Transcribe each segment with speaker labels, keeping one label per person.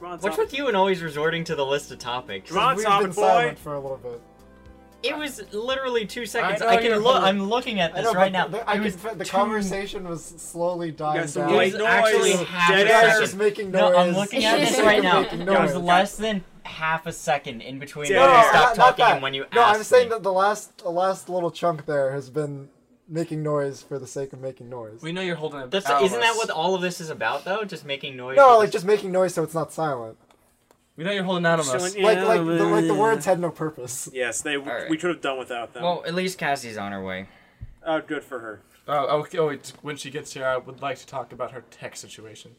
Speaker 1: Dramatop.
Speaker 2: What's with you and always resorting to the list of topics?
Speaker 1: Come on,
Speaker 3: We've
Speaker 1: Soft
Speaker 3: been
Speaker 1: Boy.
Speaker 3: silent for a little bit.
Speaker 2: It was literally two seconds.
Speaker 3: know
Speaker 2: I,
Speaker 3: you're
Speaker 2: can look.
Speaker 3: hurt.
Speaker 2: I'm looking at this
Speaker 3: I know,
Speaker 2: right
Speaker 3: but
Speaker 2: now.
Speaker 3: The, I
Speaker 2: it
Speaker 3: can
Speaker 2: was
Speaker 3: fa- the
Speaker 2: two-
Speaker 3: conversation was slowly dying
Speaker 1: got some
Speaker 3: down.
Speaker 1: white
Speaker 2: was actually
Speaker 1: noise.
Speaker 2: half
Speaker 3: you
Speaker 1: dead
Speaker 3: guys
Speaker 2: ass.
Speaker 3: are
Speaker 1: air.
Speaker 3: just making noise.
Speaker 2: No, I'm looking at this right now.
Speaker 3: Making
Speaker 2: There was
Speaker 3: noise.
Speaker 2: less than half a second in between
Speaker 1: Yeah.
Speaker 2: when
Speaker 1: No,
Speaker 2: you
Speaker 1: no,
Speaker 2: stopped
Speaker 3: not- not
Speaker 2: talking
Speaker 3: that.
Speaker 2: and when you
Speaker 3: No,
Speaker 2: asked
Speaker 3: I'm saying
Speaker 2: me.
Speaker 3: that the last, the last little chunk there has been making noise for the sake of making noise.
Speaker 4: We know you're holding it.
Speaker 2: Oh, That's,
Speaker 4: out of
Speaker 2: isn't that
Speaker 4: us.
Speaker 2: what all of this is about, though? Just making noise.
Speaker 3: no,
Speaker 2: with
Speaker 3: like just making noise so it's not silent.
Speaker 4: we know you're holding out on
Speaker 1: So
Speaker 4: us.
Speaker 1: in-
Speaker 3: Like,
Speaker 1: Yeah,
Speaker 3: like, the, like the
Speaker 1: yeah.
Speaker 3: words had no purpose.
Speaker 1: Yes, they.
Speaker 2: Alright.
Speaker 1: We could have done without them.
Speaker 2: Well, at least Cassie's on her way.
Speaker 1: oh, good for her.
Speaker 4: Oh, okay. Oh, it's, when she gets here, I would like to talk about her tech situation.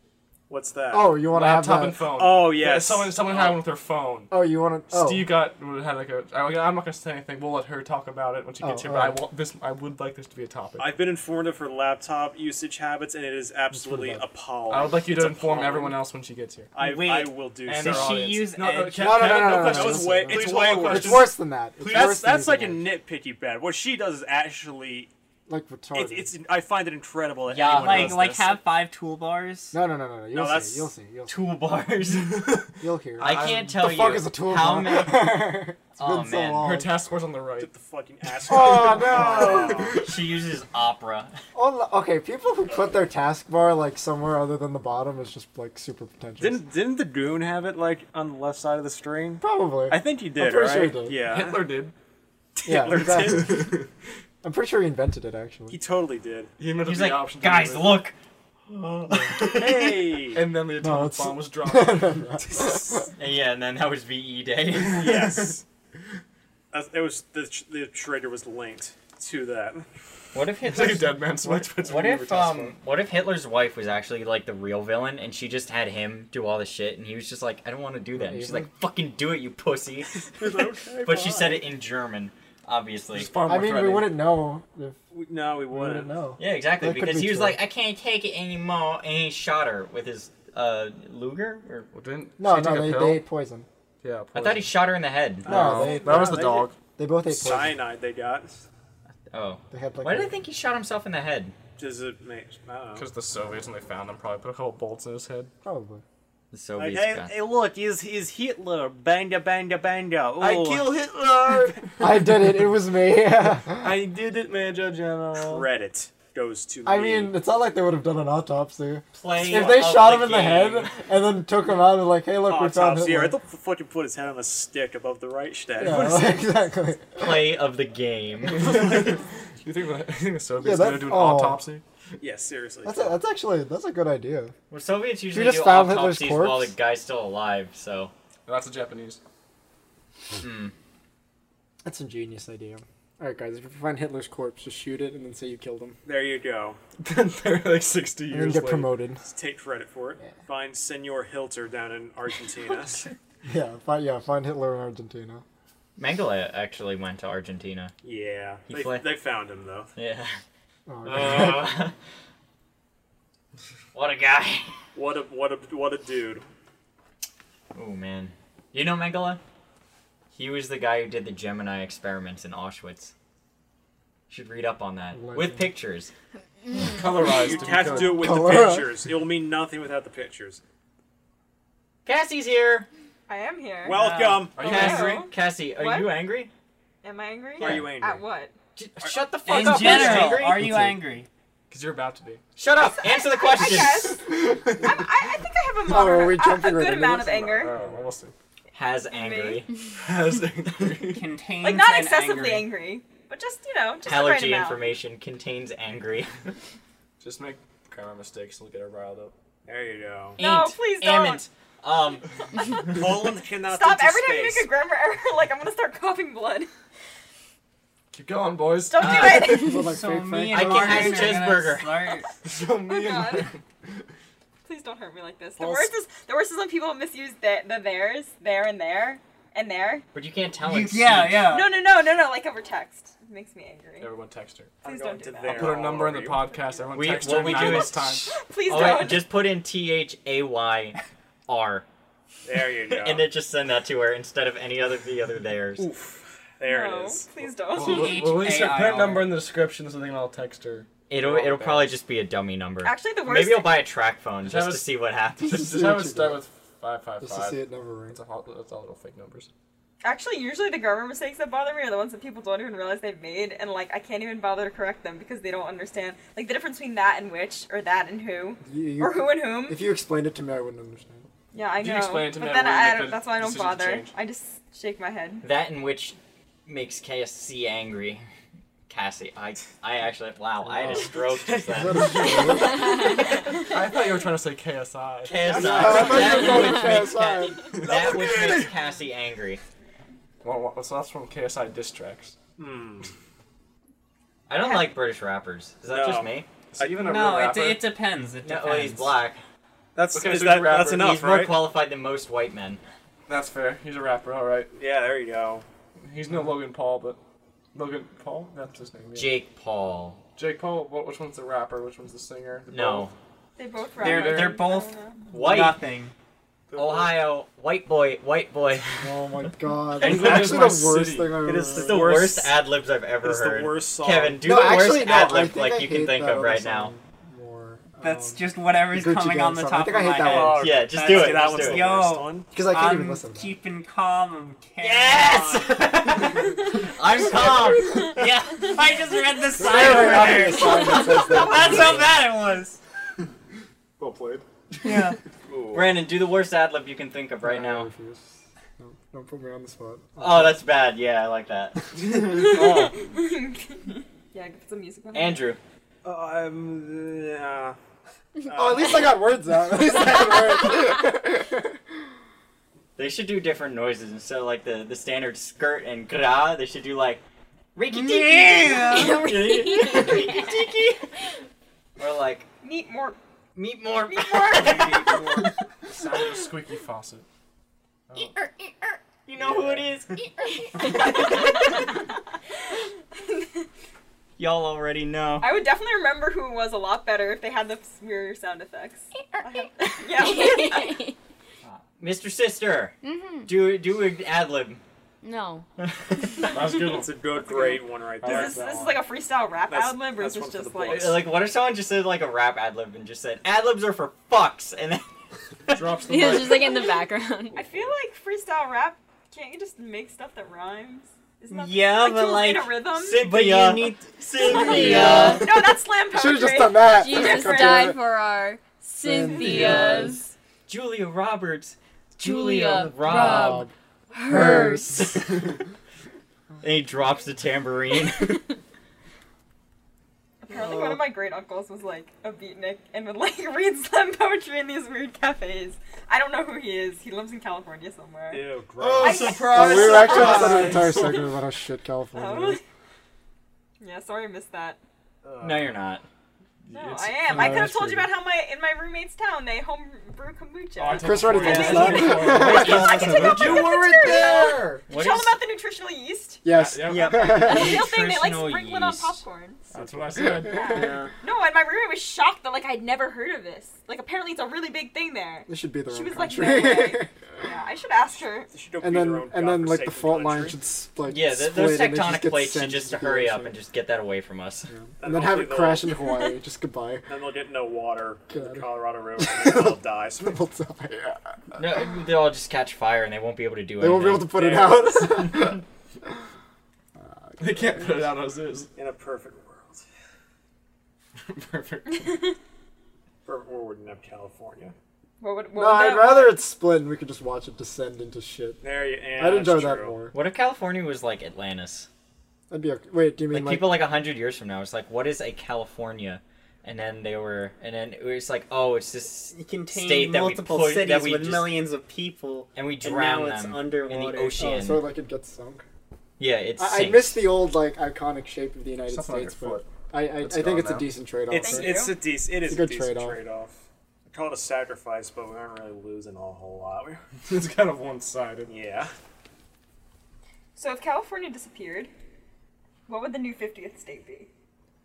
Speaker 1: What's that?
Speaker 3: Oh, you want to have
Speaker 4: Laptop
Speaker 3: that?
Speaker 4: and phone.
Speaker 1: Oh,
Speaker 4: Yeah,
Speaker 1: yes.
Speaker 4: someone, someone had one with her phone.
Speaker 3: oh, you want to? Oh,
Speaker 4: Steve got had like a. I, am not gonna say anything. We'll let her talk about it when she
Speaker 3: Oh,
Speaker 4: gets here.
Speaker 3: alright.
Speaker 4: But I want this. I would like this to be a topic. I,
Speaker 1: I've been informed of her laptop usage habits, and it is absolutely
Speaker 3: bad.
Speaker 1: appalling.
Speaker 4: would like you
Speaker 1: It's
Speaker 4: to inform
Speaker 1: appalling.
Speaker 4: everyone else when she gets here.
Speaker 1: I,
Speaker 2: Wait,
Speaker 1: I will do
Speaker 2: and
Speaker 1: so.
Speaker 2: is
Speaker 4: Our
Speaker 2: she
Speaker 4: audience.
Speaker 2: use
Speaker 4: no, no,
Speaker 2: Edge?
Speaker 4: can,
Speaker 3: No, no,
Speaker 4: can I-
Speaker 3: no, no, no, no,
Speaker 4: questions.
Speaker 3: no,
Speaker 1: That's way-
Speaker 4: Please
Speaker 1: it's
Speaker 4: hold
Speaker 1: way
Speaker 4: all
Speaker 1: worse.
Speaker 3: it's
Speaker 4: questions.
Speaker 3: worse than that. It's worse
Speaker 1: That's
Speaker 3: than
Speaker 1: that's like a
Speaker 3: even worse.
Speaker 1: nitpicky bad. What she does is actually
Speaker 3: like
Speaker 1: it's,
Speaker 3: retarded.
Speaker 1: it's I find it incredible that
Speaker 2: Yeah,
Speaker 1: anyone
Speaker 2: Like-
Speaker 5: Like,
Speaker 1: does
Speaker 5: like
Speaker 1: this.
Speaker 5: have five toolbars.
Speaker 3: no, no, no, no, no. You'll
Speaker 1: No,
Speaker 3: see.
Speaker 1: that's-
Speaker 3: You'll see. You'll see.
Speaker 2: Toolbars.
Speaker 3: You'll hear.
Speaker 2: I
Speaker 4: I'm-
Speaker 2: can't tell
Speaker 3: the fuck
Speaker 2: you
Speaker 3: is a tool?
Speaker 2: how
Speaker 3: man?
Speaker 2: many.
Speaker 3: It's
Speaker 2: Oh,
Speaker 3: been so
Speaker 2: man.
Speaker 3: long.
Speaker 4: Her task force on the right.
Speaker 1: Get the fucking ass.
Speaker 3: Oh,
Speaker 2: she uses Opera.
Speaker 3: All- okay, people who put their taskbar like somewhere other than the bottom is just like super pretentious.
Speaker 1: Didn't didn't the goon have it like on the left side of the screen?
Speaker 3: Probably.
Speaker 1: I think he did,
Speaker 3: pretty
Speaker 1: right?
Speaker 3: sure he did.
Speaker 1: Yeah,
Speaker 4: Hitler did.
Speaker 3: yeah,
Speaker 1: Hitler did.
Speaker 3: exactly. I'm pretty sure he invented it actually.
Speaker 1: He totally did.
Speaker 4: He admitted
Speaker 2: He's
Speaker 4: the
Speaker 2: like,
Speaker 4: option. to
Speaker 2: guys,
Speaker 4: do it."
Speaker 2: look.
Speaker 1: Hey.
Speaker 4: And then the atomic
Speaker 3: it's-
Speaker 4: bomb was dropped.
Speaker 2: And yeah, and then that was E VE Day.
Speaker 1: yes. That's, it was the tr- the traitor was linked to that.
Speaker 2: What if
Speaker 4: it's like a
Speaker 2: Hitler's
Speaker 4: dead man's switch. between
Speaker 2: What
Speaker 4: your
Speaker 2: if
Speaker 4: task
Speaker 2: um what if Hitler's wife was actually like the real villain and she just had him do all this shit and he was just like I don't want to do that and she's like fucking do it you pussy
Speaker 1: okay,
Speaker 2: but she said it in German
Speaker 4: force.
Speaker 2: obviously
Speaker 4: It's far
Speaker 3: I
Speaker 4: more
Speaker 3: mean, we
Speaker 4: threatening.
Speaker 3: wouldn't know if
Speaker 1: No, we
Speaker 3: we wouldn't
Speaker 1: wouldn't.
Speaker 3: know.
Speaker 2: yeah exactly
Speaker 3: That could
Speaker 2: because
Speaker 3: be
Speaker 2: he was
Speaker 3: true.
Speaker 2: like I can't take it anymore and he shot her with his uh Luger or
Speaker 4: Well, didn't
Speaker 3: No,
Speaker 4: she take
Speaker 3: no,
Speaker 4: a
Speaker 3: they,
Speaker 4: pill?
Speaker 3: they ate poison.
Speaker 4: Yeah.
Speaker 2: I thought he shot her in the head
Speaker 3: No,
Speaker 4: Oh,
Speaker 3: they-
Speaker 4: that was the
Speaker 1: they-
Speaker 4: dog.
Speaker 3: They both ate poison.
Speaker 1: Cyanide they got.
Speaker 2: oh
Speaker 3: They had like.
Speaker 2: why did I
Speaker 3: a-
Speaker 2: think he shot himself in the head
Speaker 1: Does it make? I don't know.
Speaker 4: Because the Soviets and they found him probably put a couple bolts in his head.
Speaker 3: Probably.
Speaker 2: the Soviets
Speaker 1: Like, hey,
Speaker 2: got-
Speaker 1: hey, look, is is Hitler banga banga banga? Ooh.
Speaker 4: Hitler.
Speaker 3: I did it. It was me.
Speaker 4: I did it, Major General.
Speaker 1: Credit goes to
Speaker 3: I
Speaker 1: me.
Speaker 3: mean, it's not like they would have done an autopsy.
Speaker 2: Playing
Speaker 3: If they
Speaker 2: of
Speaker 3: shot him in the
Speaker 2: game.
Speaker 3: head and then took him out and like, hey,
Speaker 1: Oh,
Speaker 3: look, we found
Speaker 1: autopsy.
Speaker 3: Hitler.
Speaker 1: Right? They'll f- fucking put his head on a stick above the Reichstag.
Speaker 3: Yeah,
Speaker 1: What is that?
Speaker 3: exactly.
Speaker 2: play of the game
Speaker 4: You think, the- you think the Soviets
Speaker 3: Yeah,
Speaker 4: gonna
Speaker 3: that-
Speaker 4: do an
Speaker 3: oh.
Speaker 4: autopsy?
Speaker 1: Yeah, seriously.
Speaker 3: That's a, that's actually that's a good idea.
Speaker 2: well Soviets usually
Speaker 3: just
Speaker 2: do
Speaker 3: found Hitler's
Speaker 2: autopsies while the
Speaker 3: corpse?
Speaker 2: guy's still alive so
Speaker 4: No, that's a Japanese.
Speaker 3: That's a genius idea. All right, guys, if you find Hitler's corpse, just shoot it and then say you killed him,
Speaker 1: there you go.
Speaker 4: Been there like sixty
Speaker 3: and then
Speaker 4: years.
Speaker 3: get
Speaker 4: later.
Speaker 3: promoted.
Speaker 1: Just take credit for it. Find Senor Hilter down in Argentina.
Speaker 3: Yeah, find yeah, find Hitler in Argentina.
Speaker 2: Mengele actually went to Argentina
Speaker 1: yeah.
Speaker 2: He
Speaker 1: They,
Speaker 2: fla-
Speaker 1: they found him, though.
Speaker 2: yeah.
Speaker 3: Oh,
Speaker 2: Uh, what a guy.
Speaker 1: What a what a what a dude.
Speaker 2: Oh man. You know Mengele? He was the guy who did the Gemini experiments in Auschwitz. Should read up on that. With
Speaker 3: Legend.
Speaker 2: pictures.
Speaker 4: Colorized.
Speaker 1: You'd
Speaker 4: to be
Speaker 1: have to
Speaker 4: good.
Speaker 1: do it with the
Speaker 3: Color.
Speaker 1: pictures. It'll mean nothing without the pictures.
Speaker 2: Cassie's here!
Speaker 6: I am here.
Speaker 1: Welcome.
Speaker 4: Are you
Speaker 6: Okay.
Speaker 4: angry?
Speaker 6: Hello?
Speaker 2: Cassie, are
Speaker 6: What?
Speaker 2: you angry?
Speaker 6: am I angry?
Speaker 1: Are you angry?
Speaker 6: At what?
Speaker 2: J- shut the fuck
Speaker 5: In
Speaker 2: up. Are you
Speaker 5: general,
Speaker 2: angry?
Speaker 5: are you
Speaker 3: It's a-
Speaker 5: angry?
Speaker 4: Because you're about to be.
Speaker 2: Shut up. Answer the
Speaker 6: I
Speaker 2: question.
Speaker 6: guess. I'm, I, I think I have a,
Speaker 3: are
Speaker 6: moderate,
Speaker 3: we
Speaker 6: a- a,
Speaker 3: Oh, jumping right
Speaker 6: good
Speaker 3: into
Speaker 6: amount
Speaker 3: this?
Speaker 6: of
Speaker 1: Uh,
Speaker 6: anger.
Speaker 4: Oh, we'll see.
Speaker 2: Has angry.
Speaker 4: Has angry.
Speaker 5: Contains
Speaker 6: Like, not
Speaker 5: an
Speaker 6: excessively
Speaker 5: angry.
Speaker 6: angry. but just, you know, just the
Speaker 2: Allergy
Speaker 6: right amount.
Speaker 2: information contains angry.
Speaker 4: Just make grammar mistakes and we'll get her riled up.
Speaker 1: There you go.
Speaker 6: No,
Speaker 2: Ain't.
Speaker 6: please
Speaker 2: Amn't. Um,
Speaker 1: Poland cannot
Speaker 6: Stop.
Speaker 1: enter
Speaker 6: Every time you
Speaker 1: space.
Speaker 6: make a grammar error, like, I'm going to start coughing blood.
Speaker 4: Keep going, boys.
Speaker 6: Don't do it.
Speaker 3: People like
Speaker 5: So
Speaker 3: fake
Speaker 5: me
Speaker 3: fake-
Speaker 5: and
Speaker 2: I can
Speaker 5: Lauren
Speaker 2: have
Speaker 5: are gonna
Speaker 2: cheeseburger.
Speaker 5: start-
Speaker 4: so
Speaker 6: Oh,
Speaker 4: me and
Speaker 6: God. Please don't hurt me like this. The
Speaker 4: Paul
Speaker 6: worst is, the worst is when people misuse the, the theirs, there and there, and there.
Speaker 2: but you can't tell
Speaker 5: You-
Speaker 2: it's
Speaker 5: Yeah,
Speaker 2: Steve.
Speaker 5: yeah.
Speaker 6: No, no, no, no, no. Like over text. It makes me angry.
Speaker 4: Everyone text her.
Speaker 1: I'm
Speaker 6: Please
Speaker 1: going
Speaker 6: don't
Speaker 1: to
Speaker 6: do that.
Speaker 1: there.
Speaker 4: I'll put her number in the
Speaker 1: Are you?
Speaker 4: podcast. Everyone
Speaker 2: We-
Speaker 4: text
Speaker 2: what
Speaker 4: her
Speaker 2: we
Speaker 4: nine
Speaker 2: do
Speaker 4: this
Speaker 2: is-
Speaker 4: time.
Speaker 6: Please
Speaker 1: Oh,
Speaker 2: All
Speaker 6: don't.
Speaker 2: right, Oh, just put in T H A Y R.
Speaker 1: There you go.
Speaker 2: and then just send that to her instead of any other the other theirs.
Speaker 1: there
Speaker 6: no,
Speaker 1: it is.
Speaker 6: please don't.
Speaker 4: Well, we- well, we should put a number in the description so they can all text her.
Speaker 2: It'll it'll probably just be a dummy number.
Speaker 6: Actually, the worst.
Speaker 2: Maybe I'll buy a track phone
Speaker 4: That
Speaker 2: just to
Speaker 4: was-
Speaker 2: see what happens.
Speaker 4: Just have it start with
Speaker 7: Five five
Speaker 3: Just to see
Speaker 7: five.
Speaker 3: it never rain.
Speaker 7: That's a hot, that's all little fake numbers.
Speaker 6: Actually, usually the grammar mistakes that bother me are the ones that people don't even realize they've made, and like I can't even bother to correct them because they don't understand like the difference between that and which, or that and who,
Speaker 3: You, you-
Speaker 6: or who and whom.
Speaker 3: if you explained it to me, I wouldn't understand.
Speaker 6: yeah, I
Speaker 7: You
Speaker 6: know.
Speaker 7: can explain it to me,
Speaker 6: but
Speaker 7: I
Speaker 6: then
Speaker 7: wouldn't
Speaker 6: I,
Speaker 7: make
Speaker 6: don't,
Speaker 7: the
Speaker 6: that's why I don't
Speaker 7: decision to
Speaker 6: bother.
Speaker 7: change.
Speaker 6: I just shake my head.
Speaker 2: That in which makes KSC angry. Cassie, I, I actually, wow, I had a stroke just then.
Speaker 3: Is that
Speaker 7: I thought you were trying to say KSI.
Speaker 2: KSI.
Speaker 3: I thought you were going KSI.
Speaker 2: That which makes Ca- that which makes Cassie angry.
Speaker 7: Well, well, so that's from KSI diss tracks.
Speaker 1: Hmm.
Speaker 2: I don't like British rappers. Is that
Speaker 1: No.
Speaker 2: just me?
Speaker 7: Is he even a real
Speaker 5: No, oh, it,
Speaker 7: rapper?
Speaker 5: it depends. It
Speaker 2: No,
Speaker 5: depends.
Speaker 2: well, he's black.
Speaker 1: That's
Speaker 7: Okay,
Speaker 1: is
Speaker 7: so he's a
Speaker 1: that,
Speaker 7: rapper.
Speaker 1: that's enough,
Speaker 2: he's more
Speaker 1: right?
Speaker 2: qualified than most white men.
Speaker 7: That's fair. He's a rapper, all right.
Speaker 1: yeah, there you go.
Speaker 7: He's no Logan Paul, but Logan Paul. That's his name. Yeah.
Speaker 2: Jake Paul.
Speaker 7: Jake Paul. What, which one's the rapper? Which one's the singer? The
Speaker 2: No.
Speaker 6: They both rhyme.
Speaker 5: They're they're both
Speaker 2: White.
Speaker 5: nothing.
Speaker 7: both?
Speaker 2: Ohio. White boy. White boy.
Speaker 3: Oh my god. That's
Speaker 7: England is
Speaker 3: actually
Speaker 7: my
Speaker 3: the worst
Speaker 7: city.
Speaker 3: thing I've
Speaker 1: It
Speaker 3: ever
Speaker 1: is
Speaker 2: It's
Speaker 3: heard.
Speaker 2: the
Speaker 1: Worst-
Speaker 2: worst ad libs I've ever
Speaker 1: It's
Speaker 2: heard.
Speaker 1: the worst song.
Speaker 2: Kevin, do
Speaker 3: no,
Speaker 2: the
Speaker 3: actually,
Speaker 2: worst
Speaker 3: no,
Speaker 2: ad
Speaker 3: I
Speaker 2: lib
Speaker 3: think
Speaker 2: like
Speaker 3: I
Speaker 2: you can
Speaker 3: hate
Speaker 2: think
Speaker 3: that
Speaker 2: of
Speaker 3: other
Speaker 2: right now.
Speaker 3: song More.
Speaker 5: That's
Speaker 3: Um,
Speaker 5: just whatever's
Speaker 3: Gucci
Speaker 5: coming on
Speaker 3: Gang
Speaker 5: the
Speaker 3: song. I
Speaker 5: top
Speaker 3: think
Speaker 5: of
Speaker 3: I
Speaker 5: my
Speaker 3: hate that
Speaker 5: head.
Speaker 3: one.
Speaker 2: Yeah, just
Speaker 1: That's-
Speaker 2: do it.
Speaker 1: That
Speaker 2: Just
Speaker 1: one's
Speaker 2: do
Speaker 1: the
Speaker 2: it.
Speaker 5: Yo.
Speaker 1: worst one.
Speaker 3: Because I can't
Speaker 5: I'm
Speaker 3: even listen to that.
Speaker 5: keeping calm. I'm carrying on.
Speaker 2: Yes! I'm calm.
Speaker 5: yeah, I just read the
Speaker 3: Wait, wait,
Speaker 5: sign.
Speaker 3: wait, wait, sorry, that says that.
Speaker 5: That's how bad it was.
Speaker 3: Well played.
Speaker 5: Yeah.
Speaker 2: Brandon, do the worst ad lib you can think of right
Speaker 3: No, I
Speaker 2: now.
Speaker 3: refuse. No, don't put me on the spot.
Speaker 2: Oh, that's bad. Yeah, I like that.
Speaker 6: yeah, put some music behind.
Speaker 2: Andrew.
Speaker 1: Um, Oh, yeah.
Speaker 3: oh, at least I got words out. At least I had words.
Speaker 2: They should do different noises instead of like the, the standard skirt and gra. They should do like rikki
Speaker 5: Yeah.
Speaker 2: tiki, or like
Speaker 6: it. Neat more.
Speaker 2: meat more.
Speaker 6: Meat more.
Speaker 7: Sound of a squeaky faucet.
Speaker 2: You know who it is. Y'all already know.
Speaker 6: I would definitely remember who it was a lot better if they had the weirder sound effects. I have- yeah.
Speaker 2: Mr. Sister,
Speaker 8: Mhm.
Speaker 2: do do an ad lib.
Speaker 8: No.
Speaker 7: That's a good. one.
Speaker 1: That's a good grade one right there.
Speaker 6: Is this, this is like a freestyle rap
Speaker 1: That's-
Speaker 6: ad lib, or
Speaker 1: that's
Speaker 6: is this
Speaker 1: one for
Speaker 6: just
Speaker 1: the
Speaker 6: like
Speaker 1: books.
Speaker 2: Like, what if someone just said like a rap ad lib and just said ad libs are for fucks and then
Speaker 7: Drops the
Speaker 8: He was
Speaker 7: mic.
Speaker 8: just like in the background.
Speaker 6: I feel like freestyle rap. Can't you just make stuff that rhymes? Isn't that
Speaker 5: Yeah,
Speaker 6: like,
Speaker 5: but
Speaker 6: tools made
Speaker 5: like-
Speaker 6: a rhythm?
Speaker 2: Cynthia,
Speaker 5: But you need
Speaker 8: Cynthia.
Speaker 6: no, that's slam
Speaker 3: Should
Speaker 6: poetry.
Speaker 3: have just done that.
Speaker 8: Jesus
Speaker 6: Different.
Speaker 8: died for our
Speaker 3: Cynthias.
Speaker 8: Cynthia's
Speaker 2: Julia Roberts,
Speaker 8: Julia
Speaker 3: Uh,
Speaker 2: Rob.
Speaker 3: Rob.
Speaker 8: hearse.
Speaker 2: And he drops the tambourine.
Speaker 6: Apparently, one of my great uncles was like a beatnik and would like read slam poetry in these weird cafes. I don't know who he is. He lives in California somewhere.
Speaker 1: Ew,
Speaker 6: I-
Speaker 1: gross.
Speaker 3: Oh, we were actually just an
Speaker 5: surprise.
Speaker 3: entire segment about how shit California
Speaker 6: Um,
Speaker 3: is.
Speaker 6: yeah, sorry I missed that.
Speaker 2: no, you're not.
Speaker 6: No,
Speaker 7: It's-
Speaker 6: I am. I
Speaker 3: no,
Speaker 6: could have
Speaker 3: that's
Speaker 6: told you
Speaker 3: pretty-
Speaker 6: about how my in my roommate's town they homebrew kombucha.
Speaker 7: Oh, I told
Speaker 3: Chris
Speaker 7: you
Speaker 3: already
Speaker 7: before.
Speaker 3: told us
Speaker 7: Yeah,
Speaker 3: that.
Speaker 7: yeah,
Speaker 6: I can take out
Speaker 2: You
Speaker 6: the
Speaker 2: weren't
Speaker 6: bacteria.
Speaker 2: there.
Speaker 6: Did you tell them about the nutritional yeast?
Speaker 3: Yes.
Speaker 7: yeah,
Speaker 5: Yep.
Speaker 6: The real thing they like
Speaker 5: Nutritional
Speaker 6: sprinkle it on
Speaker 5: yeast.
Speaker 6: popcorn.
Speaker 7: That's what I said. Yeah.
Speaker 6: No, and my roommate was shocked that like I'd never heard of this. Like apparently it's a really big thing there.
Speaker 3: This should be their
Speaker 6: She
Speaker 3: own
Speaker 6: was like,
Speaker 3: country.
Speaker 6: "No way." Yeah, I should ask her.
Speaker 1: They should go
Speaker 3: and
Speaker 1: be their
Speaker 3: then
Speaker 1: own
Speaker 3: and then like the
Speaker 1: godforsaken
Speaker 3: fault line
Speaker 1: country.
Speaker 3: should s- like
Speaker 2: Yeah, th-
Speaker 3: split
Speaker 2: those
Speaker 3: and they just
Speaker 2: tectonic
Speaker 3: get
Speaker 2: plates should
Speaker 3: sent
Speaker 2: just
Speaker 3: to the
Speaker 2: hurry
Speaker 3: ocean.
Speaker 2: up and just get that away from us.
Speaker 3: and then have it
Speaker 1: Hopefully
Speaker 3: crash in Hawaii. Just goodbye.
Speaker 1: Then they'll get no water in
Speaker 3: God.
Speaker 1: the Colorado River and they'll all die. So
Speaker 3: They'll die.
Speaker 2: No, they'll all just catch fire and they won't be able to do
Speaker 3: They
Speaker 2: anything.
Speaker 3: won't be able to put it
Speaker 1: Yeah.
Speaker 3: out.
Speaker 7: They can't put it out as is.
Speaker 1: in a perfect world,
Speaker 7: Perfect.
Speaker 1: perfect world wouldn't have California.
Speaker 6: What would, what
Speaker 3: no, I'd rather it's split and we could just watch it descend into shit.
Speaker 1: There you. Yeah,
Speaker 3: I'd enjoy
Speaker 1: that's
Speaker 3: that
Speaker 1: true.
Speaker 3: more.
Speaker 2: What if California was like Atlantis?
Speaker 3: I'd be okay. Wait, do you mean
Speaker 2: Like
Speaker 3: like,
Speaker 2: people like a hundred years from now, it's like, what is a California? And then they were, and then it was like, oh, it's this,
Speaker 5: It contained
Speaker 2: State that we
Speaker 5: multiple
Speaker 2: put- that
Speaker 5: cities
Speaker 2: we
Speaker 5: with
Speaker 2: just-
Speaker 5: millions of people.
Speaker 2: and we
Speaker 5: And
Speaker 2: drown
Speaker 5: now it's
Speaker 2: them
Speaker 5: underwater.
Speaker 2: in the ocean.
Speaker 3: oh, so like it gets sunk?
Speaker 2: yeah, it's
Speaker 3: I, I miss the old like iconic shape of the United
Speaker 7: Something on your
Speaker 3: States, but
Speaker 7: foot.
Speaker 3: I I, I
Speaker 7: It's
Speaker 3: think
Speaker 7: gone
Speaker 3: it's a
Speaker 7: now.
Speaker 3: decent trade-off.
Speaker 1: It's
Speaker 6: Thank
Speaker 3: right?
Speaker 6: you.
Speaker 1: it's a decent. It is
Speaker 3: It's a
Speaker 1: a
Speaker 3: good
Speaker 1: decent
Speaker 3: trade-off.
Speaker 1: trade off. I call it a sacrifice, but we aren't really losing a whole lot. We-
Speaker 7: it's kind of one-sided.
Speaker 1: yeah.
Speaker 6: So if California disappeared, what would the new 50th state be?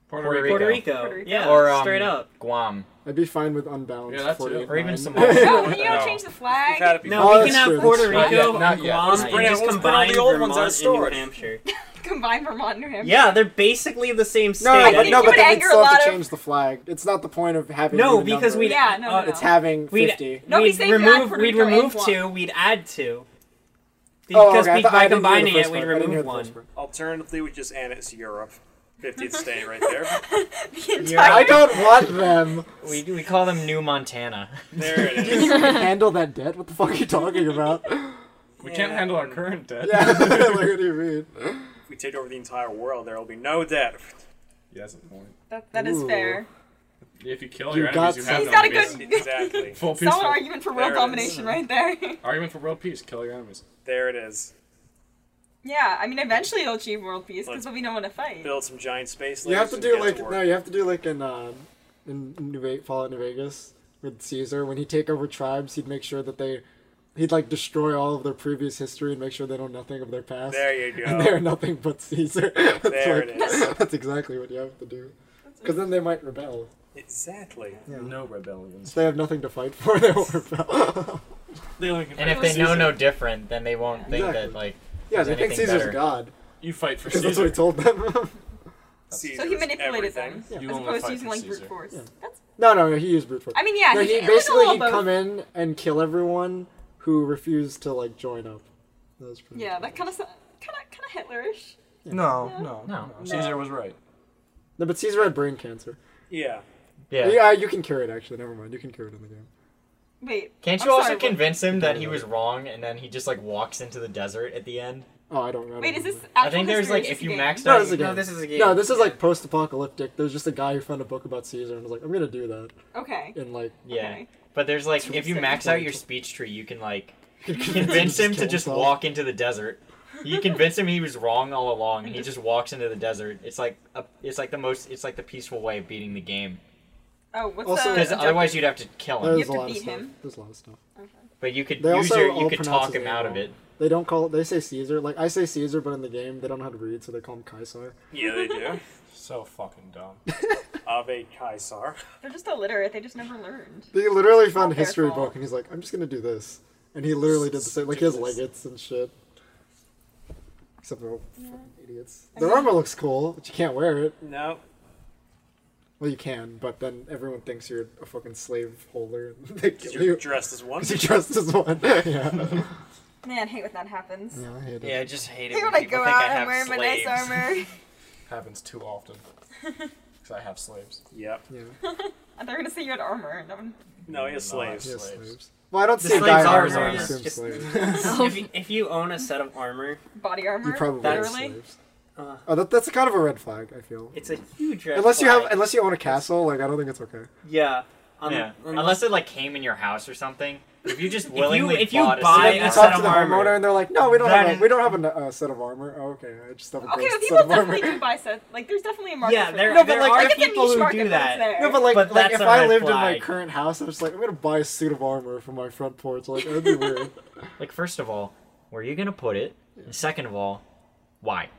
Speaker 7: Puerto
Speaker 2: Puerto
Speaker 7: Rico.
Speaker 2: Rico.
Speaker 5: Puerto Rico.
Speaker 6: Puerto Rico.
Speaker 5: Yeah,
Speaker 2: Or um,
Speaker 5: straight up.
Speaker 2: Guam.
Speaker 3: I'd be fine with unbalanced
Speaker 7: Yeah, that too.
Speaker 3: 48
Speaker 7: Or
Speaker 2: even
Speaker 3: nine.
Speaker 2: Samoa.
Speaker 6: No, then Oh, you gotta
Speaker 1: No.
Speaker 6: change the
Speaker 1: We've had
Speaker 6: flag.
Speaker 1: it before.
Speaker 5: No,
Speaker 3: Oh,
Speaker 5: we
Speaker 3: that's
Speaker 5: can have
Speaker 3: true,
Speaker 5: Puerto
Speaker 3: that's
Speaker 7: true.
Speaker 5: Rico,
Speaker 7: Not yet, not yet.
Speaker 5: Guam,
Speaker 1: Let's
Speaker 5: and
Speaker 1: bring out-
Speaker 5: just
Speaker 1: let's bring out
Speaker 5: combine
Speaker 1: the old ones
Speaker 5: Vermont
Speaker 1: out of
Speaker 5: and New
Speaker 1: storage.
Speaker 5: Hampshire.
Speaker 6: combine Vermont and New Hampshire.
Speaker 5: Yeah, they're basically the same state.
Speaker 3: No,
Speaker 6: I
Speaker 3: but
Speaker 6: think
Speaker 3: no,
Speaker 6: you
Speaker 3: but
Speaker 6: would
Speaker 3: then we'd
Speaker 6: anger a
Speaker 3: still have
Speaker 6: lot
Speaker 3: to
Speaker 6: of-
Speaker 3: change the flag. It's not the point of having.
Speaker 5: No,
Speaker 3: even
Speaker 5: because
Speaker 3: number.
Speaker 5: we'd-
Speaker 6: Yeah, no, no, no.
Speaker 3: It's having
Speaker 5: We'd-
Speaker 3: fifty.
Speaker 6: Nobody's
Speaker 5: we'd
Speaker 6: saying you add
Speaker 5: remove,
Speaker 6: Puerto
Speaker 5: we'd
Speaker 6: Rico and
Speaker 5: remove
Speaker 6: Guam.
Speaker 5: two, we'd add two.
Speaker 3: Oh, okay,
Speaker 5: Because
Speaker 3: I
Speaker 5: we,
Speaker 3: thought- I
Speaker 5: by
Speaker 3: didn't hear the
Speaker 5: combining
Speaker 3: first
Speaker 5: it, we'd
Speaker 3: part. I didn't hear
Speaker 5: remove
Speaker 3: the
Speaker 5: one.
Speaker 3: first part.
Speaker 1: Alternatively, we just annex Europe. 50th state right there.
Speaker 6: the
Speaker 5: You're-
Speaker 6: entire.
Speaker 3: I don't want them.
Speaker 2: We, we call them New Montana.
Speaker 1: There it
Speaker 3: You
Speaker 1: is.
Speaker 3: can handle that debt? What the fuck are you talking about?
Speaker 7: We can't handle our current debt.
Speaker 3: Yeah, like, what do you mean?
Speaker 1: If we take over the entire world, there will be no debt.
Speaker 7: Yeah, that's a point.
Speaker 6: That, that is
Speaker 3: Ooh.
Speaker 6: fair.
Speaker 7: If you kill
Speaker 3: You
Speaker 7: your enemies,
Speaker 3: got
Speaker 7: you have
Speaker 6: He's
Speaker 7: no
Speaker 6: got a
Speaker 7: enemies.
Speaker 6: good-
Speaker 1: Exactly.
Speaker 7: Full peace.
Speaker 6: Solid argument for world
Speaker 1: There it is.
Speaker 6: domination right there.
Speaker 7: Argument for world peace. Kill your enemies.
Speaker 1: There it is.
Speaker 6: yeah, I mean, eventually it'll achieve world peace because there'll be no one to fight.
Speaker 1: Build some giant space.
Speaker 3: You have
Speaker 1: lasers
Speaker 3: to
Speaker 1: and
Speaker 3: do
Speaker 1: get
Speaker 3: like
Speaker 1: to work.
Speaker 3: no, you have to do like in uh, in New Ve- Fallout New Vegas with Caesar when he take over tribes, he'd make sure that they he'd like destroy all of their previous history and make sure they know nothing of their past.
Speaker 1: There you
Speaker 3: and they're
Speaker 1: go.
Speaker 3: nothing but Caesar. That's
Speaker 1: There
Speaker 3: like-
Speaker 1: it is.
Speaker 3: That's exactly what you have to do. Because then they might rebel.
Speaker 1: exactly.
Speaker 7: No rebellions.
Speaker 3: If they have nothing to fight for, they will rebel.
Speaker 7: They only can
Speaker 2: And if
Speaker 7: fight for
Speaker 2: they know
Speaker 7: Caesar.
Speaker 2: no different, then they won't think
Speaker 3: Exactly.
Speaker 2: that like
Speaker 3: yeah, they
Speaker 2: There's
Speaker 3: think
Speaker 2: anything
Speaker 3: Caesar's
Speaker 2: better.
Speaker 3: God.
Speaker 7: you fight for
Speaker 3: Because that's what
Speaker 7: Caesar.
Speaker 3: he told them.
Speaker 1: Caesar's
Speaker 6: so he manipulated
Speaker 1: everything.
Speaker 6: them
Speaker 7: You
Speaker 6: as
Speaker 7: only
Speaker 6: opposed
Speaker 7: fight
Speaker 6: to using
Speaker 7: for
Speaker 6: like brute
Speaker 7: Caesar.
Speaker 6: force.
Speaker 3: Yeah.
Speaker 6: That's,
Speaker 3: no, no, he used brute force.
Speaker 6: I mean, yeah,
Speaker 3: no,
Speaker 6: he's
Speaker 3: he
Speaker 6: it was a
Speaker 3: basically
Speaker 6: little
Speaker 3: he'd
Speaker 6: both.
Speaker 3: come in and kill everyone who refused to like join up. That was pretty
Speaker 6: Yeah,
Speaker 3: much
Speaker 6: that kind of kind of kind of Hitlerish.
Speaker 7: No,
Speaker 6: Yeah.
Speaker 7: no,
Speaker 2: No.
Speaker 7: no, Caesar was right.
Speaker 3: it. No, but Caesar had brain cancer.
Speaker 1: Yeah.
Speaker 2: yeah.
Speaker 3: Yeah, you can cure it actually. Never mind, you can cure it in the game.
Speaker 6: Wait,
Speaker 2: Can't
Speaker 6: I'm
Speaker 2: you also
Speaker 6: sorry, what-
Speaker 2: convince him that he
Speaker 3: Yeah.
Speaker 2: was wrong and then he just like walks into the desert at the end?
Speaker 3: Oh, I don't. I don't
Speaker 6: Wait, is this?
Speaker 3: remember.
Speaker 2: I
Speaker 6: actual
Speaker 2: think there's
Speaker 6: history or
Speaker 2: like
Speaker 6: is
Speaker 2: if
Speaker 6: this
Speaker 2: you
Speaker 6: a game?
Speaker 2: maxed
Speaker 3: No,
Speaker 2: out
Speaker 3: this is a
Speaker 2: no
Speaker 3: game.
Speaker 2: this is a game.
Speaker 3: No, this is like post-apocalyptic. There's just a guy who found a book about Caesar and was like, "I'm gonna do that."
Speaker 6: Okay.
Speaker 3: And like,
Speaker 2: Yeah.
Speaker 6: okay.
Speaker 2: But there's like if you
Speaker 6: Two
Speaker 2: max
Speaker 3: seconds.
Speaker 2: out your speech tree you can like convince him to
Speaker 3: kill
Speaker 2: just
Speaker 3: himself.
Speaker 2: walk into the desert. You convince him he was wrong all along and he just walks into the desert. It's like a, it's like the most it's like the peaceful way of beating the game.
Speaker 6: Oh, what's
Speaker 3: Also-
Speaker 6: the?
Speaker 2: Because
Speaker 6: objective?
Speaker 2: otherwise you'd have to kill him.
Speaker 3: There's
Speaker 6: have
Speaker 3: a
Speaker 6: to
Speaker 3: lot of
Speaker 6: beat
Speaker 3: stuff.
Speaker 6: him.
Speaker 3: There's a lot of stuff.
Speaker 2: But you could
Speaker 3: They
Speaker 2: use
Speaker 3: also
Speaker 2: your you
Speaker 3: all
Speaker 2: could
Speaker 3: pronounce
Speaker 2: talk
Speaker 3: his
Speaker 2: him
Speaker 3: name
Speaker 2: out of
Speaker 3: wrong.
Speaker 2: it.
Speaker 3: They don't call. They say Caesar. Like I say Caesar, but in the game they don't know how to read, so they call him Caesar.
Speaker 1: Yeah, they do.
Speaker 7: So fucking dumb.
Speaker 1: Ave Caesar.
Speaker 6: They're just illiterate. They just never learned.
Speaker 3: They literally found a
Speaker 6: their
Speaker 3: history
Speaker 6: fault.
Speaker 3: book, and he's like, "I'm just gonna do this," and he literally did the same. Like he has
Speaker 1: Ridiculous.
Speaker 3: leggings and shit. Except they're all fucking idiots. Their armor looks cool, but you can't wear it.
Speaker 1: No.
Speaker 3: Well, you can, but then everyone thinks you're a fucking slave holder. and they kill
Speaker 1: You're
Speaker 3: you
Speaker 1: dressed as one.
Speaker 3: because you're dressed as one. yeah.
Speaker 6: Man, I hate when that happens.
Speaker 3: yeah, I hate it.
Speaker 2: Yeah, I just hate it.
Speaker 6: Hey,
Speaker 2: When
Speaker 6: when I
Speaker 2: people
Speaker 6: go
Speaker 2: think
Speaker 6: out,
Speaker 2: I
Speaker 6: I'm
Speaker 2: have
Speaker 6: wearing
Speaker 2: slaves.
Speaker 6: my nice armor.
Speaker 7: Happens too often. Because I have slaves.
Speaker 1: Yep.
Speaker 3: Yeah.
Speaker 6: I thought you were gonna say you had armor. and I'm-
Speaker 1: No, he has
Speaker 7: No, I-
Speaker 1: slaves.
Speaker 3: Yeah,
Speaker 7: Slaves.
Speaker 3: slaves. Well, I don't
Speaker 5: The
Speaker 3: see a guy
Speaker 5: slaves are
Speaker 3: armor. I
Speaker 5: slaves.
Speaker 3: assume
Speaker 5: Just-
Speaker 3: slaves.
Speaker 5: if, you, if you own a set of armor,
Speaker 6: body armor.
Speaker 3: you probably are
Speaker 6: literally.
Speaker 3: slaves.
Speaker 5: Uh.
Speaker 3: oh, that, that's kind of a red flag. I feel.
Speaker 5: it's a huge red
Speaker 3: Unless you
Speaker 5: flag.
Speaker 3: have, unless you own a castle, like I don't think it's okay.
Speaker 5: Yeah. Um,
Speaker 2: Yeah.
Speaker 5: um,
Speaker 2: Unless it like came in your house or something. If you just
Speaker 5: you-
Speaker 2: willingly
Speaker 5: if you
Speaker 2: bought a
Speaker 5: buy
Speaker 2: set
Speaker 3: You
Speaker 2: of
Speaker 5: a
Speaker 2: armor-
Speaker 5: set
Speaker 3: talk to
Speaker 5: of
Speaker 3: the
Speaker 5: armor.
Speaker 3: homeowner and they're like, no, we don't
Speaker 5: That
Speaker 3: have a,
Speaker 5: is-
Speaker 3: we don't have a uh, set of armor. Oh, okay, I just have a
Speaker 6: Okay,
Speaker 3: great
Speaker 6: but
Speaker 3: set
Speaker 6: people
Speaker 3: of armor.
Speaker 6: definitely do buy sets. Like, there's definitely a market
Speaker 5: Yeah,
Speaker 6: for
Speaker 5: there,
Speaker 6: it.
Speaker 3: No, but,
Speaker 5: there
Speaker 3: like,
Speaker 5: are
Speaker 6: Like, it's a
Speaker 5: people
Speaker 6: niche
Speaker 5: who
Speaker 6: market,
Speaker 5: do
Speaker 6: but it's
Speaker 5: that.
Speaker 6: there.
Speaker 3: No, but like,
Speaker 5: But
Speaker 3: like
Speaker 5: that's
Speaker 3: if
Speaker 5: a
Speaker 3: I
Speaker 5: red
Speaker 3: lived in my
Speaker 5: flag.
Speaker 3: current house, I was like, I'm gonna buy a suit of armor for my front porch. Like, that'd be weird.
Speaker 2: Like, first of all, where are you gonna put it? And second of all, why?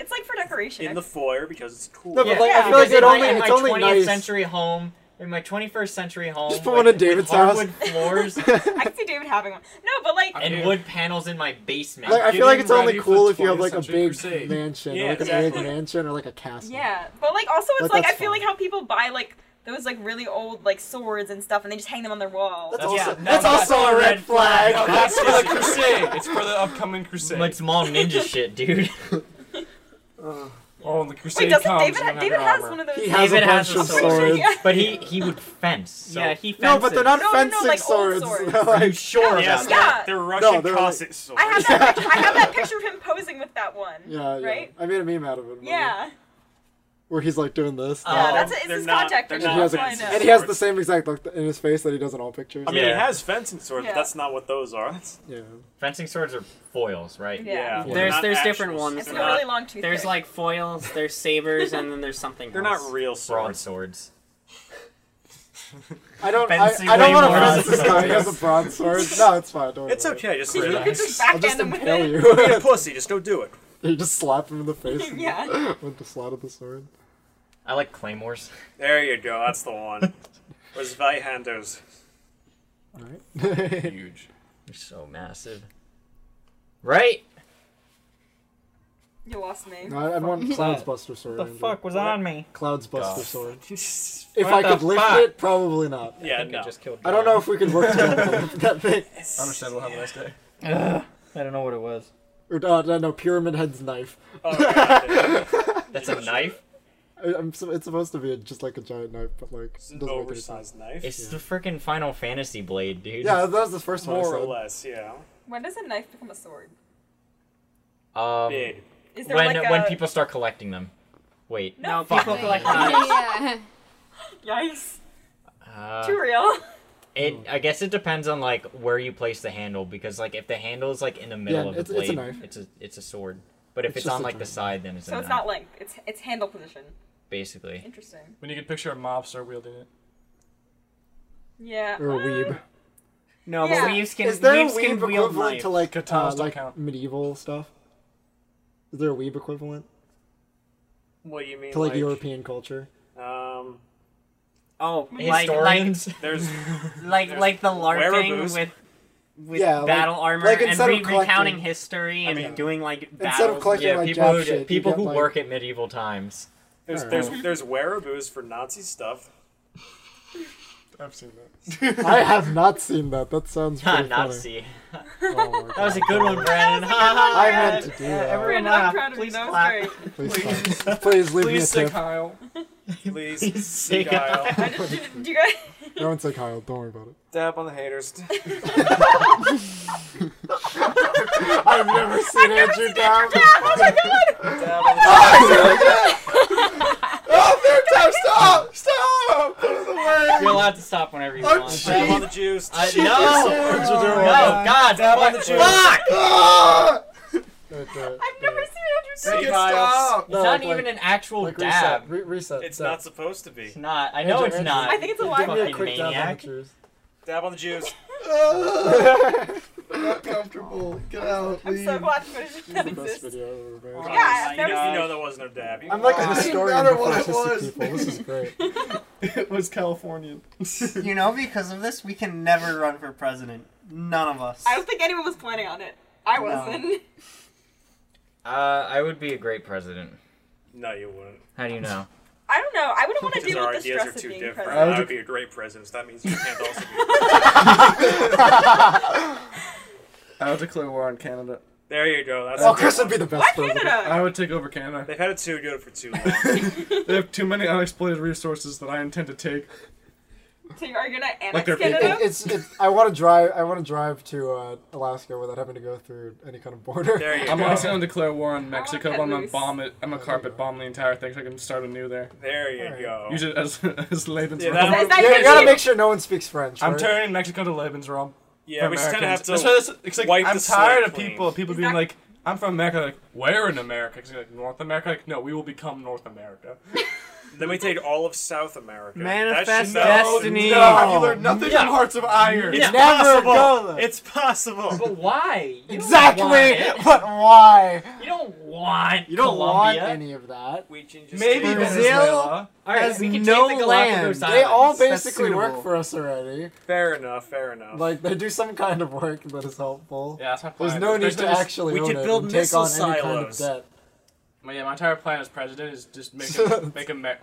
Speaker 6: It's like for decoration.
Speaker 1: In the foyer because it's cool.
Speaker 3: No, but like, I
Speaker 6: Yeah,
Speaker 3: feel like
Speaker 2: Because in
Speaker 3: it
Speaker 2: my-
Speaker 3: only
Speaker 2: in
Speaker 3: it's
Speaker 2: my
Speaker 3: only
Speaker 2: 20th
Speaker 3: nice.
Speaker 2: century home, in my 21st century home,
Speaker 3: Just put
Speaker 2: with-
Speaker 3: one in
Speaker 2: with
Speaker 3: David's house.
Speaker 2: hardwood floors
Speaker 6: I can see David having one. No, but like,
Speaker 7: I-
Speaker 2: and
Speaker 7: Yeah.
Speaker 2: wood panels in my basement.
Speaker 3: Like, I feel
Speaker 7: Getting
Speaker 3: like it's only
Speaker 7: ready for
Speaker 3: cool if you have
Speaker 7: 20th
Speaker 3: like a
Speaker 7: century
Speaker 3: big
Speaker 7: crusade.
Speaker 3: mansion, or
Speaker 1: Yeah,
Speaker 3: like a
Speaker 1: exactly.
Speaker 3: big mansion, or like a castle.
Speaker 6: yeah, but like also it's
Speaker 3: Like,
Speaker 6: like I
Speaker 3: that's
Speaker 6: feel
Speaker 3: fine.
Speaker 6: like how people buy like those like really old like swords and stuff, and they just hang them on their wall.
Speaker 3: that's,
Speaker 2: That's-
Speaker 3: also
Speaker 2: yeah, no,
Speaker 3: that's
Speaker 2: that's
Speaker 3: also a red flag.
Speaker 7: No, that's for the crusade. It's for the upcoming crusade.
Speaker 2: like small ninja shit, dude.
Speaker 7: oh, the crusade
Speaker 6: Wait, doesn't
Speaker 7: comes.
Speaker 6: David?
Speaker 7: you don't
Speaker 6: Ha-
Speaker 7: have
Speaker 6: David
Speaker 7: your
Speaker 6: has
Speaker 7: armor.
Speaker 6: one of those.
Speaker 3: he has a
Speaker 2: David has
Speaker 3: bunch
Speaker 2: a
Speaker 3: of
Speaker 2: sword.
Speaker 3: swords.
Speaker 6: Yeah.
Speaker 2: But he he would fence. So
Speaker 5: Yeah, he fences.
Speaker 3: No, but they're not
Speaker 6: No, no, no,
Speaker 3: fencing
Speaker 6: like old
Speaker 3: swords.
Speaker 6: swords.
Speaker 3: They're
Speaker 2: Are you
Speaker 3: like,
Speaker 2: sure
Speaker 1: yes,
Speaker 2: about
Speaker 6: yeah.
Speaker 2: that?
Speaker 1: they're- they're Russian
Speaker 3: they're like-
Speaker 1: Cossack swords.
Speaker 6: I have that. Picture, I have that picture of him posing with that one.
Speaker 3: yeah, yeah.
Speaker 6: Right?
Speaker 3: I made a meme out of it. remember?
Speaker 6: Yeah.
Speaker 3: Where he's like doing this.
Speaker 1: Uh,
Speaker 6: Yeah,
Speaker 2: Um,
Speaker 6: that's a, it's
Speaker 1: they're
Speaker 6: his
Speaker 1: not-
Speaker 6: contact
Speaker 1: they're
Speaker 6: picture.
Speaker 3: And he,
Speaker 1: not
Speaker 6: That's
Speaker 3: has
Speaker 6: why I
Speaker 1: fancy.
Speaker 3: a,
Speaker 6: know.
Speaker 3: and he has the same exact look in his face that he does in all pictures.
Speaker 1: I mean,
Speaker 2: Yeah.
Speaker 1: he has fencing swords,
Speaker 6: Yeah.
Speaker 1: but that's not what those are.
Speaker 3: yeah.
Speaker 2: Fencing swords are foils, right?
Speaker 6: Yeah.
Speaker 1: they're
Speaker 5: There's-
Speaker 1: not
Speaker 5: there's
Speaker 1: actual-
Speaker 5: different ones.
Speaker 6: It's
Speaker 1: They're
Speaker 6: a
Speaker 1: not,
Speaker 6: really long tooth.
Speaker 5: There's like foils, there's sabers, and then there's something
Speaker 1: they're
Speaker 5: else.
Speaker 1: not real swords.
Speaker 2: Broadswords.
Speaker 3: I don't. I,
Speaker 2: Fancy
Speaker 3: I don't
Speaker 2: way
Speaker 3: want to
Speaker 2: more
Speaker 3: offend this
Speaker 2: than
Speaker 3: guy. He
Speaker 2: this.
Speaker 3: has a bronze sword. No, it's fine. Don't
Speaker 1: It's
Speaker 3: worry.
Speaker 1: okay. Just
Speaker 6: you could
Speaker 1: relax.
Speaker 6: just
Speaker 3: I'll
Speaker 6: back
Speaker 3: just
Speaker 6: at him with
Speaker 3: impale
Speaker 6: it.
Speaker 1: Be
Speaker 3: you.
Speaker 1: a pussy. Just go do it.
Speaker 3: you just slap him in the face. And
Speaker 6: Yeah.
Speaker 3: With the slot of the sword.
Speaker 2: I like claymores.
Speaker 1: There you go. That's the one. Was Vihinders.
Speaker 3: All right.
Speaker 7: Huge.
Speaker 2: They're so massive. Right?
Speaker 6: You lost me.
Speaker 3: No, I- I'd want Cloud's Buster Sword.
Speaker 2: The
Speaker 3: Andrew.
Speaker 2: fuck was on me?
Speaker 3: Cloud's Buster
Speaker 2: God.
Speaker 3: Sword.
Speaker 2: If
Speaker 3: If I could lift it, probably not.
Speaker 1: Yeah,
Speaker 2: I think I
Speaker 1: no.
Speaker 2: just killed.
Speaker 3: I don't know if we could work together to lift that thing.
Speaker 4: Understandable. Have a nice day.
Speaker 2: Ugh, I don't know what it was.
Speaker 3: Or, uh, no, no, Pyramid Head's knife.
Speaker 1: Oh, God.
Speaker 2: That's a knife.
Speaker 3: I- I'm, so- it's supposed to be a, just like a giant knife, but like
Speaker 1: It's
Speaker 3: doesn't
Speaker 1: an
Speaker 3: make any sense.
Speaker 1: oversized knife.
Speaker 2: It's the freaking Final Fantasy blade, dude.
Speaker 3: Yeah, that was the first one. I
Speaker 1: More or
Speaker 3: said.
Speaker 1: less, yeah.
Speaker 6: When does a knife become a sword?
Speaker 2: Um,
Speaker 1: Big.
Speaker 6: Is there
Speaker 2: when
Speaker 6: like a
Speaker 2: when people start collecting them. Wait.
Speaker 5: No,
Speaker 6: fuck.
Speaker 5: people collect knives.
Speaker 9: yeah.
Speaker 6: yikes?
Speaker 2: Uh,
Speaker 6: Too real.
Speaker 2: it. I guess it depends on like where you place the handle because like if the handle is like in the middle
Speaker 3: Yeah,
Speaker 2: of
Speaker 3: it's-
Speaker 2: the
Speaker 3: it's
Speaker 2: blade,
Speaker 3: a knife.
Speaker 2: it's a it's a sword. But if
Speaker 3: It's
Speaker 2: it's,
Speaker 3: just
Speaker 2: on
Speaker 3: a
Speaker 2: like the
Speaker 3: giant-
Speaker 2: side, then it's a
Speaker 6: So it's
Speaker 2: knife,
Speaker 6: not length. It's it's handle position.
Speaker 2: basically.
Speaker 6: Interesting.
Speaker 4: When you get picture a mobster wielding it.
Speaker 6: Yeah.
Speaker 3: Or a
Speaker 6: uh,
Speaker 3: weeb.
Speaker 5: No,
Speaker 6: Yeah.
Speaker 5: but weaves can
Speaker 3: Is there a
Speaker 5: weaves can
Speaker 3: weeb
Speaker 5: wield
Speaker 3: equivalent
Speaker 5: knives.
Speaker 3: to like
Speaker 4: Katanas
Speaker 3: uh,
Speaker 4: don't
Speaker 3: like
Speaker 4: count.
Speaker 3: medieval stuff? Is there a weeb equivalent
Speaker 1: What do you mean?
Speaker 3: to like, European culture?
Speaker 1: Um,
Speaker 5: oh, like like
Speaker 2: Historians.
Speaker 1: there's
Speaker 5: like
Speaker 1: There's
Speaker 5: like the larping
Speaker 1: wearables.
Speaker 5: with with
Speaker 3: Yeah, like-
Speaker 5: battle armor
Speaker 3: like
Speaker 5: and
Speaker 3: instead
Speaker 5: re-
Speaker 3: of collecting-
Speaker 5: recounting history and
Speaker 1: mean-
Speaker 5: doing like battles.
Speaker 3: Instead of collecting
Speaker 2: yeah,
Speaker 3: like
Speaker 2: people
Speaker 3: Jap
Speaker 2: who
Speaker 3: shit, you
Speaker 2: people
Speaker 3: get,
Speaker 2: who
Speaker 3: like-
Speaker 2: work at medieval times.
Speaker 1: there's
Speaker 3: Alright.
Speaker 1: there's there's wearaboos for Nazi stuff.
Speaker 4: I've seen that.
Speaker 3: I have not seen that. That sounds
Speaker 2: Ha,
Speaker 3: pretty funny.
Speaker 2: Nazi.
Speaker 3: Oh my
Speaker 2: That was a
Speaker 3: God.
Speaker 2: good one, Brandon.
Speaker 3: I
Speaker 2: Ha, ha,
Speaker 3: meant to do that.
Speaker 6: Brandon, I'm proud of you. That was great.
Speaker 3: Please, stop. please leave
Speaker 4: Please
Speaker 3: me
Speaker 4: say
Speaker 3: a tip.
Speaker 4: Kyle.
Speaker 1: Please,
Speaker 2: Sick.
Speaker 1: Guile.
Speaker 6: I just, do, do you guys?
Speaker 3: No one say Kyle. Don't worry about it.
Speaker 1: dab on the haters.
Speaker 3: I've never seen Andrew Down.
Speaker 6: Oh my god!
Speaker 1: dab on the
Speaker 3: Oh, third time! Stop! Stop! Put it away!
Speaker 2: You're allowed to stop whenever you
Speaker 3: Oh,
Speaker 2: want.
Speaker 3: shit.
Speaker 1: dab on the Jews.
Speaker 2: I,
Speaker 3: Jesus.
Speaker 2: no!
Speaker 3: What you doing?
Speaker 2: No, God!
Speaker 1: Dab on the
Speaker 2: fuck-
Speaker 1: Jews.
Speaker 2: Fuck!
Speaker 3: Ah! That's it.
Speaker 6: I've never seen Andrew
Speaker 1: Make
Speaker 6: do
Speaker 1: it
Speaker 6: that.
Speaker 1: stop.
Speaker 2: It's
Speaker 3: No,
Speaker 2: not
Speaker 3: like-
Speaker 2: even an actual
Speaker 3: Like reset.
Speaker 2: dab.
Speaker 3: Re- reset.
Speaker 1: It's
Speaker 3: stop.
Speaker 1: not supposed to be.
Speaker 2: It's not. I know it's
Speaker 3: Andrew,
Speaker 2: not.
Speaker 6: I think it's a
Speaker 3: Give me
Speaker 6: live
Speaker 3: a
Speaker 2: fucking
Speaker 3: quick dab on the
Speaker 2: maniac.
Speaker 3: Jews.
Speaker 1: Dab on the Jews.
Speaker 3: not comfortable. Get out.
Speaker 6: I'm so glad footage that exists.
Speaker 3: video I've ever
Speaker 6: Yeah, I've
Speaker 1: you
Speaker 6: never
Speaker 1: know,
Speaker 6: seen-
Speaker 1: you know there wasn't no dab. You-
Speaker 3: I'm like a
Speaker 10: Why?
Speaker 3: historian
Speaker 10: Doesn't matter
Speaker 3: of
Speaker 10: what it
Speaker 3: autistic
Speaker 10: was.
Speaker 3: people. This is great.
Speaker 4: It was Californian.
Speaker 5: You know, because of this, we can never run for president. None of us.
Speaker 6: I don't think anyone was planning on it. I
Speaker 5: No.
Speaker 6: wasn't.
Speaker 2: Uh, I would be a great president.
Speaker 1: no, you wouldn't.
Speaker 2: How do you know?
Speaker 6: I don't know. I wouldn't want to
Speaker 1: Because
Speaker 6: deal
Speaker 1: our
Speaker 6: with the
Speaker 1: ideas are
Speaker 6: stress of
Speaker 1: too
Speaker 6: being
Speaker 1: different.
Speaker 6: president.
Speaker 3: I would-
Speaker 1: I would be a great president. So that means you can't also be.
Speaker 4: I'll declare war on Canada.
Speaker 1: There you go. That's. a
Speaker 3: Oh,
Speaker 1: good
Speaker 3: Chris would
Speaker 1: one.
Speaker 3: be the best
Speaker 6: Why
Speaker 3: president.
Speaker 6: Canada?
Speaker 4: I would take over Canada.
Speaker 1: They've had it too good for too long.
Speaker 4: They have too many unexploited resources that I intend to take.
Speaker 6: So you are gonna annex
Speaker 4: Like they're
Speaker 3: It,
Speaker 6: Canada?
Speaker 3: it's, it's, I want to drive. I want to drive to uh, Alaska without having to go through any kind of border.
Speaker 1: There you
Speaker 4: I'm
Speaker 1: go.
Speaker 4: also going to declare war on Mexico,
Speaker 6: cut
Speaker 4: but I'm going
Speaker 6: loose.
Speaker 4: to bomb it. I'm going to carpet bomb the entire thing so I can start anew there.
Speaker 1: There you
Speaker 3: Alright.
Speaker 1: go.
Speaker 4: Use it as, as Lebensraum.
Speaker 1: Yeah, that-
Speaker 6: Is that
Speaker 3: Yeah,
Speaker 6: gonna
Speaker 3: you gotta
Speaker 6: be-
Speaker 3: make sure no one speaks French.
Speaker 4: I'm
Speaker 3: right?
Speaker 4: turning Mexico to Lebensraum.
Speaker 1: yeah,
Speaker 4: for
Speaker 1: we just kind of have
Speaker 4: Americans.
Speaker 1: to.
Speaker 4: That's why this- it's like,
Speaker 1: wipe
Speaker 4: I'm
Speaker 1: the
Speaker 4: tired
Speaker 1: slate
Speaker 4: of
Speaker 1: clean.
Speaker 4: people. People
Speaker 6: Is
Speaker 4: being
Speaker 6: that-
Speaker 4: like, "I'm from America." Like, where in America? 'Cause you're like North America. Like, no, we will become North America.
Speaker 1: Then we take all of South America.
Speaker 5: Manifest
Speaker 1: That should-
Speaker 5: destiny.
Speaker 4: No, have you learned nothing from Hearts of Iron?
Speaker 1: It's
Speaker 3: Never
Speaker 1: possible.
Speaker 3: go there.
Speaker 1: It's possible.
Speaker 2: But why? You Don't want
Speaker 3: Exactly,
Speaker 2: it.
Speaker 3: but why?
Speaker 2: You don't want.
Speaker 3: You don't want
Speaker 2: Colombia.
Speaker 3: any of that.
Speaker 1: We can just
Speaker 4: Maybe
Speaker 1: keep-
Speaker 5: Brazil
Speaker 4: Venezuela.
Speaker 2: All right,
Speaker 5: has
Speaker 2: we can
Speaker 5: no
Speaker 2: take the Galapagos
Speaker 5: land.
Speaker 2: Islands.
Speaker 3: They all
Speaker 5: that's
Speaker 3: basically work
Speaker 5: suitable.
Speaker 3: for us already.
Speaker 1: Fair enough. Fair enough.
Speaker 3: Like they do some kind of work that is helpful.
Speaker 4: Yeah, that's my plan.
Speaker 3: There's no need to
Speaker 4: Basically,
Speaker 3: actually
Speaker 1: we
Speaker 3: own
Speaker 1: could
Speaker 3: it
Speaker 1: build
Speaker 3: and take on
Speaker 1: missile
Speaker 3: any kind of
Speaker 1: silos.
Speaker 3: debt.
Speaker 4: My, yeah, my entire plan as president is just make a, make Amer-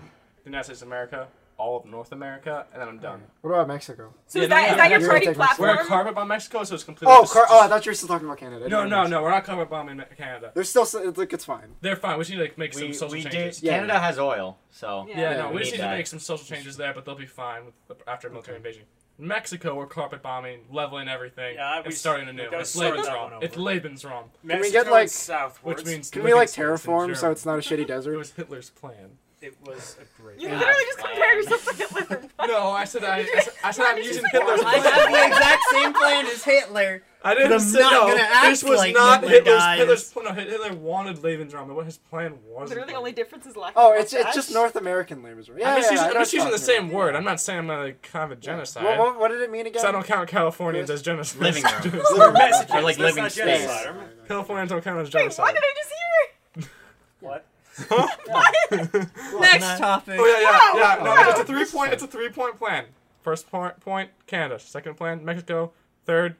Speaker 4: the United States of America, all of North America, and then I'm done.
Speaker 3: What about Mexico?
Speaker 6: So
Speaker 4: Yeah,
Speaker 6: is that,
Speaker 4: no,
Speaker 6: is
Speaker 4: no,
Speaker 6: that
Speaker 3: no,
Speaker 6: your
Speaker 3: you're
Speaker 6: party
Speaker 3: gonna take
Speaker 6: platform?
Speaker 4: We're a carpet by Mexico, so it's completely.
Speaker 3: Oh,
Speaker 4: just-
Speaker 3: Car- oh, I thought you were still talking about Canada.
Speaker 4: no, no, no, we're not carpet bombing Canada.
Speaker 3: There's still so- it's like it's fine.
Speaker 4: They're fine. We just need to like, make some
Speaker 2: We,
Speaker 4: social
Speaker 2: we do,
Speaker 4: changes.
Speaker 3: Yeah.
Speaker 2: Canada has oil, so
Speaker 6: Yeah.
Speaker 4: Yeah,
Speaker 3: Yeah,
Speaker 4: no,
Speaker 3: we
Speaker 4: we just
Speaker 2: need
Speaker 4: need to
Speaker 2: that.
Speaker 4: make some social changes there, but they'll be fine with, after a military invasion. Mexico, we're carpet bombing, leveling everything,
Speaker 1: Yeah,
Speaker 4: and
Speaker 1: we-
Speaker 4: starting
Speaker 1: we
Speaker 4: anew.
Speaker 1: gotta
Speaker 4: It's
Speaker 1: start that one
Speaker 4: Lebensraum.
Speaker 1: over.
Speaker 4: It's Lebensraum,
Speaker 1: Mexico
Speaker 3: we get, like-
Speaker 1: is southwards,
Speaker 4: which means
Speaker 3: Can we like
Speaker 4: Livingston's in
Speaker 3: terraform so
Speaker 4: Germany.
Speaker 3: it's not a shitty
Speaker 4: It
Speaker 3: desert?
Speaker 4: was Hitler's plan.
Speaker 1: it was a great.
Speaker 6: You literally just compare yourself to Hitler.
Speaker 4: No, I said I, I said, I said I'm using Hitler's
Speaker 5: I
Speaker 4: plan.
Speaker 5: have the exact same plan as Hitler.
Speaker 4: I didn't
Speaker 5: I'm
Speaker 4: say
Speaker 5: not
Speaker 4: no.
Speaker 5: gonna act
Speaker 4: This was
Speaker 5: like
Speaker 4: not
Speaker 5: Hitler,
Speaker 4: Hitler's,
Speaker 5: guys.
Speaker 4: Hitler's plan. No, Hitler wanted Lebensraum, but what his plan was.
Speaker 6: Literally, the only difference is lack.
Speaker 3: Oh,
Speaker 6: of
Speaker 3: it's it's
Speaker 6: mustache.
Speaker 3: just North American labor. Yeah,
Speaker 4: I'm
Speaker 3: yeah,
Speaker 4: just using,
Speaker 3: I
Speaker 4: I'm
Speaker 3: know what
Speaker 4: just
Speaker 3: you're
Speaker 4: using the
Speaker 3: talking
Speaker 4: same word. I'm not saying I'm like kind of a genocide.
Speaker 3: about. What, what, what did it mean again?
Speaker 4: So I don't count Californians
Speaker 3: Yes.
Speaker 4: as genocide.
Speaker 2: Living room.
Speaker 1: We're
Speaker 3: Living
Speaker 1: messages.
Speaker 2: Or, like,
Speaker 1: that's
Speaker 2: living
Speaker 1: not
Speaker 2: space.
Speaker 1: genocide. Are we-
Speaker 4: Californians don't count as
Speaker 6: Wait, what
Speaker 4: genocide.
Speaker 6: did I just hear?
Speaker 1: What?
Speaker 5: Next topic.
Speaker 4: Oh
Speaker 6: Wow,
Speaker 4: yeah, yeah, yeah.
Speaker 6: wow.
Speaker 4: No, it's a three point. It's a three point plan. First point, point Canada. Second plan, Mexico. Third,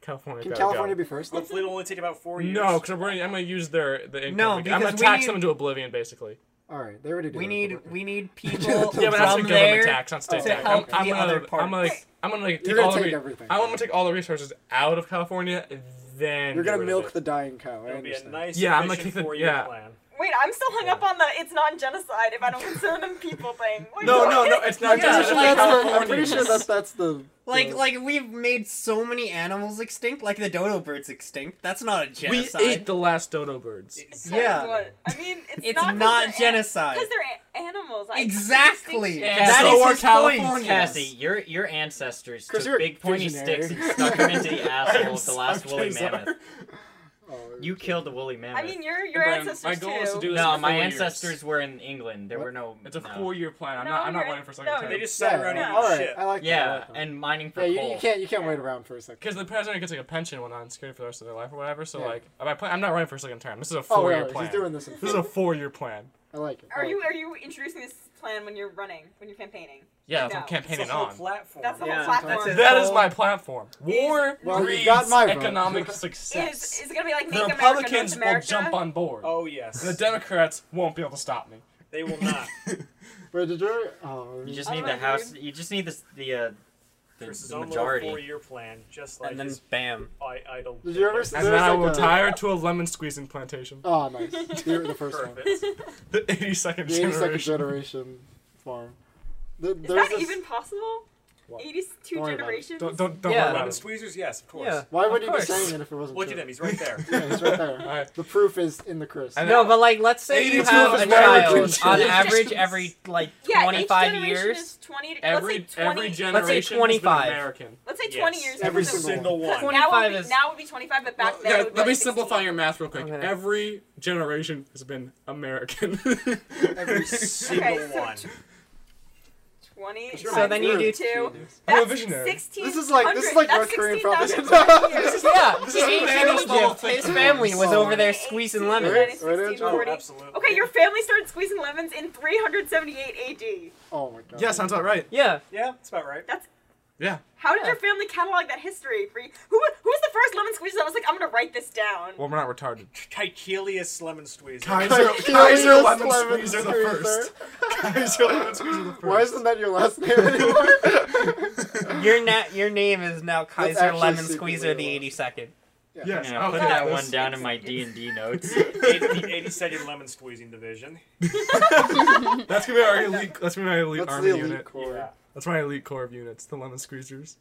Speaker 4: California.
Speaker 3: Can
Speaker 4: gotta go.
Speaker 3: California be first?
Speaker 1: Hopefully, it'll only take about four years.
Speaker 4: No, because I'm going to use their the income.
Speaker 5: No,
Speaker 4: again. I'm going
Speaker 5: because
Speaker 4: to
Speaker 5: we
Speaker 4: tax
Speaker 5: need-
Speaker 4: them into oblivion, basically.
Speaker 3: All right, they already did.
Speaker 5: We
Speaker 3: it.
Speaker 5: need we need people
Speaker 4: Yeah, but that's a government
Speaker 5: from there.
Speaker 4: tax, not state
Speaker 5: to
Speaker 4: tax.
Speaker 5: help
Speaker 4: I'm, I'm
Speaker 5: the
Speaker 4: gonna,
Speaker 5: other
Speaker 4: I'm gonna, like, I'm gonna like,
Speaker 3: You're
Speaker 4: take
Speaker 3: gonna
Speaker 4: all the
Speaker 3: take
Speaker 4: re-
Speaker 3: everything.
Speaker 4: I want to take all the resources out of California, and then
Speaker 3: You're
Speaker 4: get
Speaker 3: gonna
Speaker 4: rid of
Speaker 3: milk
Speaker 4: it.
Speaker 3: the dying cow. I
Speaker 1: It'll be a
Speaker 3: understand.
Speaker 1: nice,
Speaker 4: Yeah,
Speaker 1: yeah,
Speaker 4: I'm gonna
Speaker 1: efficient
Speaker 4: kick the-
Speaker 1: four-year
Speaker 4: yeah.
Speaker 1: plan.
Speaker 6: Wait, I'm still hung up on the it's not genocide if I don't consider them people thing. Like,
Speaker 4: No,
Speaker 6: what?
Speaker 4: no, no, it's not.
Speaker 3: I'm
Speaker 5: Yeah,
Speaker 3: pretty,
Speaker 4: just,
Speaker 3: sure that's
Speaker 5: like
Speaker 3: the, I'm
Speaker 4: California.
Speaker 3: pretty sure that that's the
Speaker 5: Like
Speaker 3: the-
Speaker 5: like we've made so many animals extinct, like the dodo bird's extinct. That's not a
Speaker 4: we
Speaker 5: genocide.
Speaker 4: ate the last dodo birds.
Speaker 6: It's
Speaker 5: yeah.
Speaker 6: what- I mean, it's,
Speaker 5: It's
Speaker 6: not,
Speaker 5: not genocide.
Speaker 6: Because they're a- animals. I-
Speaker 5: Exactly.
Speaker 6: Yeah.
Speaker 5: That
Speaker 2: So
Speaker 5: is
Speaker 4: are
Speaker 5: his point.
Speaker 4: Californians.
Speaker 2: Cassie, your your ancestors
Speaker 3: Chris,
Speaker 2: took
Speaker 3: you're a
Speaker 2: big pointy
Speaker 3: visionary.
Speaker 2: sticks and stuck them into the asshole
Speaker 3: I'm
Speaker 2: of the last
Speaker 3: sorry,
Speaker 2: woolly
Speaker 3: sorry.
Speaker 2: mammoth.
Speaker 3: Oh,
Speaker 2: You killed the woolly mammoth.
Speaker 6: I mean, your your
Speaker 4: Brian,
Speaker 6: ancestors
Speaker 4: my goal
Speaker 6: too.
Speaker 4: is to do this
Speaker 2: no,
Speaker 4: for
Speaker 2: my
Speaker 4: four
Speaker 2: ancestors
Speaker 4: Years.
Speaker 2: were in England. There
Speaker 3: What?
Speaker 2: were no.
Speaker 4: It's a
Speaker 2: no.
Speaker 4: four-year plan. I'm
Speaker 6: No,
Speaker 4: not. I'm not
Speaker 6: you're-
Speaker 4: running for second
Speaker 6: no,
Speaker 4: term.
Speaker 1: They just sat
Speaker 3: yeah,
Speaker 1: around
Speaker 6: yeah.
Speaker 1: eating
Speaker 3: all right.
Speaker 1: shit.
Speaker 3: I like that. I
Speaker 2: Yeah,
Speaker 3: like that.
Speaker 2: and mining for
Speaker 3: yeah, you,
Speaker 2: coal.
Speaker 3: you can't you can't wait around for a second.
Speaker 4: Because the president gets like a pension when I'm security for the rest of their life or whatever. So
Speaker 3: Yeah.
Speaker 4: like, my plan, I'm not running for a second term. This is a
Speaker 3: Oh,
Speaker 4: four-year
Speaker 3: wait,
Speaker 4: plan.
Speaker 3: he's doing this. In
Speaker 4: This is a four-year plan.
Speaker 3: I like it. I
Speaker 6: Are
Speaker 3: like
Speaker 6: you
Speaker 3: it.
Speaker 6: are you introducing this plan when you're running, when you're campaigning?
Speaker 4: Yeah, that's
Speaker 6: No.
Speaker 4: what I'm campaigning
Speaker 1: It's a whole
Speaker 4: on.
Speaker 1: platform.
Speaker 6: That's the
Speaker 5: Yeah,
Speaker 6: whole platform.
Speaker 5: that's it.
Speaker 4: That is my platform. War
Speaker 3: Well, you
Speaker 4: breeds
Speaker 3: got my vote.
Speaker 4: economic
Speaker 6: Is,
Speaker 4: success.
Speaker 6: is it gonna be like
Speaker 4: The
Speaker 6: Make
Speaker 4: Republicans will
Speaker 6: America, North America?
Speaker 4: jump on board.
Speaker 1: Oh yes,
Speaker 4: And the Democrats won't be able to stop me.
Speaker 1: they will not.
Speaker 3: Wait, did you? Oh,
Speaker 2: You just
Speaker 6: I
Speaker 2: need
Speaker 6: don't
Speaker 2: the
Speaker 6: know,
Speaker 2: house.
Speaker 6: dude.
Speaker 2: You just need this, the uh, the,
Speaker 1: Chris is
Speaker 2: the
Speaker 1: on a
Speaker 2: majority.
Speaker 1: four-year plan, just like
Speaker 5: And then
Speaker 1: his
Speaker 5: bam.
Speaker 1: I- idol.
Speaker 3: Did you ever
Speaker 1: Like,
Speaker 3: see-
Speaker 4: And
Speaker 3: There's
Speaker 4: then I
Speaker 3: like
Speaker 4: will
Speaker 3: a-
Speaker 4: retire to a lemon squeezing plantation.
Speaker 3: oh nice. You're the first one.
Speaker 1: Perfect.
Speaker 4: The 82nd
Speaker 3: The 82nd
Speaker 4: generation.
Speaker 3: generation farm. There,
Speaker 6: Is
Speaker 3: there's
Speaker 6: that
Speaker 3: this-
Speaker 6: even possible?
Speaker 3: What?
Speaker 6: 82
Speaker 3: Don't worry about it.
Speaker 6: generations.
Speaker 4: Don't don't don't
Speaker 5: Yeah.
Speaker 4: worry about
Speaker 1: Lemon
Speaker 4: it.
Speaker 1: squeezers, yes, of course.
Speaker 5: Yeah.
Speaker 3: Why
Speaker 4: Of
Speaker 3: would you be
Speaker 4: course.
Speaker 3: saying it if it wasn't
Speaker 1: Look
Speaker 3: true?
Speaker 1: at him, he's right there.
Speaker 3: Yeah, it's right there.
Speaker 4: Alright.
Speaker 3: The proof is in the Chris.
Speaker 4: And-
Speaker 5: No, but like, let's say you
Speaker 4: 82
Speaker 5: have
Speaker 4: is
Speaker 5: a
Speaker 4: American
Speaker 5: child on
Speaker 4: generations.
Speaker 5: average every like
Speaker 6: yeah, each
Speaker 5: 25
Speaker 6: generation
Speaker 5: years.
Speaker 6: Is 20 to,
Speaker 4: Every
Speaker 6: let's say 20,
Speaker 4: every generation
Speaker 5: Let's say
Speaker 4: has been
Speaker 5: 25.
Speaker 4: American.
Speaker 6: Let's say
Speaker 1: Yes.
Speaker 6: 20 years.
Speaker 3: Every
Speaker 1: Every
Speaker 6: difference.
Speaker 3: single
Speaker 1: single
Speaker 6: Because
Speaker 1: one.
Speaker 5: one.
Speaker 6: Now would
Speaker 5: 25
Speaker 6: be,
Speaker 5: is-
Speaker 6: now would be 25, but back
Speaker 4: Well,
Speaker 6: then.
Speaker 4: yeah,
Speaker 6: it would be
Speaker 4: let me
Speaker 6: like 16.
Speaker 4: simplify your math real quick.
Speaker 5: Okay.
Speaker 4: Every generation has been American.
Speaker 1: Every single
Speaker 6: Okay, so
Speaker 1: one.
Speaker 6: 20.
Speaker 3: You're
Speaker 5: So
Speaker 3: my
Speaker 6: times
Speaker 5: then you
Speaker 3: proof,
Speaker 6: do
Speaker 3: genius.
Speaker 4: I'm a
Speaker 6: That's
Speaker 4: visionary.
Speaker 6: 16.
Speaker 3: This is like- this is like North Korean propaganda.
Speaker 6: propaganda.
Speaker 5: Yeah,
Speaker 4: This is
Speaker 5: in ancient
Speaker 4: Thanos' level
Speaker 5: Egypt, his
Speaker 4: thinking.
Speaker 5: family was
Speaker 3: Oh.
Speaker 5: over there squeezing
Speaker 3: Right?
Speaker 5: lemons.
Speaker 1: Oh,
Speaker 3: Forty.
Speaker 1: absolutely.
Speaker 6: Okay, your family started squeezing lemons in 378 AD.
Speaker 3: Oh my god.
Speaker 4: yeah, sounds about right.
Speaker 5: Yeah,
Speaker 1: Yeah, that's about right.
Speaker 4: Yeah.
Speaker 6: How did
Speaker 5: Yeah.
Speaker 6: your family catalog that history? For you? Who, who was the first lemon squeezer that was like, I'm gonna write this down?
Speaker 4: Well, we're not retarded.
Speaker 1: Caecilius lemon squeezer.
Speaker 4: Kaiser,
Speaker 3: Kaiser
Speaker 4: Kaiser Lemon
Speaker 3: Lemon
Speaker 4: Squeezer the
Speaker 3: Squeezer.
Speaker 4: first. Kaiser Lemon Squeezer the first.
Speaker 3: Why isn't that your last name anymore?
Speaker 5: your na- your name is now Kaiser
Speaker 3: actually
Speaker 5: Lemon
Speaker 3: secretly
Speaker 5: Squeezer the
Speaker 3: a lot.
Speaker 5: 82nd.
Speaker 2: Yeah,
Speaker 4: Yes,
Speaker 2: I put
Speaker 4: okay,
Speaker 2: that
Speaker 4: that's-
Speaker 2: one down in my D and D notes.
Speaker 1: 82nd lemon squeezing division.
Speaker 4: That's gonna be our elite. That's gonna be my elite
Speaker 3: That's
Speaker 4: army
Speaker 3: the elite
Speaker 4: unit.
Speaker 3: core.
Speaker 1: Yeah.
Speaker 4: That's my elite core of units, the Lemon Squeezers.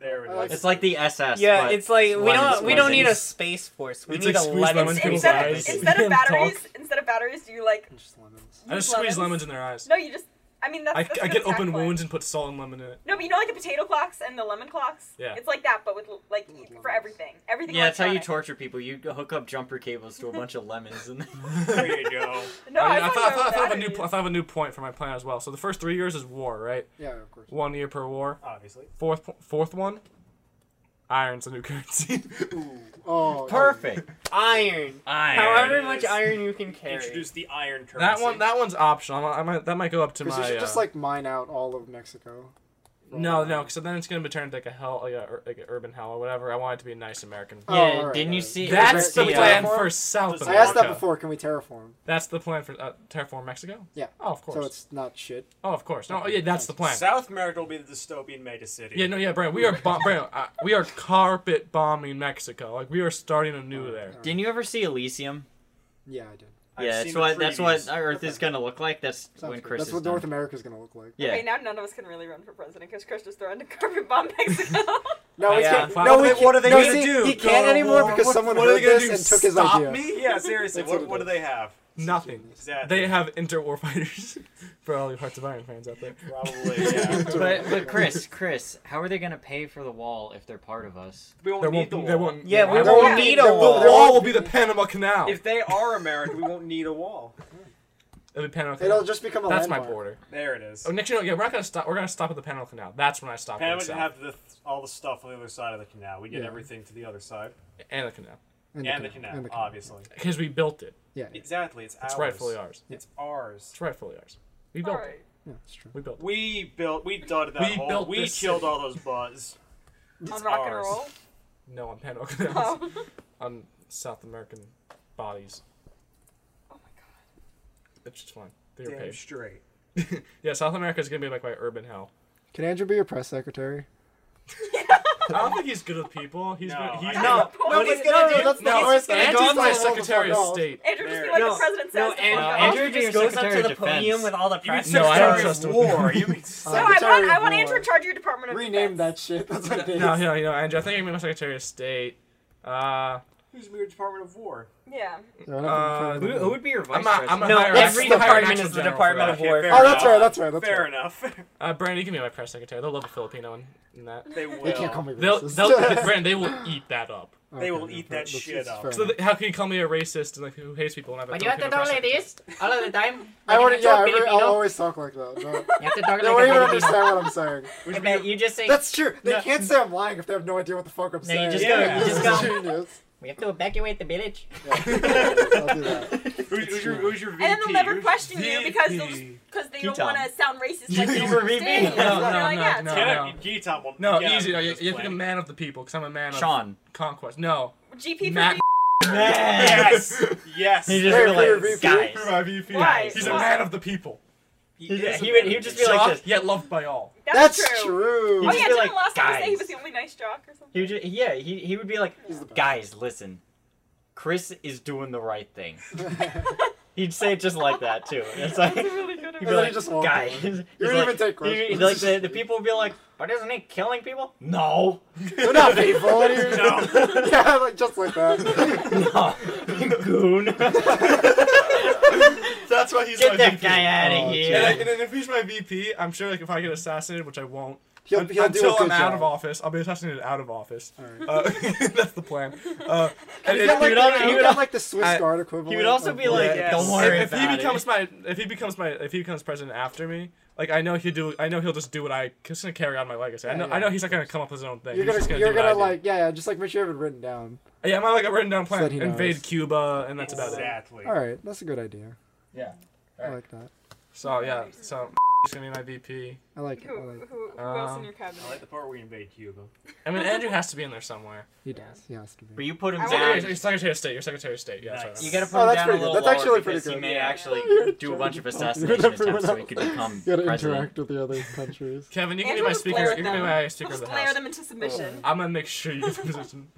Speaker 1: There
Speaker 3: I
Speaker 1: it
Speaker 3: like
Speaker 1: is.
Speaker 2: It's like the SS.
Speaker 5: Yeah,
Speaker 2: but
Speaker 5: it's like we
Speaker 2: lemon
Speaker 5: don't we don't
Speaker 2: squeezing.
Speaker 5: need a space force. We
Speaker 4: It's
Speaker 5: need
Speaker 4: like
Speaker 5: a
Speaker 4: squeeze
Speaker 5: lemon
Speaker 4: lemons
Speaker 5: squeeze.
Speaker 4: people's
Speaker 6: Instead of,
Speaker 4: eyes.
Speaker 6: instead of
Speaker 4: And talk.
Speaker 6: batteries, instead of batteries, do you like?
Speaker 3: Just lemons.
Speaker 4: I
Speaker 6: use
Speaker 4: just squeeze
Speaker 6: lemons?
Speaker 4: lemons in their eyes.
Speaker 6: No, you just. I mean, that's.
Speaker 4: I,
Speaker 6: that's
Speaker 4: I
Speaker 6: an
Speaker 4: get
Speaker 6: attack
Speaker 4: open
Speaker 6: plan.
Speaker 4: wounds and put salt and lemon in it.
Speaker 6: No, but you know, like the potato clocks and the lemon clocks.
Speaker 4: Yeah.
Speaker 6: It's like that, but with like
Speaker 3: Ooh, lemons.
Speaker 6: for everything, everything.
Speaker 2: Yeah, that's how you
Speaker 6: electronic.
Speaker 2: torture people. You hook up jumper cables to a bunch of lemons and.
Speaker 1: there you go.
Speaker 6: No,
Speaker 4: I,
Speaker 6: I,
Speaker 4: mean, I
Speaker 6: was
Speaker 4: thought, I, thought,
Speaker 6: talking
Speaker 4: I,
Speaker 6: about
Speaker 4: thought of a new,
Speaker 6: batteries.
Speaker 4: pl- I thought of a new point for my plan as well. So the first three years is war, right?
Speaker 3: Yeah, of course.
Speaker 4: One year per war.
Speaker 1: Obviously.
Speaker 4: Fourth po- fourth one, iron's a new currency.
Speaker 3: Oh,
Speaker 2: Perfect.
Speaker 5: Iron.
Speaker 1: Iron.
Speaker 5: However much iron you can carry.
Speaker 1: Introduce the iron currency.
Speaker 4: that one that one's optional. I might, that might go up to
Speaker 3: Because
Speaker 4: my.
Speaker 3: you should just
Speaker 4: uh,
Speaker 3: like mine out all of Mexico.
Speaker 4: No, no, because then it's gonna be turned like a hell, like a, like an urban hell or whatever. I want it to be a nice American.
Speaker 3: Oh,
Speaker 2: yeah,
Speaker 3: alright,
Speaker 2: didn't you
Speaker 3: alright.
Speaker 2: see?
Speaker 4: That's
Speaker 3: Can
Speaker 4: the
Speaker 3: we
Speaker 4: plan
Speaker 3: terraform?
Speaker 4: for South
Speaker 1: Does-
Speaker 4: America.
Speaker 3: I asked that before. Can we terraform?
Speaker 4: That's the plan for uh, terraform Mexico.
Speaker 3: Yeah.
Speaker 4: Oh, of course.
Speaker 3: So it's not shit.
Speaker 4: Oh, of course. No, oh, yeah, that's the plan.
Speaker 1: South America will be the dystopian mega city.
Speaker 4: Yeah, no, yeah, Brian. We are bom- Brian, uh, we are carpet bombing Mexico. Like we are starting
Speaker 3: Oh,
Speaker 4: anew there.
Speaker 2: Didn't you ever see Elysium?
Speaker 3: Yeah, I did.
Speaker 1: I've
Speaker 2: yeah,
Speaker 1: seen
Speaker 2: that's
Speaker 1: the
Speaker 2: what that's
Speaker 1: previews.
Speaker 2: what Earth is gonna look like. That's
Speaker 3: Sounds
Speaker 2: when
Speaker 3: good.
Speaker 2: Chris
Speaker 3: That's
Speaker 2: is
Speaker 3: what
Speaker 2: done.
Speaker 3: North America's gonna look like.
Speaker 2: Yeah.
Speaker 6: Okay, now none of us can really run for president because Chris just threw in the carpet bomb Mexico.
Speaker 3: No, we
Speaker 5: Yeah.
Speaker 3: can't.
Speaker 4: What
Speaker 3: No, we
Speaker 4: are they-
Speaker 3: can't.
Speaker 4: what are they
Speaker 3: no,
Speaker 4: gonna
Speaker 3: see,
Speaker 4: do?
Speaker 3: He can't
Speaker 4: Go
Speaker 3: anymore because
Speaker 4: What-
Speaker 3: someone
Speaker 4: what are
Speaker 3: heard
Speaker 4: they gonna
Speaker 3: this
Speaker 4: do,
Speaker 3: and took his
Speaker 4: stop
Speaker 3: idea.
Speaker 4: me?
Speaker 1: Yeah, seriously.
Speaker 3: That's what
Speaker 1: what,
Speaker 3: it
Speaker 1: what
Speaker 3: is.
Speaker 1: do they have?
Speaker 4: Nothing.
Speaker 1: Exactly.
Speaker 4: They have interwar fighters for all you Hearts of Iron fans out there.
Speaker 1: Probably, yeah.
Speaker 2: But but Chris, Chris, how are they gonna pay for the wall if they're part of us?
Speaker 1: we won't
Speaker 4: There
Speaker 1: need
Speaker 4: won't.
Speaker 1: the
Speaker 4: Be,
Speaker 1: wall.
Speaker 4: there won't.
Speaker 5: Yeah, we
Speaker 4: there
Speaker 5: won't
Speaker 4: won't-
Speaker 5: need a
Speaker 4: the-
Speaker 5: wall.
Speaker 4: The wall will be the Panama Canal.
Speaker 1: If they are American, we won't need a wall.
Speaker 4: It'll be Panama Canal.
Speaker 3: It'll just become a
Speaker 4: That's my
Speaker 3: landmark.
Speaker 4: border.
Speaker 1: There it is.
Speaker 4: Oh, next, you know, yeah, we're not gonna stop. We're gonna stop at the Panama Canal. That's when I stop.
Speaker 1: Panama
Speaker 4: myself.
Speaker 1: didn't have the, all the stuff on the other side of the canal. We get
Speaker 3: Yeah.
Speaker 1: everything to the other side.
Speaker 4: and the canal
Speaker 3: And
Speaker 1: And the canal,
Speaker 3: And the canal.
Speaker 1: obviously.
Speaker 4: because we built it.
Speaker 3: Yeah, yeah,
Speaker 1: Exactly. It's ours.
Speaker 4: It's rightfully ours.
Speaker 1: It's ours.
Speaker 4: It's rightfully ours. We built
Speaker 6: Alright.
Speaker 4: it.
Speaker 3: yeah, that's true.
Speaker 4: We built it.
Speaker 1: We built. We dug that
Speaker 4: We
Speaker 1: hole.
Speaker 4: built
Speaker 1: we
Speaker 4: this
Speaker 1: killed
Speaker 4: city.
Speaker 1: all those bugs.
Speaker 6: On rock and
Speaker 1: ours.
Speaker 6: roll.
Speaker 4: No, on pan
Speaker 6: Oh.
Speaker 4: organelles.
Speaker 6: oh
Speaker 4: on South American bodies.
Speaker 6: my god.
Speaker 4: It's just fine. They're
Speaker 1: Damn
Speaker 4: okay.
Speaker 1: straight.
Speaker 4: Yeah, South America is gonna be like my urban hell.
Speaker 3: Can Andrew be your press secretary?
Speaker 4: I don't think he's good with people. He's
Speaker 1: No,
Speaker 4: gonna, he's
Speaker 1: I-
Speaker 4: gonna,
Speaker 11: No, what he's gonna do?
Speaker 3: that's
Speaker 4: no,
Speaker 3: not where it's gonna
Speaker 4: Andrew's
Speaker 3: go.
Speaker 4: my
Speaker 3: That's not
Speaker 4: Secretary of
Speaker 3: what it's
Speaker 4: State.
Speaker 6: Andrew just be
Speaker 1: There.
Speaker 6: like
Speaker 11: No,
Speaker 6: the president
Speaker 11: no,
Speaker 6: says.
Speaker 2: and- uh,
Speaker 6: "Oh, God."
Speaker 2: Andrew
Speaker 11: Andrew
Speaker 2: Dier,
Speaker 11: just goes up
Speaker 2: Secretary
Speaker 11: to
Speaker 2: of
Speaker 11: the podium
Speaker 2: Defense.
Speaker 11: with all the
Speaker 1: You mean
Speaker 11: press.
Speaker 4: No, I don't
Speaker 1: Secretary
Speaker 4: trust
Speaker 1: of
Speaker 4: him.
Speaker 1: War. You mean
Speaker 6: no, I
Speaker 3: Secretary
Speaker 6: want, I
Speaker 3: of
Speaker 6: want
Speaker 3: War.
Speaker 6: Andrew in charge of your department of
Speaker 3: Rename
Speaker 6: defense.
Speaker 3: that shit. That's what it is.
Speaker 4: No, no, you know, Andrew. I think I'm gonna be my Secretary of State. Uh,
Speaker 1: who's your Department of War?
Speaker 6: Yeah.
Speaker 3: They're not
Speaker 2: Who,
Speaker 3: gonna
Speaker 2: who
Speaker 3: find it.
Speaker 2: would be your vice
Speaker 4: I'm not. I'm
Speaker 2: president?
Speaker 4: not.
Speaker 11: No,
Speaker 4: hire,
Speaker 3: every
Speaker 4: I'm gonna hire an
Speaker 11: department
Speaker 4: actual
Speaker 11: is the
Speaker 4: general for
Speaker 11: Department
Speaker 4: that.
Speaker 11: of War.
Speaker 3: Oh, that's right. That's right. That's
Speaker 1: Fair
Speaker 3: right.
Speaker 1: enough.
Speaker 4: Uh, Brandon, you can be my press secretary. They'll love a Filipino in, in that.
Speaker 1: They will.
Speaker 3: They can't call me
Speaker 4: They'll,
Speaker 3: racist.
Speaker 4: they'll, Brandon, they will eat that up.
Speaker 1: They will eat that shit up.
Speaker 4: So th- how can you call me a racist and like who hates people and have a
Speaker 5: But you have to
Speaker 4: Filipino
Speaker 5: talk
Speaker 4: press
Speaker 5: like
Speaker 4: secretary?
Speaker 5: this all of the time.
Speaker 3: I
Speaker 5: Like,
Speaker 3: want.
Speaker 5: if
Speaker 3: Yeah,
Speaker 5: you're
Speaker 3: I re- I'll
Speaker 5: Filipino,
Speaker 3: always talk like that. No.
Speaker 5: You have to talk
Speaker 3: They won't
Speaker 5: like a
Speaker 3: even
Speaker 5: Filipino.
Speaker 3: understand what I'm saying.
Speaker 5: I bet you just say
Speaker 3: That's true. They
Speaker 4: No.
Speaker 3: can't say I'm lying if they have no idea what the fuck I'm
Speaker 5: No,
Speaker 3: saying.
Speaker 5: you just
Speaker 1: go, you
Speaker 3: yeah.
Speaker 1: just
Speaker 5: go.
Speaker 3: Genius.
Speaker 5: we have to evacuate the village.
Speaker 3: Yeah. I'll do that.
Speaker 1: Who's, who's your Who's your VP?
Speaker 6: And then they'll never
Speaker 1: Who's-
Speaker 6: question you because they'll just,
Speaker 4: VP.
Speaker 6: cause they
Speaker 2: Keaton.
Speaker 6: don't want to sound racist like they
Speaker 2: You
Speaker 6: don't
Speaker 2: were
Speaker 6: understand.
Speaker 2: VP.
Speaker 6: you.
Speaker 4: No,
Speaker 6: They're
Speaker 4: no,
Speaker 6: like,
Speaker 4: no,
Speaker 6: yeah, it's
Speaker 4: no.
Speaker 6: fine.
Speaker 1: Get out, Gee, Tom will-
Speaker 4: No,
Speaker 1: get out
Speaker 4: easy.
Speaker 1: of
Speaker 4: No, you,
Speaker 1: this
Speaker 4: you have to be a
Speaker 1: play.
Speaker 4: man of the people because I'm a man
Speaker 2: Sean.
Speaker 4: of conquest. No,
Speaker 6: GP for
Speaker 4: Matt.
Speaker 6: VP.
Speaker 1: Yes. Yes.
Speaker 3: Hey,
Speaker 2: He's just
Speaker 3: Peter
Speaker 2: gonna be
Speaker 3: VP.
Speaker 2: like, guys.
Speaker 4: You're my VP.
Speaker 6: Why?
Speaker 4: He's a
Speaker 6: Why?
Speaker 4: man of the people.
Speaker 2: He,
Speaker 1: is a
Speaker 2: he would,
Speaker 1: man
Speaker 2: he would
Speaker 1: of
Speaker 2: just
Speaker 1: the
Speaker 2: be like
Speaker 4: Shocked,
Speaker 2: this.
Speaker 4: yet loved by all.
Speaker 6: That's,
Speaker 3: That's true.
Speaker 6: Oh
Speaker 2: He's
Speaker 6: yeah,
Speaker 2: just
Speaker 6: didn't
Speaker 2: like,
Speaker 6: last time you say he
Speaker 2: guys.
Speaker 6: was the only nice jock or
Speaker 2: He
Speaker 6: something?
Speaker 2: would just, yeah, he, he would be like, guys, listen, Chris is doing the right thing. He'd say it just like that too. It's like,
Speaker 6: That's a
Speaker 2: he'd
Speaker 6: really good
Speaker 2: be
Speaker 3: then
Speaker 2: like,
Speaker 3: he just walked
Speaker 2: guys.
Speaker 3: away.
Speaker 2: he's
Speaker 3: wouldn't
Speaker 2: like-
Speaker 3: even take
Speaker 2: he-
Speaker 3: questions.
Speaker 2: Like the, the people would be like, but isn't he killing people? No,
Speaker 3: They're not people. What do you-
Speaker 1: No.
Speaker 3: yeah, like just like that.
Speaker 2: no, goon.
Speaker 4: That's why he's
Speaker 2: Get that guy out of
Speaker 3: Oh,
Speaker 2: here.
Speaker 4: And, I, and then if he's my VP, I'm sure like if I get assassinated, which I won't,
Speaker 3: He'll,
Speaker 4: un-
Speaker 3: he'll do a
Speaker 4: until
Speaker 3: good
Speaker 4: I'm
Speaker 3: job.
Speaker 4: out of office, I'll be assassinated out of office. Uh, that's the plan. Uh, and
Speaker 3: He's
Speaker 4: if,
Speaker 3: got like,
Speaker 2: would al- he
Speaker 3: he
Speaker 2: would al-
Speaker 3: got like the Swiss
Speaker 4: I-
Speaker 3: Guard equivalent.
Speaker 2: he would also
Speaker 3: of
Speaker 2: be like,
Speaker 1: yes.
Speaker 2: don't worry
Speaker 4: if, if
Speaker 2: about
Speaker 4: he
Speaker 2: it.
Speaker 4: becomes my, if he becomes my, if he becomes president after me, like I know he'll do, I know he'll just do what I, he's gonna carry on my legacy. I
Speaker 3: Yeah,
Speaker 4: know,
Speaker 3: yeah.
Speaker 4: I know he's not gonna come up with his own thing.
Speaker 3: you're
Speaker 4: he's
Speaker 3: gonna,
Speaker 4: just gonna
Speaker 3: you're
Speaker 4: do what
Speaker 3: gonna
Speaker 4: I do.
Speaker 3: like, yeah, yeah, just like make sure you have it written down.
Speaker 4: yeah, I'm gonna like a written down
Speaker 3: that
Speaker 4: plan,
Speaker 3: he
Speaker 4: invade
Speaker 3: knows.
Speaker 4: Cuba, and that's about it.
Speaker 1: Exactly.
Speaker 3: All right, that's a good idea.
Speaker 4: Yeah.
Speaker 3: I like that.
Speaker 4: So yeah, so he's gonna be my VP.
Speaker 3: I like it. I
Speaker 6: Who,
Speaker 3: like it.
Speaker 6: who, who else in your
Speaker 1: I like
Speaker 6: cabinet?
Speaker 1: the part where you invade Cuba.
Speaker 4: I mean, Andrew has to be in there somewhere.
Speaker 3: He does. He has to
Speaker 2: But
Speaker 3: be.
Speaker 2: you put him
Speaker 6: I
Speaker 4: Yeah,
Speaker 6: wanna-
Speaker 2: down.
Speaker 4: you're Secretary of State. You're Secretary of State. Yeah,
Speaker 1: Nice.
Speaker 4: that's right.
Speaker 2: You gotta put
Speaker 3: Oh,
Speaker 2: him
Speaker 3: that's
Speaker 2: down a
Speaker 3: pretty good.
Speaker 2: little
Speaker 3: That's
Speaker 2: lower
Speaker 3: actually pretty
Speaker 2: because he
Speaker 3: good.
Speaker 2: may
Speaker 6: Yeah.
Speaker 2: actually
Speaker 3: You're
Speaker 2: do a bunch of
Speaker 3: trying to talk to
Speaker 2: assassination
Speaker 3: everyone
Speaker 2: attempts so he
Speaker 3: else.
Speaker 2: could become
Speaker 3: You gotta
Speaker 2: president.
Speaker 3: interact with the other countries.
Speaker 4: Kevin, you can
Speaker 6: Andrew
Speaker 4: be my
Speaker 6: just
Speaker 4: speaker.
Speaker 6: blare
Speaker 4: You
Speaker 6: at
Speaker 4: can be
Speaker 6: them.
Speaker 4: my
Speaker 6: We'll
Speaker 4: speaker of
Speaker 6: just
Speaker 4: the
Speaker 6: blare
Speaker 4: house.
Speaker 6: them into submission.
Speaker 4: I'm gonna make sure you get the position.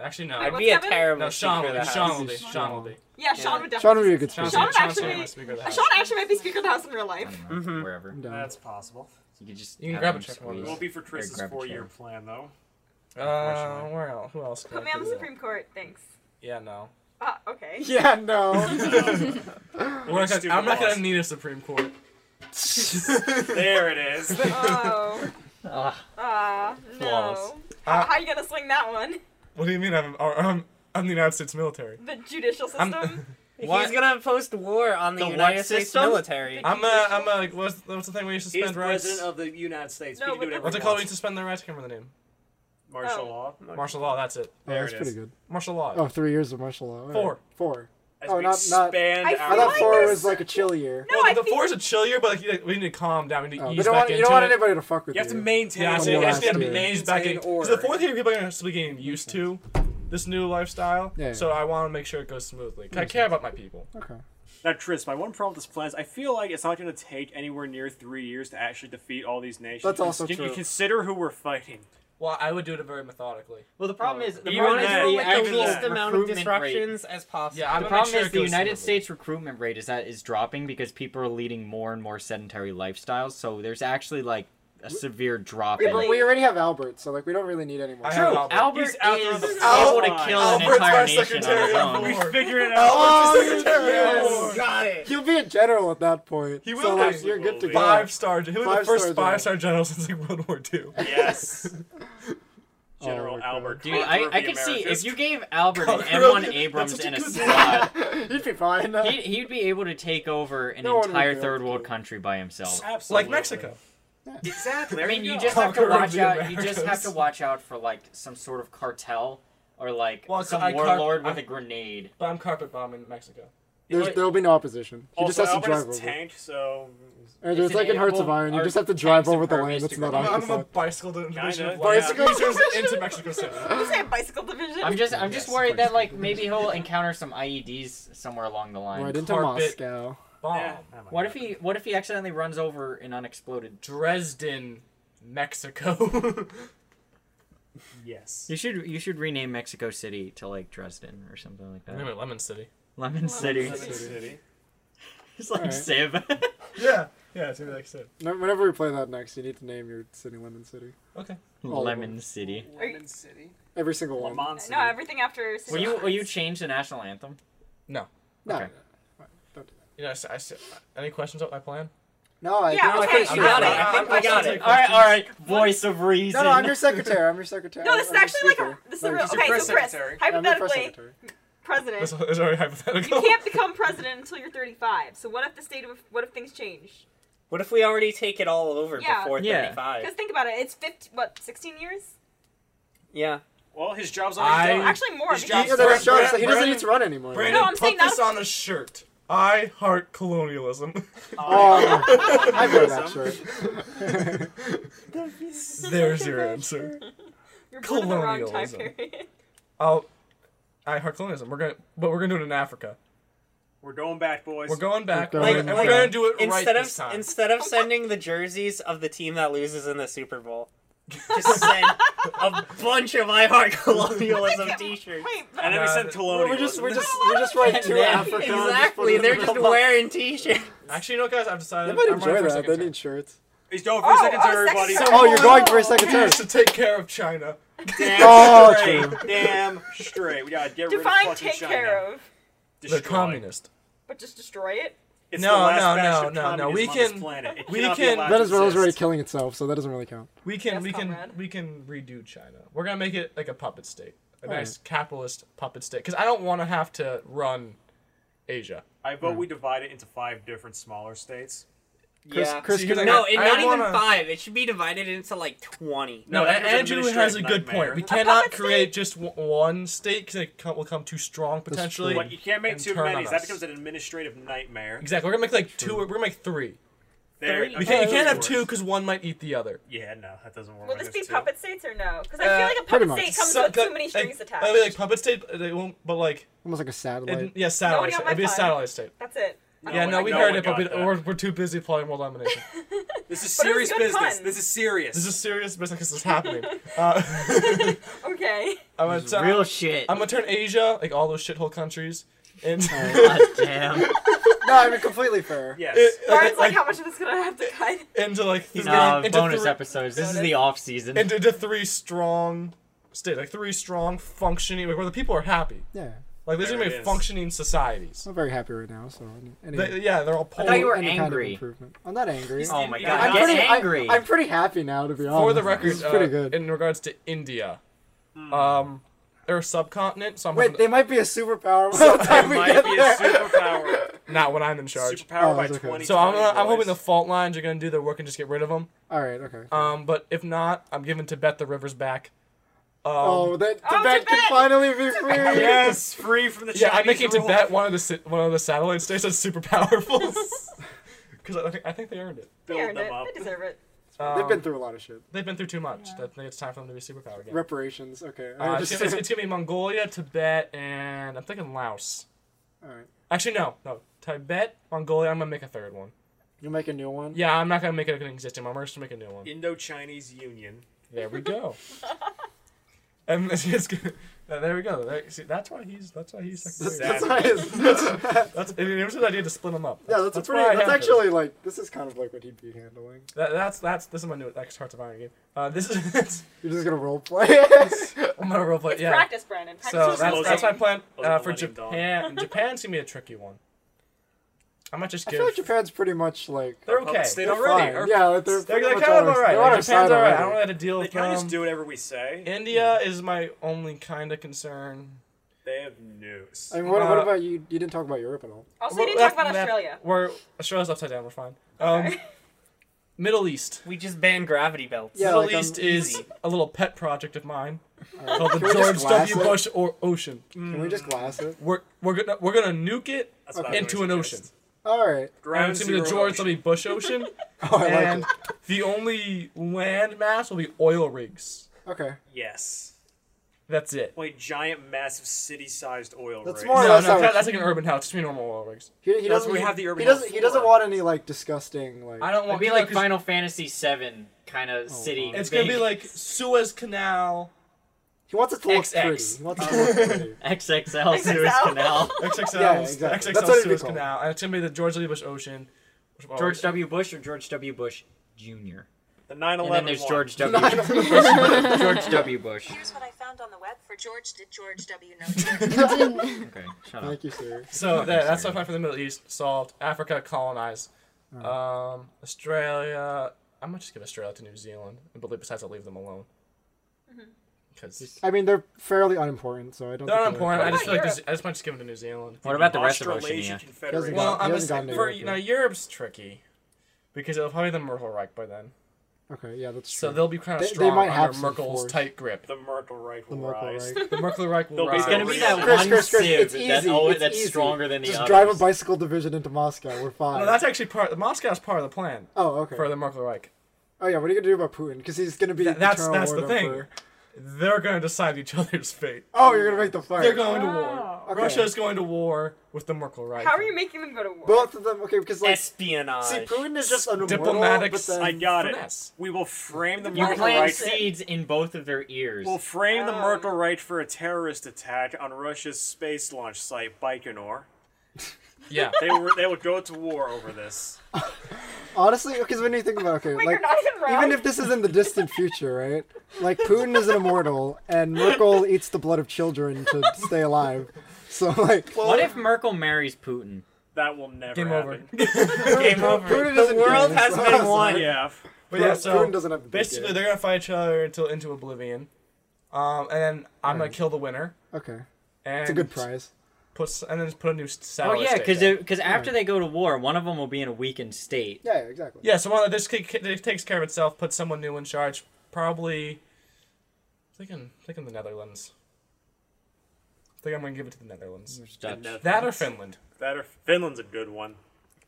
Speaker 4: Actually, no.
Speaker 6: Wait,
Speaker 5: I'd
Speaker 6: what?
Speaker 5: be a
Speaker 6: What's happening?
Speaker 5: terrible
Speaker 4: No, Sean
Speaker 5: speaker
Speaker 4: will
Speaker 5: of the
Speaker 4: be.
Speaker 5: house.
Speaker 4: Sean will be.
Speaker 3: Sean.
Speaker 4: Sean will be.
Speaker 6: yeah, Sean would
Speaker 3: Sean would
Speaker 6: definitely.
Speaker 3: be a good
Speaker 4: Sean
Speaker 3: speaker.
Speaker 6: Sean
Speaker 4: will be.
Speaker 6: would
Speaker 4: Sean's gonna be
Speaker 6: actually-
Speaker 4: my speaker of the
Speaker 6: Uh,
Speaker 4: house.
Speaker 6: Sean actually might be Speaker of the House in real
Speaker 2: I
Speaker 6: life.
Speaker 2: don't know, Wherever.
Speaker 3: I'm down.
Speaker 1: That's possible.
Speaker 2: You could just
Speaker 4: Mm-hmm. You can
Speaker 2: have
Speaker 4: grab
Speaker 2: him
Speaker 4: a check one
Speaker 1: It
Speaker 4: of those.
Speaker 2: squeeze.
Speaker 1: won't be for Trace's
Speaker 2: grab a
Speaker 1: four-year
Speaker 2: chair.
Speaker 1: plan, though.
Speaker 4: Uh, where else? Who else?
Speaker 6: Put me on the Supreme Court, thanks.
Speaker 4: Yeah, no.
Speaker 6: Uh, okay.
Speaker 3: Yeah, no.
Speaker 4: We're not
Speaker 1: stupid
Speaker 4: gonna, I'm not
Speaker 1: laws.
Speaker 4: gonna need a Supreme Court.
Speaker 1: There it is.
Speaker 6: Oh.
Speaker 2: Ah.
Speaker 6: Ah,
Speaker 2: Flawless.
Speaker 6: no. How, how you gonna swing that one?
Speaker 4: Uh, What do you mean? I'm I'm, I'm the United States military.
Speaker 6: The judicial
Speaker 4: I'm-
Speaker 6: system?
Speaker 5: What?
Speaker 11: He's gonna post war on the,
Speaker 2: The what
Speaker 11: United States
Speaker 2: system?
Speaker 11: military.
Speaker 4: I'm a I'm a like what's what's the thing we used to
Speaker 1: He's
Speaker 4: spend rights?
Speaker 1: president of the United States.
Speaker 6: No,
Speaker 1: we can
Speaker 6: but
Speaker 1: do
Speaker 6: the-
Speaker 1: whatever
Speaker 4: What's
Speaker 1: we
Speaker 4: it called? We
Speaker 1: want.
Speaker 4: used to spend the rights. I can't remember the name.
Speaker 1: Martial
Speaker 6: Oh.
Speaker 1: law.
Speaker 4: Martial law. That's it.
Speaker 3: Oh,
Speaker 1: There
Speaker 3: that's
Speaker 1: it
Speaker 3: pretty
Speaker 1: is.
Speaker 3: good.
Speaker 4: Martial law.
Speaker 3: Oh, three years of martial law. All right.
Speaker 4: Four.
Speaker 3: Four.
Speaker 1: As
Speaker 3: Oh,
Speaker 1: we
Speaker 3: not- not-
Speaker 1: expand
Speaker 6: I
Speaker 1: our
Speaker 3: I thought
Speaker 6: like
Speaker 3: four
Speaker 6: this.
Speaker 3: was like a chill year.
Speaker 6: No,
Speaker 4: well,
Speaker 6: I
Speaker 4: the
Speaker 6: think-
Speaker 4: four is a chillier, but like, you- we need to calm down. We need to
Speaker 3: Oh,
Speaker 4: ease
Speaker 3: you don't
Speaker 4: back
Speaker 3: want
Speaker 4: into
Speaker 3: you don't want
Speaker 4: it.
Speaker 3: anybody to fuck with
Speaker 1: You
Speaker 3: you.
Speaker 1: have to maintain.
Speaker 4: Yeah, I
Speaker 3: Well,
Speaker 4: say, I
Speaker 3: last
Speaker 4: just need to
Speaker 3: year.
Speaker 4: ease back in.
Speaker 1: Maintain
Speaker 4: Because
Speaker 1: order.
Speaker 4: the fourth year people are going to be getting used to this new lifestyle,
Speaker 3: Yeah, yeah.
Speaker 4: so I want to make sure it goes smoothly. 'Cause I care about my people.
Speaker 3: Okay.
Speaker 1: Now, Tris, my one problem with this plan is I feel like it's not going to take anywhere near three years to actually defeat all these nations.
Speaker 3: That's also
Speaker 1: Can You
Speaker 3: true.
Speaker 1: consider who we're fighting.
Speaker 4: Well, I would do it very methodically.
Speaker 2: Well, the problem is the
Speaker 5: You
Speaker 2: problem is
Speaker 5: want to
Speaker 1: that-
Speaker 5: do
Speaker 2: the
Speaker 5: it with
Speaker 2: actual
Speaker 5: the least amount of
Speaker 2: recruitment rate.
Speaker 5: disruptions as possible.
Speaker 4: Yeah,
Speaker 2: The
Speaker 4: I'm gonna
Speaker 2: problem
Speaker 4: make sure
Speaker 2: is
Speaker 4: it
Speaker 2: the
Speaker 4: goes
Speaker 2: United
Speaker 4: smoothly.
Speaker 2: States recruitment rate is that is dropping because people are leading more and more sedentary lifestyles. So there's actually like a severe drop.
Speaker 3: Yeah,
Speaker 2: in-
Speaker 3: but
Speaker 6: Really?
Speaker 3: we already have Albert, so like we don't really need any more.
Speaker 4: I
Speaker 2: True.
Speaker 4: have
Speaker 2: Albert,
Speaker 4: Albert.
Speaker 2: is
Speaker 1: He's out there on the
Speaker 2: able to
Speaker 1: front
Speaker 2: kill
Speaker 1: line.
Speaker 2: an
Speaker 4: Albert's
Speaker 2: entire
Speaker 4: my
Speaker 2: nation on
Speaker 4: secretary
Speaker 2: his
Speaker 4: of
Speaker 2: own.
Speaker 1: We
Speaker 4: Lord.
Speaker 1: figured it out.
Speaker 3: Oh,
Speaker 4: Secretary of
Speaker 3: yes.
Speaker 4: War.
Speaker 5: Got it.
Speaker 3: He'll be a general at that point.
Speaker 4: He
Speaker 3: So
Speaker 4: will
Speaker 3: like,
Speaker 4: be.
Speaker 3: you're good to go.
Speaker 4: Five star. He was the
Speaker 3: Five
Speaker 4: first
Speaker 3: star
Speaker 4: five star general since like World War II.
Speaker 1: Yes.
Speaker 3: Oh,
Speaker 1: General
Speaker 3: my God.
Speaker 1: Albert.
Speaker 2: Dude, I,
Speaker 1: Conqueror
Speaker 2: I
Speaker 1: of
Speaker 2: could
Speaker 1: the
Speaker 2: see
Speaker 1: Americas.
Speaker 2: if you gave Albert an
Speaker 4: Conqueror of
Speaker 2: M1
Speaker 4: the-
Speaker 2: Abrams
Speaker 4: that's
Speaker 2: and
Speaker 4: what
Speaker 2: a
Speaker 4: you
Speaker 2: slot,
Speaker 4: could-
Speaker 3: He'd be fine.
Speaker 2: he, he'd be able to take over an
Speaker 3: No one would be
Speaker 2: entire
Speaker 3: able
Speaker 2: third
Speaker 3: to.
Speaker 2: world country by himself.
Speaker 1: Absolutely.
Speaker 4: Like Mexico.
Speaker 1: Exactly.
Speaker 2: I
Speaker 1: there
Speaker 2: mean, you
Speaker 1: go.
Speaker 2: just have to
Speaker 4: Conqueror of
Speaker 2: watch
Speaker 4: the
Speaker 2: out. You just have
Speaker 4: Americas.
Speaker 2: to watch out for like some sort of cartel or like
Speaker 4: Well, so
Speaker 2: some
Speaker 4: I car-
Speaker 2: warlord with
Speaker 4: I-
Speaker 2: a grenade.
Speaker 4: But I'm carpet bombing Mexico.
Speaker 3: There's,
Speaker 2: Like-
Speaker 3: there'll be no opposition. You
Speaker 1: also,
Speaker 3: just have to
Speaker 1: Albert
Speaker 3: drive
Speaker 1: is
Speaker 3: over.
Speaker 1: tanked, so
Speaker 3: And it's
Speaker 12: It's
Speaker 3: like
Speaker 12: an
Speaker 3: in Hearts of
Speaker 12: able-
Speaker 3: Iron, you
Speaker 12: our
Speaker 3: just have to drive
Speaker 12: tanks
Speaker 3: over the
Speaker 12: are
Speaker 3: land that's not
Speaker 12: basically-
Speaker 4: I'm on a
Speaker 3: occupied.
Speaker 4: bicycle division
Speaker 1: Kinda.
Speaker 4: of
Speaker 1: Bicycle
Speaker 4: bicycle users into Mexico City.
Speaker 6: You say bicycle division?
Speaker 2: I'm just I'm just
Speaker 4: Yes,
Speaker 2: worried
Speaker 4: please.
Speaker 2: that like maybe he'll encounter some IEDs somewhere along the line.
Speaker 3: Right into
Speaker 4: Carpet.
Speaker 3: Moscow.
Speaker 4: Bomb.
Speaker 1: Yeah.
Speaker 2: What if he what if he accidentally runs over an unexploded?
Speaker 4: Dresden, Mexico.
Speaker 1: yes.
Speaker 2: You should you should rename Mexico City to like Dresden or something like that.
Speaker 4: Name it Lemon City.
Speaker 2: Lemon City.
Speaker 1: Lemon City.
Speaker 2: It's like
Speaker 3: Alright.
Speaker 2: Sib.
Speaker 4: Yeah. Yeah, it's gonna be like so.
Speaker 3: No- Whenever we play that next, you need to name your city Lemon City.
Speaker 4: Okay.
Speaker 3: All of
Speaker 2: Lemon
Speaker 3: them.
Speaker 2: City.
Speaker 5: Lemon City.
Speaker 3: Every single one.
Speaker 1: Lemon City.
Speaker 6: No, everything after.
Speaker 2: Will you will you change the national anthem?
Speaker 3: No,
Speaker 2: Okay.
Speaker 4: You know, I, s- I s- any questions about my plan?
Speaker 3: no, I,
Speaker 6: Yeah,
Speaker 3: no, I
Speaker 6: okay,
Speaker 3: can't
Speaker 6: you
Speaker 3: shoot
Speaker 6: got
Speaker 3: you.
Speaker 6: it. I think
Speaker 2: I got
Speaker 6: questions
Speaker 2: it. All right, all right. Voice of reason.
Speaker 3: No, no, I'm your secretary. I'm your secretary.
Speaker 6: No, this is
Speaker 3: I'm your
Speaker 6: actually like a.
Speaker 3: speaker.
Speaker 6: This is
Speaker 3: No,
Speaker 6: a real.
Speaker 3: you're
Speaker 6: Okay,
Speaker 3: just-
Speaker 6: so Chris,
Speaker 5: press secretary.
Speaker 3: I'm your press
Speaker 6: hypothetically,
Speaker 3: secretary.
Speaker 4: It's,
Speaker 6: president.
Speaker 4: it's already hypothetical.
Speaker 6: Eh. You can't become president until you're 35. So what if the state of what if things change?
Speaker 12: What if we already take it all over
Speaker 6: Yeah.
Speaker 12: before
Speaker 2: Yeah.
Speaker 12: 35?
Speaker 6: Because think about it, it's 50, what 16 years?
Speaker 12: Yeah.
Speaker 1: Well, his job's already
Speaker 4: I-
Speaker 1: done.
Speaker 6: Actually, more.
Speaker 4: His
Speaker 6: because-
Speaker 3: Yeah, that's
Speaker 4: Brandon-
Speaker 3: true, so he doesn't need to run anymore.
Speaker 4: Brandon,
Speaker 6: I'm
Speaker 4: put
Speaker 6: saying
Speaker 4: this
Speaker 6: not-
Speaker 4: on a shirt. I heart colonialism.
Speaker 3: Oh, I wear that shirt.
Speaker 4: There's your answer.
Speaker 6: You're born in the wrong time
Speaker 4: Colonialism.
Speaker 6: period.
Speaker 4: I'll, I heart colonialism. We're gonna, but we're gonna do it in Africa.
Speaker 1: We're going back, boys.
Speaker 4: We're going back.
Speaker 3: We're
Speaker 4: and
Speaker 3: going
Speaker 4: we're
Speaker 3: back.
Speaker 4: gonna do it right
Speaker 12: Instead
Speaker 4: this
Speaker 12: of
Speaker 4: time.
Speaker 12: instead of sending the jerseys of the team that loses in the Super Bowl, just send a bunch of I Heart Colonialism T-shirts.
Speaker 6: Wait, but
Speaker 1: and then we
Speaker 4: Nah,
Speaker 1: sent
Speaker 4: but-
Speaker 1: Taloni.
Speaker 3: We're just, we're
Speaker 1: wasn't
Speaker 3: just, we're just right
Speaker 12: And
Speaker 3: to
Speaker 12: then-
Speaker 3: Africa. and just put it
Speaker 12: Exactly,
Speaker 3: in
Speaker 12: they're
Speaker 3: the
Speaker 12: just
Speaker 3: middle.
Speaker 12: wearing T-shirts.
Speaker 4: Actually, you know, guys, I've decided.
Speaker 3: They might
Speaker 4: I'm running
Speaker 3: enjoy
Speaker 4: for a
Speaker 3: that.
Speaker 4: second
Speaker 3: They
Speaker 4: term.
Speaker 3: need shirts.
Speaker 1: it? He's going for a
Speaker 6: Oh,
Speaker 1: second
Speaker 6: oh,
Speaker 1: to everybody.
Speaker 6: second-
Speaker 3: Oh, you're going for a
Speaker 4: Yes,
Speaker 3: secretary.
Speaker 4: to take care of China.
Speaker 1: Damn
Speaker 3: Oh,
Speaker 1: straight.
Speaker 3: true.
Speaker 1: Damn straight. We gotta get rid of
Speaker 6: define
Speaker 1: fucking
Speaker 6: take
Speaker 1: China.
Speaker 6: care of,
Speaker 4: They're
Speaker 1: Destroy.
Speaker 4: communist.
Speaker 6: but just destroy it.
Speaker 1: It's
Speaker 4: No,
Speaker 1: the last
Speaker 4: no,
Speaker 1: bastion
Speaker 4: no,
Speaker 1: of
Speaker 4: no, no,
Speaker 1: communism
Speaker 4: we
Speaker 1: on this
Speaker 4: can-
Speaker 1: planet. It
Speaker 4: we
Speaker 1: cannot be
Speaker 4: can-
Speaker 1: allowed to
Speaker 3: Venezuela's already
Speaker 1: exist.
Speaker 3: killing itself, so that doesn't really count.
Speaker 4: We can,
Speaker 6: Yes,
Speaker 4: we can,
Speaker 6: comrade.
Speaker 4: we can redo China. We're gonna make it like a puppet state, a
Speaker 3: Alright.
Speaker 4: nice capitalist puppet state. Because I don't want to have to run Asia.
Speaker 1: I vote
Speaker 4: Hmm.
Speaker 1: we divide it into five different smaller states.
Speaker 3: Chris,
Speaker 12: yeah.
Speaker 3: Chris,
Speaker 4: See,
Speaker 3: can
Speaker 4: here's
Speaker 3: I-
Speaker 12: no, it,
Speaker 4: I
Speaker 12: not even
Speaker 4: wanna-
Speaker 12: five. It should be divided into like twenty.
Speaker 4: No,
Speaker 1: No,
Speaker 4: A-
Speaker 1: that was
Speaker 4: Andrew has a
Speaker 1: administrative
Speaker 4: good
Speaker 1: nightmare.
Speaker 4: point. We
Speaker 1: A
Speaker 4: cannot
Speaker 6: puppet
Speaker 4: create just w- one state because it co- will come too strong
Speaker 3: That's
Speaker 4: potentially.
Speaker 3: true.
Speaker 1: But you can't make
Speaker 4: And
Speaker 1: too
Speaker 4: turn on
Speaker 1: many. That
Speaker 4: us.
Speaker 1: becomes an administrative nightmare.
Speaker 4: Exactly. We're gonna make like two. We're gonna make three.
Speaker 1: There,
Speaker 12: Three.
Speaker 4: We
Speaker 1: okay,
Speaker 4: can't, you can't have
Speaker 1: works.
Speaker 4: two because one might eat the other.
Speaker 1: Yeah, no, that doesn't work.
Speaker 6: Will
Speaker 1: I
Speaker 6: this
Speaker 1: guess
Speaker 6: be
Speaker 1: two.
Speaker 6: puppet states or no? Because I
Speaker 4: Uh,
Speaker 6: feel like a
Speaker 3: pretty
Speaker 6: puppet
Speaker 3: much.
Speaker 6: state comes
Speaker 4: So-
Speaker 6: with too many
Speaker 4: like-
Speaker 6: strings
Speaker 4: like,
Speaker 6: attached.
Speaker 4: It'll be like puppet state, but they won't. But like,
Speaker 3: almost like a
Speaker 4: it-
Speaker 3: satellite.
Speaker 4: yeah,
Speaker 6: Nobody
Speaker 4: satellite.
Speaker 6: got
Speaker 4: state. It'd be a
Speaker 6: my plan.
Speaker 4: satellite state.
Speaker 6: That's it.
Speaker 4: yeah,
Speaker 1: one-
Speaker 4: no, we
Speaker 1: no
Speaker 4: heard
Speaker 1: one
Speaker 4: it, but
Speaker 1: got
Speaker 4: we,
Speaker 1: that.
Speaker 4: we're, we're too busy plotting world domination.
Speaker 1: This is
Speaker 6: But it was
Speaker 1: serious
Speaker 6: good
Speaker 1: business.
Speaker 6: fun.
Speaker 1: This is serious.
Speaker 4: this is serious business. This is happening. Uh,
Speaker 6: Okay.
Speaker 4: I'm gonna
Speaker 2: It's
Speaker 4: turn-
Speaker 2: real shit.
Speaker 4: I'm gonna turn Asia, like all those shithole countries, and
Speaker 2: God damn.
Speaker 3: No, I mean completely fair.
Speaker 1: yes.
Speaker 6: Barnes, like, how much of this could I have to cut?
Speaker 4: into like three,
Speaker 2: No,
Speaker 4: into
Speaker 2: bonus
Speaker 4: three,
Speaker 2: episodes. This is the off season.
Speaker 4: into, into three strong state, like three strong functioning, like, where the people are happy.
Speaker 3: Yeah,
Speaker 4: Like there's
Speaker 1: There
Speaker 4: gonna
Speaker 1: it
Speaker 4: be
Speaker 1: is.
Speaker 4: functioning societies.
Speaker 3: I'm very happy right now. So any, any,
Speaker 4: They- yeah, they're all
Speaker 2: I
Speaker 4: poor.
Speaker 2: thought you were
Speaker 3: any Kind of
Speaker 2: angry.
Speaker 3: improvement. I'm not angry.
Speaker 2: Oh my
Speaker 1: Yeah,
Speaker 2: god, get
Speaker 3: pretty I-
Speaker 2: angry.
Speaker 3: I'm pretty happy now, to be honest.
Speaker 4: For the
Speaker 3: this
Speaker 4: record,
Speaker 3: is
Speaker 4: uh,
Speaker 3: pretty good.
Speaker 4: in regards to India, um, they're a subcontinent. So I'm
Speaker 3: Wait,
Speaker 4: hoping-
Speaker 3: they might be a superpower by the time we
Speaker 1: might
Speaker 3: get
Speaker 1: be a
Speaker 3: there.
Speaker 1: superpower.
Speaker 4: not when I'm in charge.
Speaker 1: Superpower
Speaker 3: Oh,
Speaker 1: by
Speaker 3: that's okay.
Speaker 1: 20.
Speaker 4: So I'm, gonna, I'm hoping the fault lines are gonna do their work and just get rid of them.
Speaker 3: All right, okay.
Speaker 4: Um, but if not, I'm giving Tibet the rivers back. Um,
Speaker 3: oh, that
Speaker 6: Oh,
Speaker 3: Tibet can
Speaker 6: Tibet!
Speaker 3: finally be free.
Speaker 1: Yes, free from the
Speaker 3: Oh,
Speaker 4: yeah, I'm
Speaker 1: Chinese
Speaker 4: making
Speaker 1: rule.
Speaker 4: Tibet one of the si- one of the satellite states that's super powerful. Because I, think- I think they earned it.
Speaker 6: They
Speaker 1: Build
Speaker 6: earned it.
Speaker 1: them up.
Speaker 6: They deserve it.
Speaker 4: Um,
Speaker 3: They've been through a lot of shit.
Speaker 4: they've been through too much. I think it's time for them to be superpower again.
Speaker 3: Reparations, okay. I
Speaker 4: Uh, it's,
Speaker 3: just-
Speaker 4: gonna, it's, it's gonna be Mongolia, Tibet, and I'm thinking Laos.
Speaker 3: all right.
Speaker 4: Actually, no, no. Tibet, Mongolia. I'm gonna make a third one.
Speaker 3: You make a new one.
Speaker 4: Yeah, I'm not gonna make it an existing one. We're just gonna make a new one.
Speaker 1: Indo-Chinese Union.
Speaker 4: There we go. and it's, it's, good. uh, there we go. There- see, that's why he's. That's why he's.
Speaker 3: That's,
Speaker 4: That's,
Speaker 3: that's
Speaker 1: Exactly.
Speaker 3: why it's-
Speaker 4: that's it, it was an idea to split him up.
Speaker 3: yeah, that's, a
Speaker 4: why I
Speaker 3: pretty. That's
Speaker 4: have this.
Speaker 3: actually like this is kind of like what he'd be handling.
Speaker 4: That, that's that's this is my new next Hearts of Iron game. Uh, this is
Speaker 3: You're just gonna role play. it.
Speaker 4: I'm gonna roleplay.
Speaker 6: It's
Speaker 4: Yeah.
Speaker 6: practice, Brandon. Practice
Speaker 4: So
Speaker 6: is
Speaker 4: that's,
Speaker 1: Those
Speaker 4: that's my
Speaker 1: are-
Speaker 4: plan
Speaker 1: those are
Speaker 4: uh, for
Speaker 1: Oh, Millennium Dawn.
Speaker 4: Japan. Japan's gonna be a tricky one. I might just
Speaker 3: I
Speaker 4: give.
Speaker 3: feel like Japan's pretty much like
Speaker 4: they're
Speaker 1: Puppet
Speaker 4: okay.
Speaker 1: state
Speaker 4: They're
Speaker 1: already.
Speaker 4: fine.
Speaker 1: Or-
Speaker 3: Yeah, like, they're,
Speaker 4: They're,
Speaker 3: pretty
Speaker 4: they're
Speaker 3: much
Speaker 4: kind of
Speaker 3: on our-
Speaker 4: alright.
Speaker 3: they're on our
Speaker 4: Japan's
Speaker 3: side
Speaker 4: alright. I don't
Speaker 3: already.
Speaker 4: know how to deal
Speaker 1: They
Speaker 4: with
Speaker 1: kind of just
Speaker 4: them.
Speaker 1: do whatever we say.
Speaker 4: India is my only kind of concern.
Speaker 1: They have news.
Speaker 3: I mean, what, what
Speaker 4: Uh,
Speaker 3: about you? You didn't talk about Europe at all.
Speaker 6: Also,
Speaker 4: We're
Speaker 6: we didn't talk
Speaker 4: left-
Speaker 6: about
Speaker 4: left-
Speaker 6: Australia.
Speaker 4: We're Australia's upside down. We're fine. Um, Middle East.
Speaker 12: We just ban gravity belts.
Speaker 3: Yeah,
Speaker 4: Middle
Speaker 3: like, um,
Speaker 4: East is a little pet project of mine.
Speaker 3: Alright,
Speaker 4: Called
Speaker 3: can
Speaker 4: the
Speaker 3: we just
Speaker 4: George
Speaker 3: glass
Speaker 4: W.
Speaker 3: it?
Speaker 4: Bush or Ocean.
Speaker 3: Can we
Speaker 4: mm.
Speaker 3: just glass it?
Speaker 4: We're we're gonna we're gonna nuke it
Speaker 1: That's what I
Speaker 4: into an
Speaker 1: would
Speaker 4: ocean.
Speaker 1: suggest.
Speaker 3: All right.
Speaker 4: And
Speaker 1: Ground
Speaker 4: it's gonna be
Speaker 1: zero
Speaker 4: the George
Speaker 1: ocean.
Speaker 4: W. Bush Ocean,
Speaker 3: Oh, I
Speaker 4: and
Speaker 3: like
Speaker 4: the only land mass will be oil rigs.
Speaker 3: it. Okay.
Speaker 1: Yes.
Speaker 4: That's it.
Speaker 1: Like giant, massive, city-sized oil
Speaker 3: That's
Speaker 1: rig.
Speaker 3: more- Oh,
Speaker 4: no,
Speaker 3: that's
Speaker 4: no,
Speaker 3: not what-
Speaker 4: that's like an urban house. Just be normal oil rigs.
Speaker 3: He, he
Speaker 1: That's
Speaker 3: doesn't.
Speaker 1: what we
Speaker 3: he-
Speaker 1: have the urban
Speaker 3: he doesn't.
Speaker 1: house
Speaker 3: He doesn't
Speaker 1: for.
Speaker 3: want any like disgusting like.
Speaker 4: I don't
Speaker 2: It'd
Speaker 4: want.
Speaker 2: be like
Speaker 4: cause-
Speaker 2: Final Fantasy VII kind of city.
Speaker 3: wow.
Speaker 4: It's gonna be
Speaker 2: big
Speaker 4: like Suez Canal.
Speaker 3: he wants it to look
Speaker 2: XX.
Speaker 3: pretty. He wants it to look pretty.
Speaker 2: XXL Suez
Speaker 6: XXL.
Speaker 2: Canal.
Speaker 4: XXL,
Speaker 3: Yeah, exactly.
Speaker 4: XXL
Speaker 3: That's what it'd be
Speaker 4: Suez
Speaker 3: called.
Speaker 4: Canal, and it's gonna be the George W. Bush Ocean. which- well,
Speaker 2: George W. Bush or George W. Bush Jr.
Speaker 1: the 9/11.
Speaker 2: And then there's
Speaker 1: one.
Speaker 2: George W.
Speaker 3: Nine
Speaker 2: George W. Bush.
Speaker 13: Here's what I found on the web for George. Did George W. know?
Speaker 8: Didn't-
Speaker 2: Okay, shut up.
Speaker 3: Thank you, sir.
Speaker 4: So
Speaker 2: Okay,
Speaker 4: there, that's
Speaker 2: sorry.
Speaker 4: what I find for the Middle East solved. Africa colonized. Um, Australia. I'm gonna just give Australia to New Zealand, but besides, I'll leave them alone. Because
Speaker 3: I mean, they're fairly unimportant, so I don't.
Speaker 4: they're
Speaker 3: think
Speaker 4: not
Speaker 3: they're
Speaker 4: important. I
Speaker 3: important.
Speaker 4: just feel like this, I just might just give them to New Zealand.
Speaker 2: What about the rest of
Speaker 1: Australasian
Speaker 2: Oceania?
Speaker 1: Confederation.
Speaker 3: Well,
Speaker 4: Well,
Speaker 3: he
Speaker 4: I'm
Speaker 3: hasn't
Speaker 4: just
Speaker 3: gotten to
Speaker 4: for
Speaker 3: Europe
Speaker 4: now.
Speaker 3: yet.
Speaker 4: Europe's tricky because it'll probably have the Merkel Reich by then,
Speaker 3: Okay, yeah, that's true.
Speaker 4: so they'll be kind
Speaker 3: They-
Speaker 4: of
Speaker 3: they
Speaker 4: strong
Speaker 3: might have
Speaker 4: under
Speaker 3: some
Speaker 4: Merkel's
Speaker 3: force.
Speaker 4: tight grip.
Speaker 1: the Merkel Reich
Speaker 3: the
Speaker 1: will
Speaker 3: Merkel
Speaker 1: rise.
Speaker 3: Reich.
Speaker 4: The Merkel Reich will
Speaker 1: They'll be-
Speaker 4: rise.
Speaker 2: It's gonna be that
Speaker 1: Chris,
Speaker 2: one
Speaker 3: Chris, Chris,
Speaker 2: sieve
Speaker 3: it's
Speaker 2: that,
Speaker 3: easy,
Speaker 2: oh,
Speaker 3: it's
Speaker 2: that's
Speaker 3: easy.
Speaker 2: stronger than the
Speaker 3: Just
Speaker 2: others.
Speaker 3: drive a bicycle division into Moscow. We're fine.
Speaker 4: No, that's actually part. Moscow's part of the plan
Speaker 3: oh, okay.
Speaker 4: for the Merkel Reich.
Speaker 3: Oh yeah, what are you gonna do about Putin? Because he's gonna be.
Speaker 4: Th- that's
Speaker 3: eternal
Speaker 4: that's the
Speaker 3: lord
Speaker 4: thing.
Speaker 3: emperor.
Speaker 4: They're gonna decide each other's fate.
Speaker 3: Oh, you're gonna make the fight.
Speaker 4: They're going to war.
Speaker 3: Okay.
Speaker 4: Russia's going to war with the Merkel Reich.
Speaker 6: How are you making them go to war?
Speaker 3: Both of them. Okay, because like,
Speaker 12: Espionage.
Speaker 3: see, Putin is just an immortal,
Speaker 4: Diplomatic
Speaker 3: but then-
Speaker 1: I got
Speaker 4: Finesse.
Speaker 1: it. We will frame the
Speaker 2: You
Speaker 1: Merkel
Speaker 2: plant
Speaker 1: Reich.
Speaker 2: seeds in both of their ears.
Speaker 1: We'll frame the
Speaker 6: Oh.
Speaker 1: Merkel Reich for a terrorist attack on Russia's space launch site Baikonur.
Speaker 4: Yeah.
Speaker 1: They were they will go to war over this.
Speaker 3: Honestly, because when you think about it, okay,
Speaker 6: Wait,
Speaker 3: like
Speaker 6: you're not even wrong.
Speaker 3: even if this is in the distant future, right? Like Putin is an immortal, and Merkel eats the blood of children to stay alive. So like,
Speaker 2: what if Merkel marries Putin?
Speaker 1: That will never
Speaker 4: Game over.
Speaker 1: happen.
Speaker 12: Game over.
Speaker 3: Putin doesn't
Speaker 12: world
Speaker 3: care,
Speaker 12: has
Speaker 3: so-
Speaker 12: been won.
Speaker 1: Yeah.
Speaker 4: But yeah,
Speaker 3: Putin-
Speaker 4: so
Speaker 3: Putin doesn't have to be
Speaker 4: basically
Speaker 3: gay.
Speaker 4: they're gonna fight each other until into oblivion. Um, and then I'm gonna kill the winner.
Speaker 3: Okay,
Speaker 4: And
Speaker 3: it's a good prize.
Speaker 4: Put s- and then just put a new s-
Speaker 2: Oh
Speaker 4: satellite.
Speaker 2: yeah,
Speaker 4: state
Speaker 2: because
Speaker 4: there.
Speaker 2: because
Speaker 4: Hmm.
Speaker 2: after they go to war, one of them will be in a weakened state.
Speaker 3: Yeah, yeah, exactly.
Speaker 4: yeah, so one of this ca- ca- it takes care of itself. Put someone new in charge. Probably thinking thinking the Netherlands. I think I'm gonna give it to the Netherlands.
Speaker 2: There's Dutch.
Speaker 4: That or Finland.
Speaker 1: That or Finland's a good one.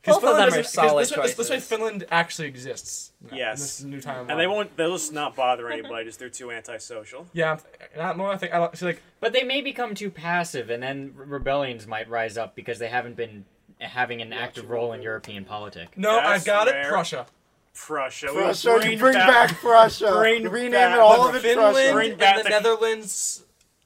Speaker 4: 'Cause
Speaker 12: Both of them are
Speaker 4: Finland doesn't- 'cause
Speaker 12: solid
Speaker 4: this, way- this- this way
Speaker 12: choices.
Speaker 4: Finland actually exists. now, in
Speaker 1: Yes.
Speaker 4: this new timeline.
Speaker 1: And they won't they'll just not bother anybody, just they're too antisocial.
Speaker 4: Yeah, I'm th- not more. I think I don't- she's like
Speaker 2: But they may become too passive, and then re- rebellions might rise up because they haven't been having an active role in European politics.
Speaker 4: no,
Speaker 1: That's
Speaker 4: I got it.
Speaker 1: fair.
Speaker 4: Prussia.
Speaker 1: Prussia. we will
Speaker 3: Prussia, bring, bring
Speaker 1: back-
Speaker 3: back, Prussia.
Speaker 1: bring
Speaker 3: Rename
Speaker 1: back-
Speaker 3: it all of
Speaker 1: Look,
Speaker 3: it
Speaker 4: Finland
Speaker 3: Prussia.
Speaker 1: Bring back
Speaker 4: and the
Speaker 1: the-
Speaker 4: Netherlands,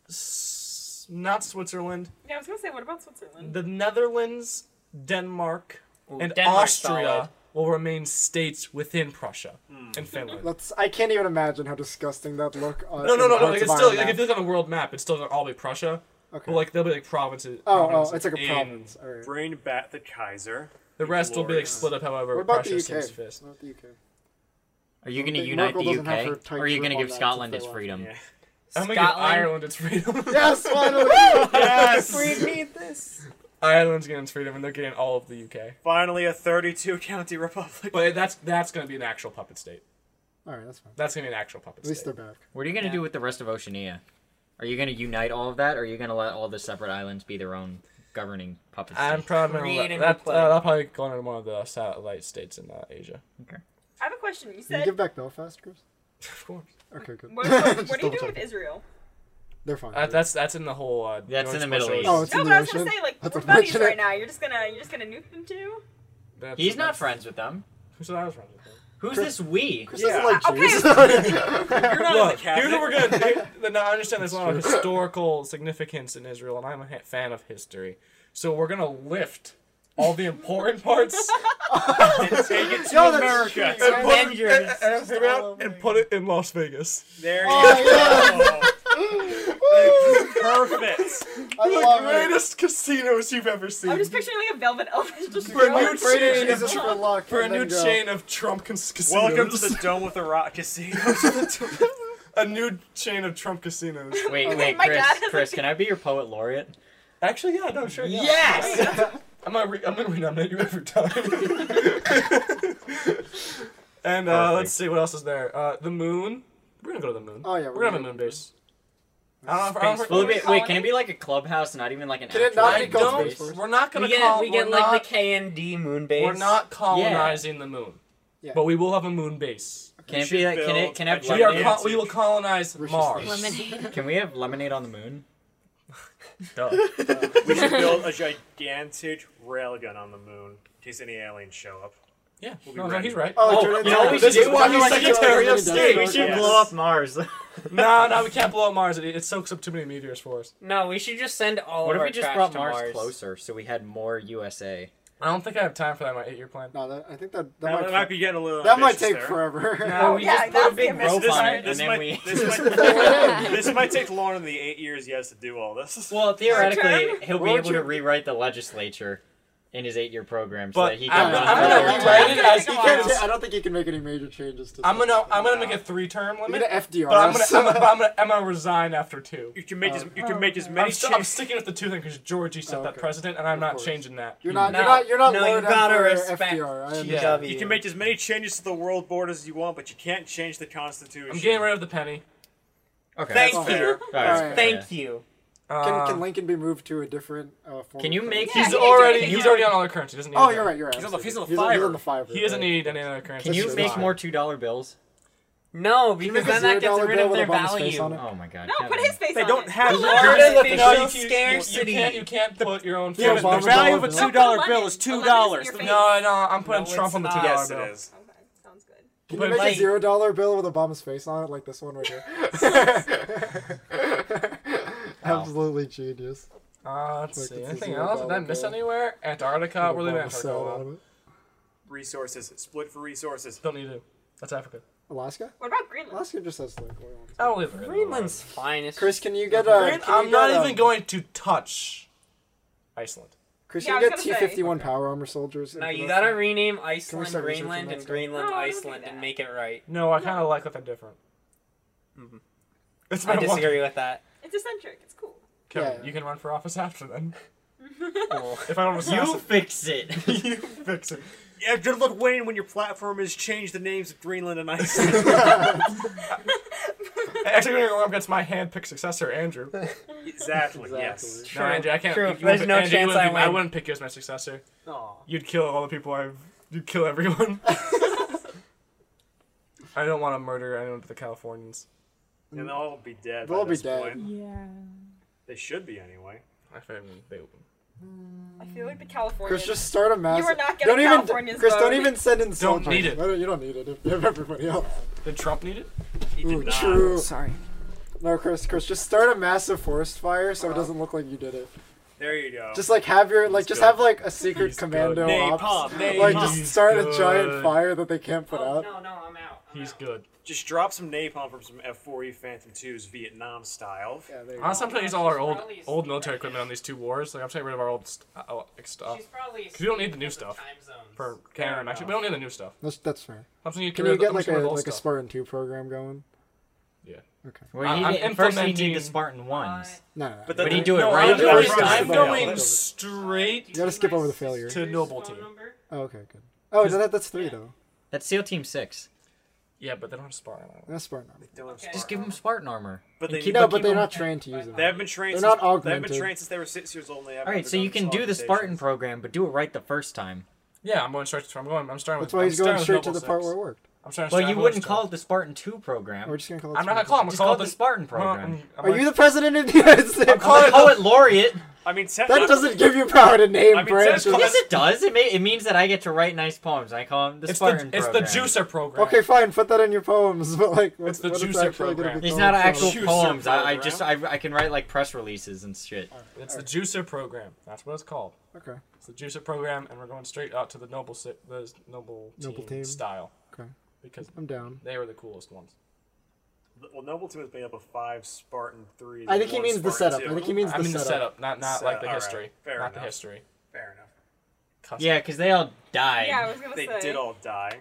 Speaker 4: s- not Switzerland.
Speaker 6: Yeah, I was gonna say, what about Switzerland?
Speaker 4: The Netherlands, Denmark, and
Speaker 12: Denmark's
Speaker 4: Austria
Speaker 12: solid.
Speaker 4: will remain states within Prussia and Finland.
Speaker 3: Let's. I can't even imagine how disgusting that look. Uh,
Speaker 4: No, no,
Speaker 3: in
Speaker 4: no, no.
Speaker 3: parts
Speaker 4: Like,
Speaker 3: of
Speaker 4: it's still
Speaker 3: Iron
Speaker 4: like
Speaker 3: Man.
Speaker 4: if you look on a world map, it's still gonna all be Prussia.
Speaker 3: okay.
Speaker 4: But like they'll be like provinces.
Speaker 3: oh, oh,
Speaker 4: provinces
Speaker 3: it's like a
Speaker 4: in-
Speaker 3: province. All right.
Speaker 1: Bring back the Kaiser.
Speaker 4: The rest will be like
Speaker 1: Glorious.
Speaker 4: split up. However,
Speaker 3: What about the
Speaker 4: Prussia seems
Speaker 3: UK?
Speaker 4: fit.
Speaker 3: What about the UK?
Speaker 2: Are you going to
Speaker 3: Merkel
Speaker 2: unite the
Speaker 3: doesn't have her
Speaker 2: UK,
Speaker 3: tight
Speaker 2: or are you
Speaker 3: grip
Speaker 2: going to
Speaker 3: on
Speaker 2: give
Speaker 3: that
Speaker 2: Scotland
Speaker 3: since
Speaker 2: its
Speaker 3: they
Speaker 2: freedom?
Speaker 1: Yeah.
Speaker 4: I'm gonna give
Speaker 2: Scotland?
Speaker 4: Ireland its freedom.
Speaker 3: Yes, finally.
Speaker 4: yes.
Speaker 12: We need this.
Speaker 4: Ireland's getting its freedom, and they're getting all of the UK.
Speaker 1: Finally a thirty-two county republic.
Speaker 4: But that's that's gonna be an actual puppet state.
Speaker 3: all right, that's fine.
Speaker 4: That's gonna be an actual puppet
Speaker 3: At least
Speaker 4: state.
Speaker 3: they're back.
Speaker 2: What are you going to
Speaker 12: Yeah.
Speaker 2: do with the rest of Oceania? Are you going to unite all of that, or are you going to let all the separate islands be their own governing puppet
Speaker 4: I'm
Speaker 2: state?
Speaker 4: probably
Speaker 12: Create a
Speaker 4: gonna
Speaker 12: new
Speaker 4: that, that,
Speaker 12: planet.
Speaker 4: that'll probably go into one of the satellite states in uh, Asia.
Speaker 6: I have a question. You
Speaker 3: Can you
Speaker 6: said,
Speaker 3: give back Belfast, Chris?
Speaker 4: Of course.
Speaker 3: Okay, good.
Speaker 6: what, what,
Speaker 3: Just
Speaker 6: what are you
Speaker 3: double
Speaker 6: doing with
Speaker 3: check.
Speaker 6: Israel?
Speaker 3: They're fine.
Speaker 4: Uh, that's that's in the whole. Uh,
Speaker 2: That's in the Middle
Speaker 4: George Bush
Speaker 2: East.
Speaker 3: oh, it's
Speaker 6: No,
Speaker 3: in
Speaker 6: but
Speaker 3: the
Speaker 6: I was
Speaker 3: ocean.
Speaker 6: gonna say, like,
Speaker 3: That's
Speaker 6: we're
Speaker 3: unfortunate.
Speaker 6: buddies right now. You're just gonna, you're just gonna nuke them too.
Speaker 4: That's-
Speaker 2: He's not
Speaker 4: that's-
Speaker 2: friends with them.
Speaker 4: Who's that I was friends with?
Speaker 2: Who's this we?
Speaker 3: Chris
Speaker 1: Yeah.
Speaker 3: doesn't
Speaker 4: Oh,
Speaker 3: like Jews.
Speaker 4: Look,
Speaker 1: cabinet.
Speaker 4: here's what we're gonna do. No, I understand there's a lot of historical significance in Israel, and I'm a ha- fan of history. So we're gonna lift all the important parts
Speaker 1: Take it to
Speaker 3: Yo, that's
Speaker 1: America.
Speaker 3: cheating, right?
Speaker 4: and, and, and figure out and put it in Las Vegas.
Speaker 1: There you
Speaker 3: Oh,
Speaker 1: go. Perfect.
Speaker 3: I love it.
Speaker 4: Greatest casinos you've ever seen.
Speaker 6: I'm just picturing like a velvet elf just
Speaker 4: For a
Speaker 6: going-
Speaker 4: new
Speaker 3: Pray to
Speaker 4: chain
Speaker 3: Jesus
Speaker 4: of-
Speaker 3: for luck.
Speaker 4: for a
Speaker 3: and
Speaker 4: new
Speaker 3: then go.
Speaker 4: chain of Trump cons- casinos.
Speaker 1: Welcome to the Dome with the Rock Casino.
Speaker 4: a new chain of Trump casinos.
Speaker 2: Wait, wait,
Speaker 6: my
Speaker 2: Chris,
Speaker 6: God, that's
Speaker 2: Chris,
Speaker 6: like-
Speaker 2: can I be your poet laureate?
Speaker 4: Actually, yeah, no, sure. Yeah.
Speaker 2: Yes!
Speaker 4: I'm gonna re- I'm gonna renominate you every time. and uh,
Speaker 2: Perfect.
Speaker 4: let's see what else is there. Uh, the moon. We're gonna go to the moon.
Speaker 3: Oh, yeah,
Speaker 4: we're,
Speaker 3: we're
Speaker 4: gonna have a
Speaker 3: gonna-
Speaker 4: moon base. I don't know if- I don't know
Speaker 2: Will
Speaker 4: if-
Speaker 2: it be- wait, can it be like a clubhouse, not even like an
Speaker 4: Can it
Speaker 2: actual
Speaker 4: not be
Speaker 2: like,
Speaker 4: called
Speaker 2: space?
Speaker 4: space? We're not gonna
Speaker 12: we get,
Speaker 4: call.
Speaker 12: we get
Speaker 4: we're
Speaker 12: like
Speaker 4: not,
Speaker 12: the KND moon base.
Speaker 4: We're not colonizing the moon,
Speaker 3: Yeah.
Speaker 4: but we will have a moon base.
Speaker 2: Can it be like can it can it have
Speaker 4: We are.
Speaker 2: lemonade?
Speaker 4: Col- we will colonize Mars.
Speaker 8: Lemonade.
Speaker 2: Can we have lemonade on the moon?
Speaker 4: Duh.
Speaker 1: We should build a gigantic railgun on the moon in case any aliens show up.
Speaker 4: Yeah,
Speaker 1: We'll be
Speaker 4: no, no,
Speaker 1: ready.
Speaker 4: he's right.
Speaker 3: Oh,
Speaker 2: Oh,
Speaker 3: Jordan's
Speaker 2: you know what we
Speaker 3: right.
Speaker 2: should
Speaker 3: This is
Speaker 2: do?
Speaker 3: why
Speaker 2: We're
Speaker 3: we
Speaker 2: Secretary
Speaker 3: should
Speaker 2: of State.
Speaker 3: do
Speaker 2: We
Speaker 3: it.
Speaker 2: should
Speaker 1: Yes.
Speaker 2: blow up Mars.
Speaker 4: no, no, we can't blow up Mars. It, it soaks up too many meteors for us.
Speaker 12: No, we should just send all
Speaker 2: What
Speaker 12: of
Speaker 2: if
Speaker 12: our
Speaker 2: we just
Speaker 12: trash
Speaker 2: brought
Speaker 12: to
Speaker 2: Mars,
Speaker 12: Mars
Speaker 2: closer so we had more USA?
Speaker 4: I don't think I have time for that. in My eight-year plan.
Speaker 3: No, that, I think that that,
Speaker 1: That,
Speaker 3: might,
Speaker 1: that might be getting a little.
Speaker 3: that might
Speaker 1: ambitious
Speaker 3: take
Speaker 1: there.
Speaker 3: forever.
Speaker 2: No, we
Speaker 6: Oh, yeah,
Speaker 2: just put
Speaker 6: that's
Speaker 2: a
Speaker 6: the
Speaker 2: big
Speaker 6: ambition.
Speaker 2: rope
Speaker 1: This
Speaker 2: on
Speaker 1: might-
Speaker 2: it,
Speaker 1: this
Speaker 2: and then
Speaker 1: might-
Speaker 2: we.
Speaker 1: this might- this might take longer than the eight years he has to do all this.
Speaker 2: Well,
Speaker 6: Your
Speaker 2: theoretically, he'll be
Speaker 3: Road
Speaker 2: able to
Speaker 3: trip.
Speaker 2: rewrite the legislature in his eight-year program so
Speaker 4: But
Speaker 2: that he can.
Speaker 4: I'm, gonna-
Speaker 2: run
Speaker 4: I'm
Speaker 2: for
Speaker 4: gonna
Speaker 2: it.
Speaker 4: rewrite it as
Speaker 3: He
Speaker 4: he
Speaker 3: can't
Speaker 4: goes.
Speaker 3: ta- I don't think he can make any major changes to.
Speaker 4: I'm gonna.
Speaker 3: stuff.
Speaker 4: I'm gonna make a three-term
Speaker 3: We
Speaker 4: limit.
Speaker 3: need an FDR.
Speaker 4: But I'm gonna, I'm gonna, but I'm gonna, I'm gonna resign after two.
Speaker 1: you can make as you can
Speaker 6: Oh,
Speaker 1: make as many.
Speaker 4: I'm, st- I'm
Speaker 1: changes-
Speaker 4: sticking with the two thing because Georgie set
Speaker 3: Oh,
Speaker 4: that
Speaker 3: okay.
Speaker 4: president, and I'm
Speaker 3: Of
Speaker 4: not
Speaker 3: course.
Speaker 4: changing that.
Speaker 3: You're not. You're
Speaker 12: No,
Speaker 3: not. You're not.
Speaker 12: no,
Speaker 3: low
Speaker 12: you
Speaker 3: down
Speaker 12: gotta
Speaker 3: for
Speaker 12: respect
Speaker 3: FDR. I understand.
Speaker 4: Yeah.
Speaker 12: GW.
Speaker 1: You can make as many changes to the world board as you want, but you can't change the Constitution.
Speaker 4: I'm getting rid of the penny.
Speaker 2: Okay.
Speaker 12: Thank
Speaker 2: that's
Speaker 12: you.
Speaker 2: fair. Alright,
Speaker 3: Alright.
Speaker 2: fair.
Speaker 12: Thank you.
Speaker 4: Uh,
Speaker 3: Can, can Lincoln be moved to a different uh, form?
Speaker 2: Can you
Speaker 3: of-
Speaker 2: make?
Speaker 6: Yeah,
Speaker 4: he's
Speaker 6: he can
Speaker 4: already.
Speaker 6: do it.
Speaker 4: He's already on other currency. Doesn't need.
Speaker 3: Oh,
Speaker 4: that.
Speaker 3: you're right. You're right.
Speaker 4: He's on the. He's on the
Speaker 3: He's on- he's on
Speaker 4: fiver.
Speaker 3: the fiver.
Speaker 4: He doesn't
Speaker 3: right.
Speaker 4: need any other currency.
Speaker 2: Can you
Speaker 3: That's
Speaker 2: make
Speaker 3: fine.
Speaker 2: more two dollar bills?
Speaker 12: No,
Speaker 3: you
Speaker 12: because
Speaker 3: make a
Speaker 12: then that gets
Speaker 3: $0
Speaker 12: rid
Speaker 3: bill
Speaker 12: of
Speaker 3: with
Speaker 12: their
Speaker 3: a Obama's face on
Speaker 12: value.
Speaker 3: it?
Speaker 2: Oh my god.
Speaker 6: No,
Speaker 2: Kevin.
Speaker 6: put his face
Speaker 1: They
Speaker 6: on
Speaker 1: don't
Speaker 6: it.
Speaker 1: have.
Speaker 12: Look,
Speaker 1: letters.
Speaker 12: there's
Speaker 1: They
Speaker 12: the
Speaker 1: don't-
Speaker 12: show
Speaker 4: You
Speaker 12: scarcity.
Speaker 4: can't. You can't put your own.
Speaker 1: Yeah,
Speaker 4: face
Speaker 1: but
Speaker 4: on
Speaker 1: the
Speaker 4: it.
Speaker 1: value of a
Speaker 3: Don't put
Speaker 1: two dollar
Speaker 6: London-
Speaker 1: bill is
Speaker 6: don't
Speaker 1: two
Speaker 6: put London
Speaker 1: dollars.
Speaker 6: in your
Speaker 1: The-
Speaker 6: face.
Speaker 4: No, no. I'm putting
Speaker 12: No,
Speaker 4: Trump
Speaker 12: it's
Speaker 4: on the two
Speaker 12: not.
Speaker 4: dollar
Speaker 1: Yes, it
Speaker 4: bill.
Speaker 1: is.
Speaker 6: Okay, sounds good.
Speaker 3: Can
Speaker 4: But
Speaker 3: you make
Speaker 12: like-
Speaker 3: a zero dollar bill with Obama's face on it, like this one right here? Absolutely genius.
Speaker 4: Uh, let's
Speaker 3: Like,
Speaker 4: see.
Speaker 3: it's a
Speaker 4: Anything
Speaker 3: zero
Speaker 4: else? Did I
Speaker 3: dollar
Speaker 4: miss
Speaker 3: bill.
Speaker 4: anywhere? Antarctica. We're leaving
Speaker 3: Obama
Speaker 4: Antarctica.
Speaker 3: sat
Speaker 4: alone.
Speaker 3: on it.
Speaker 1: Resources split for resources.
Speaker 4: Don't need to. That's Africa.
Speaker 3: Alaska?
Speaker 6: What about Greenland?
Speaker 3: Alaska just has like oil. and stuff.
Speaker 4: I don't leave it.
Speaker 12: Greenland's fine. It's
Speaker 3: Chris, can you get uh, a?
Speaker 4: Green- I'm not even going to touch Iceland.
Speaker 3: Chris,
Speaker 6: Yeah,
Speaker 3: can you
Speaker 6: I
Speaker 3: get
Speaker 6: was
Speaker 3: T
Speaker 6: gonna say.
Speaker 3: fifty one power armor soldiers?
Speaker 12: No,
Speaker 3: into
Speaker 12: you
Speaker 3: this?
Speaker 12: gotta rename Iceland
Speaker 3: start researching
Speaker 12: Greenland
Speaker 3: that
Speaker 12: and
Speaker 3: stuff?
Speaker 12: Greenland
Speaker 6: No, don't do
Speaker 12: Iceland and
Speaker 6: that.
Speaker 12: make it right.
Speaker 4: No, I kind of like that they're different. It's
Speaker 3: Mm-hmm.
Speaker 12: I
Speaker 4: been a while.
Speaker 12: disagree with that.
Speaker 6: It's eccentric. It's cool.
Speaker 4: Kevin,
Speaker 3: Yeah.
Speaker 4: you can run for office after then. if I don't
Speaker 2: You
Speaker 4: assassinate
Speaker 2: fix it.
Speaker 4: you, fix it.
Speaker 1: Yeah, good luck, Wayne, when your platform is change the names of Greenland and Iceland.
Speaker 4: Actually, we're gonna go up against my hand-picked successor, Andrew.
Speaker 1: exactly,
Speaker 3: Exactly.
Speaker 1: Yes.
Speaker 4: No, Andrew, I can't.
Speaker 12: True.
Speaker 4: you wouldn't
Speaker 12: There's
Speaker 4: pick-
Speaker 12: no
Speaker 4: Andrew, you
Speaker 12: chance
Speaker 4: wouldn't
Speaker 12: I
Speaker 4: pick- I
Speaker 12: win.
Speaker 4: wouldn't pick you as my successor.
Speaker 3: Aw.
Speaker 4: You'd kill all the people I've. You'd kill everyone. I don't want to murder anyone but the Californians.
Speaker 1: And they'll all be dead.
Speaker 3: They'll
Speaker 1: by
Speaker 3: all be
Speaker 1: this
Speaker 3: dead.
Speaker 1: Point.
Speaker 8: Yeah.
Speaker 1: They should be anyway.
Speaker 4: My family. They,
Speaker 6: I feel like the California.
Speaker 3: Chris, just start a mass.
Speaker 6: You are not
Speaker 3: don't
Speaker 6: getting
Speaker 3: even,
Speaker 6: California's
Speaker 3: Chris, don't
Speaker 6: vote.
Speaker 3: even send in soldiers.
Speaker 4: need it.
Speaker 3: No, no, You don't need it if you have everybody else.
Speaker 4: did Trump need it?
Speaker 1: He did
Speaker 3: Ooh,
Speaker 1: not.
Speaker 3: true.
Speaker 8: Sorry.
Speaker 3: No, Chris, Chris, just start a massive forest fire so it doesn't look like you did it.
Speaker 1: There you go.
Speaker 3: Just like have your like, just
Speaker 1: good.
Speaker 3: have like a secret
Speaker 4: He's
Speaker 3: commando
Speaker 1: good.
Speaker 3: ops.
Speaker 1: Napalm,
Speaker 3: like,
Speaker 1: napalm.
Speaker 3: just start a
Speaker 4: He's good.
Speaker 3: giant fire that they can't put
Speaker 6: Oh,
Speaker 3: out.
Speaker 12: no, I'm out.
Speaker 4: He's good.
Speaker 1: Just drop some napalm from some F4E Phantom 2s Vietnam style.
Speaker 3: Yeah, there you go.
Speaker 4: Honestly, I'm trying to use all our old old military equipment on these two wars. Like I'm taking rid of our old st- uh, uh, stuff.
Speaker 12: probably.
Speaker 4: 'Cause we don't need the new stuff for Canada and Mexico. We don't need the new stuff.
Speaker 3: That's, that's fair.
Speaker 4: I'm saying you
Speaker 3: Can you
Speaker 4: get rid of the-
Speaker 3: get
Speaker 4: I'm
Speaker 3: like
Speaker 4: just
Speaker 3: a
Speaker 4: getting rid of all
Speaker 3: like a
Speaker 4: stuff.
Speaker 3: Spartan two program going?
Speaker 4: Yeah.
Speaker 3: Okay.
Speaker 2: Well, you
Speaker 4: I'm
Speaker 2: need, first you need
Speaker 4: implementing-
Speaker 2: the Spartan ones.
Speaker 3: No, no, no.
Speaker 1: But
Speaker 2: But
Speaker 1: then-
Speaker 2: you do it
Speaker 4: No,
Speaker 2: right.
Speaker 4: I'm
Speaker 1: the
Speaker 4: going,
Speaker 1: first
Speaker 4: I'm
Speaker 1: time.
Speaker 4: going
Speaker 1: Yeah.
Speaker 4: straight.
Speaker 3: you gotta skip over the failure.
Speaker 4: To Noble Team.
Speaker 3: Oh, okay, good. Oh, that, that's three though.
Speaker 2: That's SEAL Team Six.
Speaker 4: Yeah, but they don't have Spartan.
Speaker 3: That's Spartan. armor.
Speaker 1: Don't have
Speaker 2: Just
Speaker 1: Spartan
Speaker 2: give them
Speaker 1: armor.
Speaker 2: Spartan armor.
Speaker 1: But
Speaker 2: And
Speaker 1: they-
Speaker 2: keep
Speaker 3: No,
Speaker 2: them-
Speaker 3: but
Speaker 2: keep
Speaker 3: they're
Speaker 2: them-
Speaker 3: not trained to use it.
Speaker 1: They have been trained.
Speaker 3: They're not
Speaker 1: since, They have been
Speaker 3: augmented.
Speaker 1: trained since they were six years old. And they have
Speaker 2: All right, so you can do the Spartan program, but do it right the first time.
Speaker 4: Yeah, I'm going straight. To, I'm going. I'm starting.
Speaker 3: That's
Speaker 4: with,
Speaker 3: why
Speaker 4: I'm
Speaker 3: he's going
Speaker 4: starting with
Speaker 3: straight to
Speaker 4: Noble
Speaker 3: the part
Speaker 4: Six.
Speaker 3: where it worked.
Speaker 4: I'm starting.
Speaker 2: Well,
Speaker 4: I'm
Speaker 2: you
Speaker 4: going
Speaker 2: wouldn't
Speaker 4: straight.
Speaker 2: call it the Spartan Two
Speaker 3: We're
Speaker 2: program.
Speaker 3: just gonna call it.
Speaker 4: I'm not
Speaker 3: Spartan.
Speaker 4: gonna call him.
Speaker 2: Just
Speaker 4: call
Speaker 2: call
Speaker 4: it
Speaker 2: it the Spartan
Speaker 4: I'm
Speaker 2: program.
Speaker 4: gonna- I'm
Speaker 3: Are
Speaker 4: gonna-
Speaker 3: you the president of the United States?
Speaker 2: Call it, call it laureate.
Speaker 1: I mean, set,
Speaker 3: That doesn't give you power to name
Speaker 1: I mean,
Speaker 3: branches.
Speaker 1: Seth's
Speaker 2: Yes, it does. It, may, it means that I get to write nice poems. I call them the
Speaker 4: It's the
Speaker 2: Spartan
Speaker 4: it's the
Speaker 2: program.
Speaker 4: juicer program.
Speaker 3: Okay, fine. Put that in your poems, but like, what,
Speaker 4: It's the
Speaker 3: what is
Speaker 4: juicer
Speaker 3: actually
Speaker 4: program.
Speaker 3: gonna be
Speaker 2: It's
Speaker 3: called?
Speaker 2: not
Speaker 3: So-
Speaker 2: actual
Speaker 1: Juicer
Speaker 2: poems. I, I
Speaker 1: program.
Speaker 2: just I, I can write like press releases and shit.
Speaker 4: It's the juicer program. That's what it's called.
Speaker 3: Okay.
Speaker 4: It's the juicer program, and we're going straight out to the noble si- the noble team,
Speaker 3: Noble team.
Speaker 4: style
Speaker 3: Okay.
Speaker 4: because
Speaker 3: I'm down.
Speaker 4: they were the coolest ones.
Speaker 1: Well, Noble Team is made up of five Spartan threes.
Speaker 3: I think
Speaker 1: and
Speaker 3: he
Speaker 1: one
Speaker 3: means the
Speaker 1: Spartan
Speaker 3: setup.
Speaker 1: two.
Speaker 3: I think he means
Speaker 4: I
Speaker 3: the
Speaker 4: mean the
Speaker 3: setup.
Speaker 4: setup, not not
Speaker 1: Setup,
Speaker 4: like the
Speaker 1: alright,
Speaker 4: history,
Speaker 1: fair
Speaker 4: not the
Speaker 1: enough.
Speaker 4: history.
Speaker 1: fair enough.
Speaker 4: Custom.
Speaker 2: Yeah, because they all died.
Speaker 6: Yeah, I was gonna
Speaker 1: They
Speaker 6: say.
Speaker 1: did all die.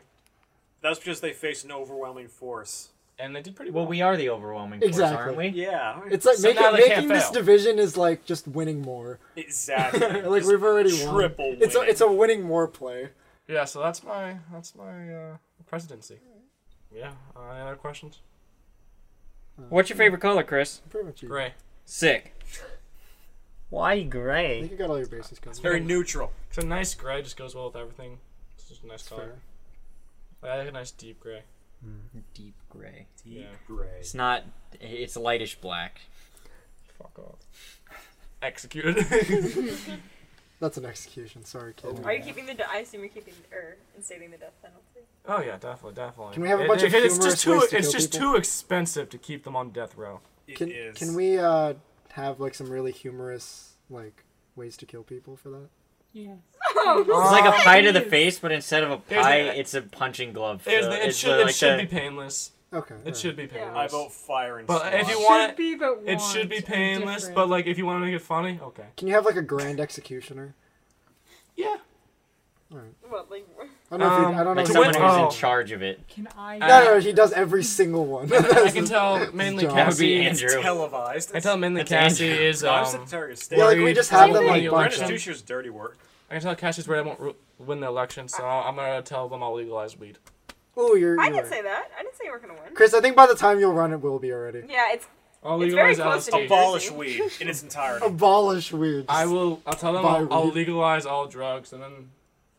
Speaker 1: That's because they faced an overwhelming force.
Speaker 4: and they did pretty well.
Speaker 2: well, we are the overwhelming force,
Speaker 3: Exactly.
Speaker 2: aren't we?
Speaker 1: Yeah,
Speaker 3: It's like
Speaker 4: So
Speaker 3: making,
Speaker 4: now they can't
Speaker 3: making this
Speaker 4: fail.
Speaker 3: division is like just winning more.
Speaker 1: exactly.
Speaker 3: like
Speaker 1: Just
Speaker 3: we've already won.
Speaker 1: triple.
Speaker 3: It's a
Speaker 1: winning.
Speaker 3: it's a winning more play.
Speaker 4: yeah, so that's my that's my uh, presidency. Yeah. Uh, any other questions?
Speaker 12: What's your favorite color, Chris?
Speaker 3: Pretty much you.
Speaker 4: Gray.
Speaker 12: Sick. Why gray?
Speaker 3: I think you got all your bases covered.
Speaker 4: It's very neutral. It's a nice gray. Just goes well with everything. It's just a nice color. I like a nice deep gray.
Speaker 2: Deep gray.
Speaker 4: Deep
Speaker 2: gray. It's not. It's lightish black.
Speaker 4: Fuck off. Executed.
Speaker 3: That's an execution. Sorry, kid.
Speaker 6: Are you keeping the? de- I assume you're keeping or instating the death penalty.
Speaker 4: Oh yeah, definitely, definitely.
Speaker 3: Can we have a bunch of
Speaker 4: it's
Speaker 3: humorous
Speaker 4: just too
Speaker 3: ways to
Speaker 4: it's
Speaker 3: kill
Speaker 4: just
Speaker 3: people?
Speaker 4: too expensive to keep them on death row.
Speaker 3: can can we uh, have like some really humorous like ways to kill people for that?
Speaker 8: Yes.
Speaker 2: It's like a pie to the face, but instead of a
Speaker 4: There's
Speaker 2: pie,
Speaker 4: the-
Speaker 2: it's a punching glove.
Speaker 4: There's
Speaker 2: So
Speaker 4: the- it
Speaker 2: it's
Speaker 4: should
Speaker 2: the-
Speaker 4: it
Speaker 2: like
Speaker 4: should
Speaker 2: the-
Speaker 4: be painless.
Speaker 3: Okay.
Speaker 4: It should be painless.
Speaker 1: I vote fire and
Speaker 4: But
Speaker 1: swat.
Speaker 4: if you
Speaker 8: Should
Speaker 4: want it,
Speaker 8: be, but
Speaker 4: it should be
Speaker 8: want and
Speaker 4: painless.
Speaker 8: different.
Speaker 4: But like, if you want to make it funny, okay.
Speaker 3: Can you have like a grand executioner?
Speaker 4: Yeah.
Speaker 6: What like?
Speaker 3: I don't know. if
Speaker 4: Um,
Speaker 3: you, I don't
Speaker 2: Like
Speaker 3: know.
Speaker 2: someone
Speaker 3: if
Speaker 2: who's
Speaker 4: Oh.
Speaker 2: in charge of it.
Speaker 8: Can I?
Speaker 3: No, no, he does every single one.
Speaker 4: I can tell mainly
Speaker 3: That
Speaker 2: would be
Speaker 4: Cassie.
Speaker 2: Andrew.
Speaker 4: I
Speaker 1: televised.
Speaker 4: can tell mainly
Speaker 2: That's
Speaker 4: Cassie
Speaker 2: Andrew.
Speaker 4: is
Speaker 1: I'm
Speaker 4: um.
Speaker 1: Secretary of State.
Speaker 3: yeah, like we
Speaker 4: Worried.
Speaker 3: just have them
Speaker 8: Same
Speaker 3: like
Speaker 8: thing.
Speaker 3: box
Speaker 1: Brandon
Speaker 3: them.
Speaker 1: Stusher's dirty work.
Speaker 4: I can tell Cassie's right. I won't ru- win the election, so I'm gonna tell them I'll legalize weed.
Speaker 3: Ooh, you're. you're
Speaker 6: I didn't
Speaker 3: right.
Speaker 6: say that. I didn't say you were gonna win.
Speaker 3: Chris, I think by the time you'll run, it will be already.
Speaker 6: Yeah, it's
Speaker 4: I'll
Speaker 6: It's very
Speaker 4: legalize
Speaker 6: close to
Speaker 4: LSD.
Speaker 6: New Jersey.
Speaker 1: Abolish weed in its entirety.
Speaker 3: Abolish weed.
Speaker 4: I will. I'll tell them
Speaker 3: Buy
Speaker 4: I'll, I'll
Speaker 3: weed.
Speaker 4: legalize all drugs, and then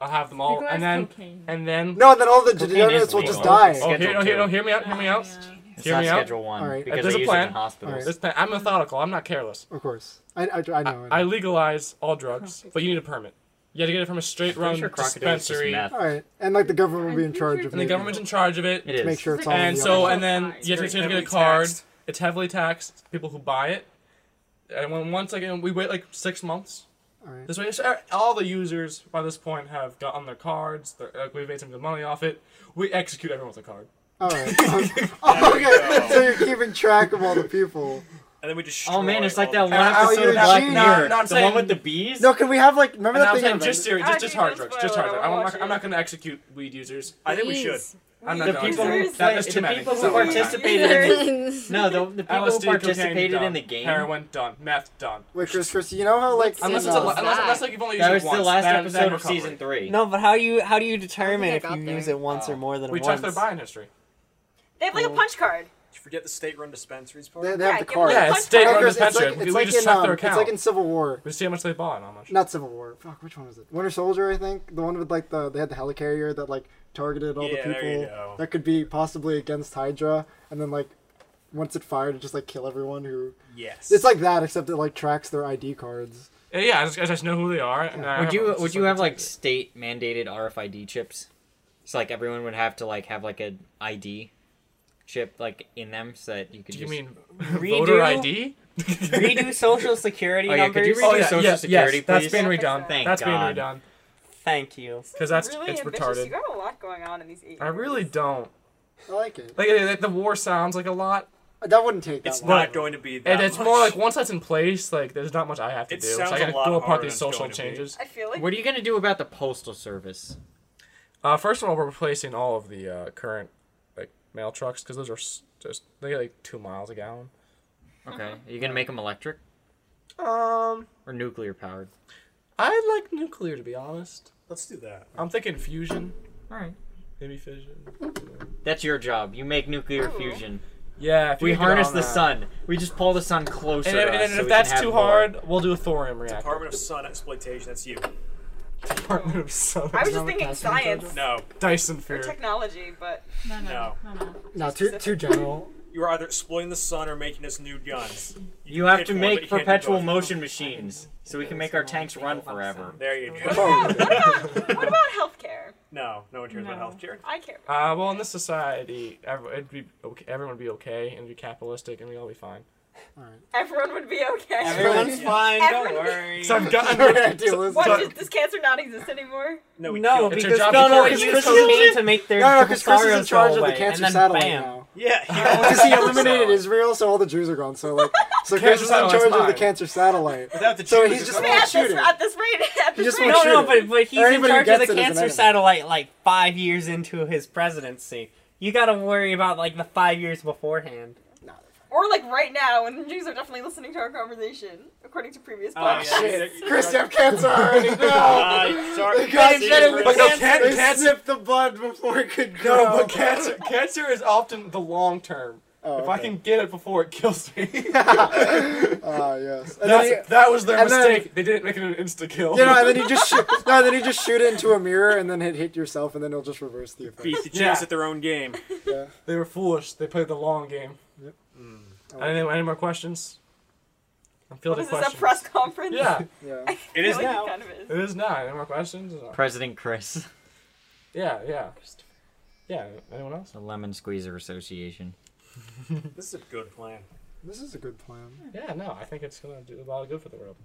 Speaker 4: I'll have them all,
Speaker 8: Legalize
Speaker 4: oh, and then
Speaker 8: cocaine.
Speaker 4: and then.
Speaker 3: No, and then all the
Speaker 2: Cocaine
Speaker 3: degenerates
Speaker 2: is
Speaker 3: will just
Speaker 2: legal.
Speaker 3: die.
Speaker 4: Oh,
Speaker 2: Schedule
Speaker 4: hear, oh, hear,
Speaker 2: two.
Speaker 4: no, hear me out. Hear me out.
Speaker 8: Yeah.
Speaker 2: It's
Speaker 4: Hear
Speaker 2: not
Speaker 4: me out.
Speaker 2: Schedule One
Speaker 3: Alright.
Speaker 2: because
Speaker 4: There's a
Speaker 2: they use it
Speaker 4: plan.
Speaker 2: in hospitals.
Speaker 4: This plan. I'm methodical. I'm not careless.
Speaker 3: Of course. I, I, I know. I, know.
Speaker 4: I legalize all drugs, but you need a permit. You have to get it from a straight run
Speaker 2: Pretty sure crocodile is just
Speaker 4: dispensary,
Speaker 2: meth.
Speaker 3: All right, and like the government will be
Speaker 8: I'm
Speaker 3: in charge
Speaker 8: pretty
Speaker 3: of
Speaker 4: and the
Speaker 3: making
Speaker 4: government's
Speaker 3: it.
Speaker 4: in charge of it.
Speaker 2: It is.
Speaker 3: to make sure it's all.
Speaker 4: And
Speaker 3: on the
Speaker 4: so,
Speaker 3: other
Speaker 4: and then
Speaker 8: It's
Speaker 4: you have
Speaker 1: very
Speaker 4: to get to get a
Speaker 1: heavily
Speaker 4: card.
Speaker 1: taxed.
Speaker 4: It's heavily taxed. People who buy it, and when once again we wait like six months.
Speaker 3: All right.
Speaker 4: This way, so all the users by this point have gotten their cards. They're, like, we've made some good money off it. We execute everyone with a card.
Speaker 3: All right. Oh, okay. So you're keeping track of all the people.
Speaker 1: And then we just
Speaker 2: Oh man, it's like that
Speaker 1: destroy
Speaker 2: one
Speaker 1: all
Speaker 3: Oh,
Speaker 2: episode
Speaker 3: you're
Speaker 2: of Black
Speaker 3: a
Speaker 2: Mirror.
Speaker 4: genius. No, I'm
Speaker 2: The
Speaker 4: saying-
Speaker 2: one with the bees.
Speaker 3: No, can we have like remember
Speaker 4: And
Speaker 3: that
Speaker 4: I'm
Speaker 3: thing?
Speaker 4: saying
Speaker 3: in
Speaker 4: just
Speaker 3: Avengers?
Speaker 4: serious,
Speaker 6: I
Speaker 4: just, just
Speaker 6: think
Speaker 4: hard
Speaker 6: that's
Speaker 4: drugs, just
Speaker 6: what
Speaker 4: hard
Speaker 6: I
Speaker 4: drugs.
Speaker 6: wanna
Speaker 4: I'm
Speaker 6: watch
Speaker 4: not, I'm
Speaker 6: it.
Speaker 4: not gonna execute weed users.
Speaker 1: I think we should.
Speaker 4: I'm not
Speaker 2: The
Speaker 4: going
Speaker 2: people
Speaker 4: to.
Speaker 2: who
Speaker 6: That-
Speaker 4: that's too
Speaker 2: the
Speaker 4: many.
Speaker 2: people
Speaker 4: It's
Speaker 2: who
Speaker 4: not worth it.
Speaker 2: participated in no the, the people who
Speaker 4: LSD, cocaine,
Speaker 2: participated in
Speaker 4: done.
Speaker 2: the game.
Speaker 4: Heroin done. Meth done.
Speaker 3: Wait, Chris, Chris, you know how like
Speaker 4: Unless
Speaker 3: in,
Speaker 4: it's a,
Speaker 3: uh,
Speaker 4: li- unless, unless like you've only used
Speaker 2: That
Speaker 4: it
Speaker 2: was
Speaker 4: once.
Speaker 2: the last
Speaker 4: then-
Speaker 2: episode
Speaker 4: then
Speaker 2: of
Speaker 4: recovery.
Speaker 2: season three.
Speaker 12: No, but how you how do you determine
Speaker 8: I
Speaker 12: if
Speaker 8: got
Speaker 12: you
Speaker 8: there.
Speaker 12: use it once or more than
Speaker 4: We
Speaker 12: once?
Speaker 4: checked their buying history.
Speaker 6: they have like a punch card.
Speaker 1: Did you forget the state-run dispensaries part?
Speaker 3: They, they
Speaker 6: Yeah,
Speaker 3: have the
Speaker 6: give
Speaker 3: card.
Speaker 6: them a
Speaker 4: Yeah,
Speaker 6: punch
Speaker 4: it's
Speaker 3: No,
Speaker 4: state run
Speaker 6: card.
Speaker 3: Chris, it's
Speaker 4: dispensary.
Speaker 3: like
Speaker 4: we
Speaker 3: it's like
Speaker 4: just
Speaker 3: in
Speaker 4: checked
Speaker 3: um,
Speaker 4: their
Speaker 3: it's
Speaker 4: account.
Speaker 3: like in Civil War.
Speaker 4: We see how much they bought and how much.
Speaker 3: Not Civil War. Fuck, which one was it? Winter Soldier, I think. The one with like the they had the helicarrier that like targeted all
Speaker 1: Yeah,
Speaker 3: the
Speaker 1: there you
Speaker 3: people
Speaker 1: go.
Speaker 3: that could be possibly against Hydra, and then like once it fired, it just like kill everyone who.
Speaker 1: Yes.
Speaker 3: It's like that, except it like tracks their ID cards.
Speaker 4: Yeah, Uh, yeah, I just, I just know who they are. And I
Speaker 2: Would
Speaker 4: have-
Speaker 2: you uh,
Speaker 4: it's
Speaker 2: would
Speaker 4: just
Speaker 2: you have like state mandated RFID chips? So like everyone would have to like have like an ID chip like in them so that you could.
Speaker 4: Do you
Speaker 2: just...
Speaker 4: mean
Speaker 12: Redo-
Speaker 4: voter ID?
Speaker 12: Redo social security
Speaker 2: Oh yeah, could you
Speaker 12: numbers.
Speaker 2: redo
Speaker 4: Oh, yeah,
Speaker 2: social
Speaker 4: yeah,
Speaker 2: security,
Speaker 4: yes, that's
Speaker 2: please?
Speaker 4: been
Speaker 6: Fix
Speaker 4: redone.
Speaker 6: that.
Speaker 2: Thank
Speaker 4: that's
Speaker 2: God.
Speaker 4: been redone
Speaker 12: Thank you.
Speaker 4: because that's
Speaker 6: really
Speaker 4: it's
Speaker 6: ambitious. You
Speaker 4: retarded.
Speaker 6: got a lot going on in these eight.
Speaker 4: I
Speaker 6: years.
Speaker 4: really don't
Speaker 3: I like it.
Speaker 4: like, it- it- the war sounds like a lot,
Speaker 3: That wouldn't take that
Speaker 1: It's
Speaker 3: long.
Speaker 1: not going to be that
Speaker 4: and it's
Speaker 1: much.
Speaker 4: more like once that's in place, like there's not much I have to
Speaker 1: It
Speaker 4: do.
Speaker 1: sounds
Speaker 4: so I
Speaker 1: a
Speaker 4: gotta
Speaker 1: lot
Speaker 4: go apart
Speaker 1: harder
Speaker 4: these
Speaker 1: than it's
Speaker 4: social
Speaker 1: going to be.
Speaker 4: changes.
Speaker 6: I feel like
Speaker 2: What are you gonna do about the postal service?
Speaker 4: Uh, first of all, we're replacing all of the uh, current like mail trucks because those are s- just they get like two miles a gallon.
Speaker 2: Okay, are you gonna make them electric
Speaker 4: Um,
Speaker 2: or nuclear powered?
Speaker 4: I like nuclear to be honest.
Speaker 1: Let's do that.
Speaker 4: I'm thinking fusion,
Speaker 2: All right,
Speaker 4: maybe fission.
Speaker 2: that's your job. You make nuclear fusion.
Speaker 4: Yeah, if you
Speaker 2: We
Speaker 4: could get
Speaker 2: harness
Speaker 4: on
Speaker 2: the
Speaker 4: that.
Speaker 2: sun. We just pull the sun closer.
Speaker 4: And,
Speaker 2: to
Speaker 4: if-
Speaker 2: us
Speaker 4: and
Speaker 2: so
Speaker 4: if
Speaker 2: we can
Speaker 4: that's
Speaker 2: have
Speaker 4: too
Speaker 2: more.
Speaker 4: hard, we'll do a thorium reactor.
Speaker 1: Department of Sun Exploitation. That's you.
Speaker 4: Department of Sun.
Speaker 6: I was
Speaker 3: Is that
Speaker 6: just
Speaker 3: what
Speaker 6: thinking
Speaker 3: that's
Speaker 6: science
Speaker 1: No,
Speaker 4: Dyson
Speaker 6: or
Speaker 4: Fury.
Speaker 6: technology, but
Speaker 8: No,
Speaker 1: No.
Speaker 8: no, no, no.
Speaker 3: No, too too general.
Speaker 1: you are either exploiting the sun or making us new guns.
Speaker 2: You have
Speaker 1: Pick
Speaker 2: to
Speaker 1: one,
Speaker 2: make
Speaker 1: but you can't do
Speaker 2: perpetual
Speaker 1: both.
Speaker 2: motion machines so we can make our tanks run forever.
Speaker 1: There you go.
Speaker 3: Oh,
Speaker 6: what about healthcare?
Speaker 1: No, no one cares about healthcare.
Speaker 6: I care.
Speaker 4: Uh, well, in this society, every, it'd be okay, everyone would be okay, and it'd be capitalistic, and we'd all be fine.
Speaker 6: Everyone would be okay.
Speaker 12: Everyone's fine. Don't
Speaker 6: Everyone-
Speaker 12: worry.
Speaker 4: So I've got
Speaker 6: What
Speaker 4: But-
Speaker 6: does, does cancer not exist anymore?
Speaker 1: No, we
Speaker 12: No,
Speaker 1: killed it.
Speaker 4: It's your
Speaker 12: because
Speaker 4: job
Speaker 12: no,
Speaker 4: to
Speaker 12: no,
Speaker 4: carry
Speaker 12: it's
Speaker 4: it.
Speaker 12: Chris
Speaker 4: Because
Speaker 12: made to make their
Speaker 3: No, no, because Chris is in
Speaker 12: sorrows go
Speaker 3: charge of
Speaker 12: away,
Speaker 3: the
Speaker 12: and
Speaker 3: cancer
Speaker 12: then
Speaker 3: satellite
Speaker 12: bam.
Speaker 3: now.
Speaker 1: Yeah,
Speaker 3: Because he eliminated
Speaker 1: So-
Speaker 3: Israel, so all the Jews are gone. So like, so Chris
Speaker 4: Cancer
Speaker 3: is in
Speaker 4: satellite's
Speaker 3: charge of the
Speaker 4: mine.
Speaker 3: cancer satellite.
Speaker 1: Without the
Speaker 3: So
Speaker 1: Jews,
Speaker 3: he's
Speaker 1: it's
Speaker 3: just
Speaker 1: not-
Speaker 6: I mean, at,
Speaker 3: won't
Speaker 6: this,
Speaker 3: shoot it.
Speaker 6: at this rate, at
Speaker 3: He
Speaker 6: this
Speaker 3: just
Speaker 6: rate,
Speaker 3: won't
Speaker 12: No,
Speaker 3: shoot
Speaker 12: no,
Speaker 3: it.
Speaker 12: but but he's
Speaker 3: Or
Speaker 12: in
Speaker 3: anybody
Speaker 12: charge
Speaker 3: who
Speaker 12: of the
Speaker 3: gets it is an
Speaker 12: cancer
Speaker 3: enemy.
Speaker 12: satellite like five years into his presidency. You gotta worry about like the five years beforehand.
Speaker 6: or like right now, when the Jews are definitely listening to our conversation, according to previous
Speaker 1: Oh,
Speaker 6: podcasts.
Speaker 1: yeah.
Speaker 3: Chris, you have cancer already. No.
Speaker 1: Uh, sorry.
Speaker 3: They got
Speaker 1: See,
Speaker 3: it better with
Speaker 4: But no,
Speaker 3: cancer.
Speaker 4: can't-
Speaker 3: They
Speaker 4: can't-
Speaker 3: snipped the blood before it could
Speaker 4: No,
Speaker 3: grow.
Speaker 4: but cancer, cancer is often the long term.
Speaker 3: Oh,
Speaker 4: if I
Speaker 3: okay.
Speaker 4: can get it before it kills me.
Speaker 3: Ah, yes. And then
Speaker 4: That's,
Speaker 3: he-
Speaker 4: that was their
Speaker 3: and then-
Speaker 4: mistake. they didn't make it an insta kill.
Speaker 3: You know, and then you just shoot. No, then you just shoot it into a mirror, and then hit hit yourself, and then it'll just reverse the effect.
Speaker 1: Beat the chance at their own game.
Speaker 3: Yeah.
Speaker 4: They were foolish. They played the long game. Mm.
Speaker 3: Yep.
Speaker 4: Any, any more questions? I'm
Speaker 6: What
Speaker 4: fielding
Speaker 6: is this, a
Speaker 4: questions.
Speaker 6: press conference?
Speaker 4: Yeah.
Speaker 3: Yeah.
Speaker 6: I
Speaker 4: It is
Speaker 6: feel like
Speaker 4: now.
Speaker 6: Kind of is.
Speaker 4: It is now. Any more questions? Or-
Speaker 2: President Chris,
Speaker 4: Yeah, yeah. Yeah, anyone else?
Speaker 2: the Lemon Squeezer Association.
Speaker 1: This is a good plan.
Speaker 3: This is a good plan.
Speaker 4: Yeah, no, I think it's gonna do a lot of good for the world.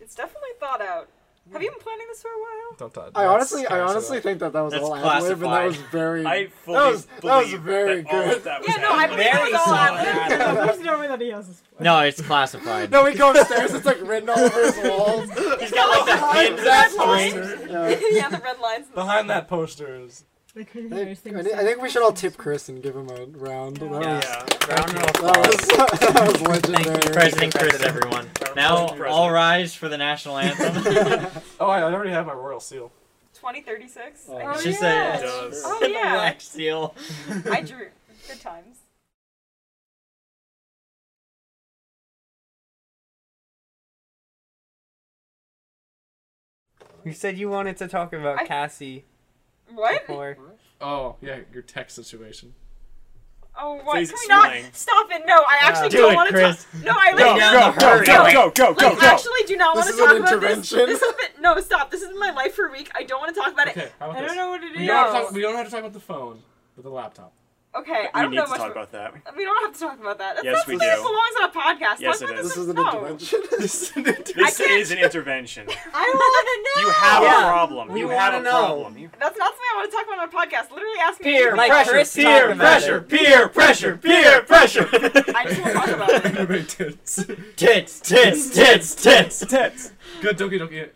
Speaker 6: It's definitely thought out. Have you been planning this for a while?
Speaker 4: Don't thought.
Speaker 3: I honestly, I honestly think that that was
Speaker 12: That's
Speaker 3: all ad lib, and that
Speaker 12: classified.
Speaker 3: was very.
Speaker 1: I fully
Speaker 3: that was, that was
Speaker 1: believe
Speaker 3: very
Speaker 1: that all of
Speaker 3: good.
Speaker 1: that was
Speaker 6: Yeah, no, I
Speaker 1: happening.
Speaker 6: believe it was all ad lib.
Speaker 9: Of course you don't know that he has this.
Speaker 2: No, it's classified.
Speaker 3: No, we go upstairs. It's like written all over his walls. He's
Speaker 2: got, like, the pins
Speaker 3: that
Speaker 2: and strings.
Speaker 3: Yeah.
Speaker 6: yeah, the red lines.
Speaker 4: Behind that poster is.
Speaker 9: I couldn't
Speaker 3: I
Speaker 9: hear
Speaker 3: think,
Speaker 9: anything.
Speaker 3: I think- I think we should all tip Chris and give him a round. That was,
Speaker 4: Round
Speaker 3: that was, that was legendary.
Speaker 2: President Chris, everyone. Now, all rise for the national anthem.
Speaker 4: Oh, I already have my royal seal.
Speaker 6: 2036.
Speaker 3: Oh.
Speaker 2: It's
Speaker 6: I,
Speaker 2: just
Speaker 9: yeah.
Speaker 2: a-
Speaker 1: does.
Speaker 6: Oh,
Speaker 2: the
Speaker 6: yeah.
Speaker 2: wax seal.
Speaker 6: I drew good times.
Speaker 12: You said you wanted to talk about
Speaker 6: I-
Speaker 12: Cassie
Speaker 6: What?
Speaker 12: before.
Speaker 4: Oh yeah, your text situation.
Speaker 6: Oh, what?
Speaker 1: Please
Speaker 6: Can we not
Speaker 1: explain.
Speaker 6: stop it? No, I actually
Speaker 2: Do
Speaker 6: don't
Speaker 2: it,
Speaker 6: want to
Speaker 2: Chris.
Speaker 6: talk. No, I
Speaker 2: Go,
Speaker 6: like
Speaker 2: go,
Speaker 1: go,
Speaker 2: go,
Speaker 1: go, go, go,
Speaker 6: Like,
Speaker 1: go.
Speaker 6: actually, do not
Speaker 3: This
Speaker 6: want to
Speaker 3: is an
Speaker 6: talk about this.
Speaker 3: intervention.
Speaker 6: This has been no stop. This is my life for a week. I don't want to talk about
Speaker 4: Okay,
Speaker 6: it.
Speaker 4: how about
Speaker 9: I
Speaker 4: this?
Speaker 9: don't know what it
Speaker 4: We
Speaker 9: is.
Speaker 4: don't, have to talk, we don't have to talk about the phone, but the laptop.
Speaker 6: Okay,
Speaker 1: We
Speaker 6: I don't
Speaker 1: need
Speaker 6: know
Speaker 1: to
Speaker 6: much.
Speaker 1: talk
Speaker 6: about-
Speaker 1: about that.
Speaker 6: we don't have to talk about that. That's
Speaker 1: Yes,
Speaker 6: not
Speaker 1: we
Speaker 6: something that
Speaker 1: do.
Speaker 6: belongs on a podcast.
Speaker 1: Yes,
Speaker 6: talk
Speaker 1: it
Speaker 6: about
Speaker 1: is.
Speaker 3: This is
Speaker 6: This
Speaker 3: an intervention.
Speaker 1: This
Speaker 6: no. I can't-
Speaker 1: is an intervention.
Speaker 6: I want to know.
Speaker 1: You have
Speaker 12: Yeah.
Speaker 1: a problem.
Speaker 12: We
Speaker 1: you have a
Speaker 12: wanna know.
Speaker 1: problem. You-
Speaker 6: That's not something I want to talk about on a podcast. Literally ask me.
Speaker 12: Peer Like pressure, Chris peer talked about pressure, it.
Speaker 2: peer pressure, peer pressure.
Speaker 6: I just want to talk about it.
Speaker 4: tits.
Speaker 2: tits, tits, tits, tits, tits.
Speaker 4: Good Doki Doki.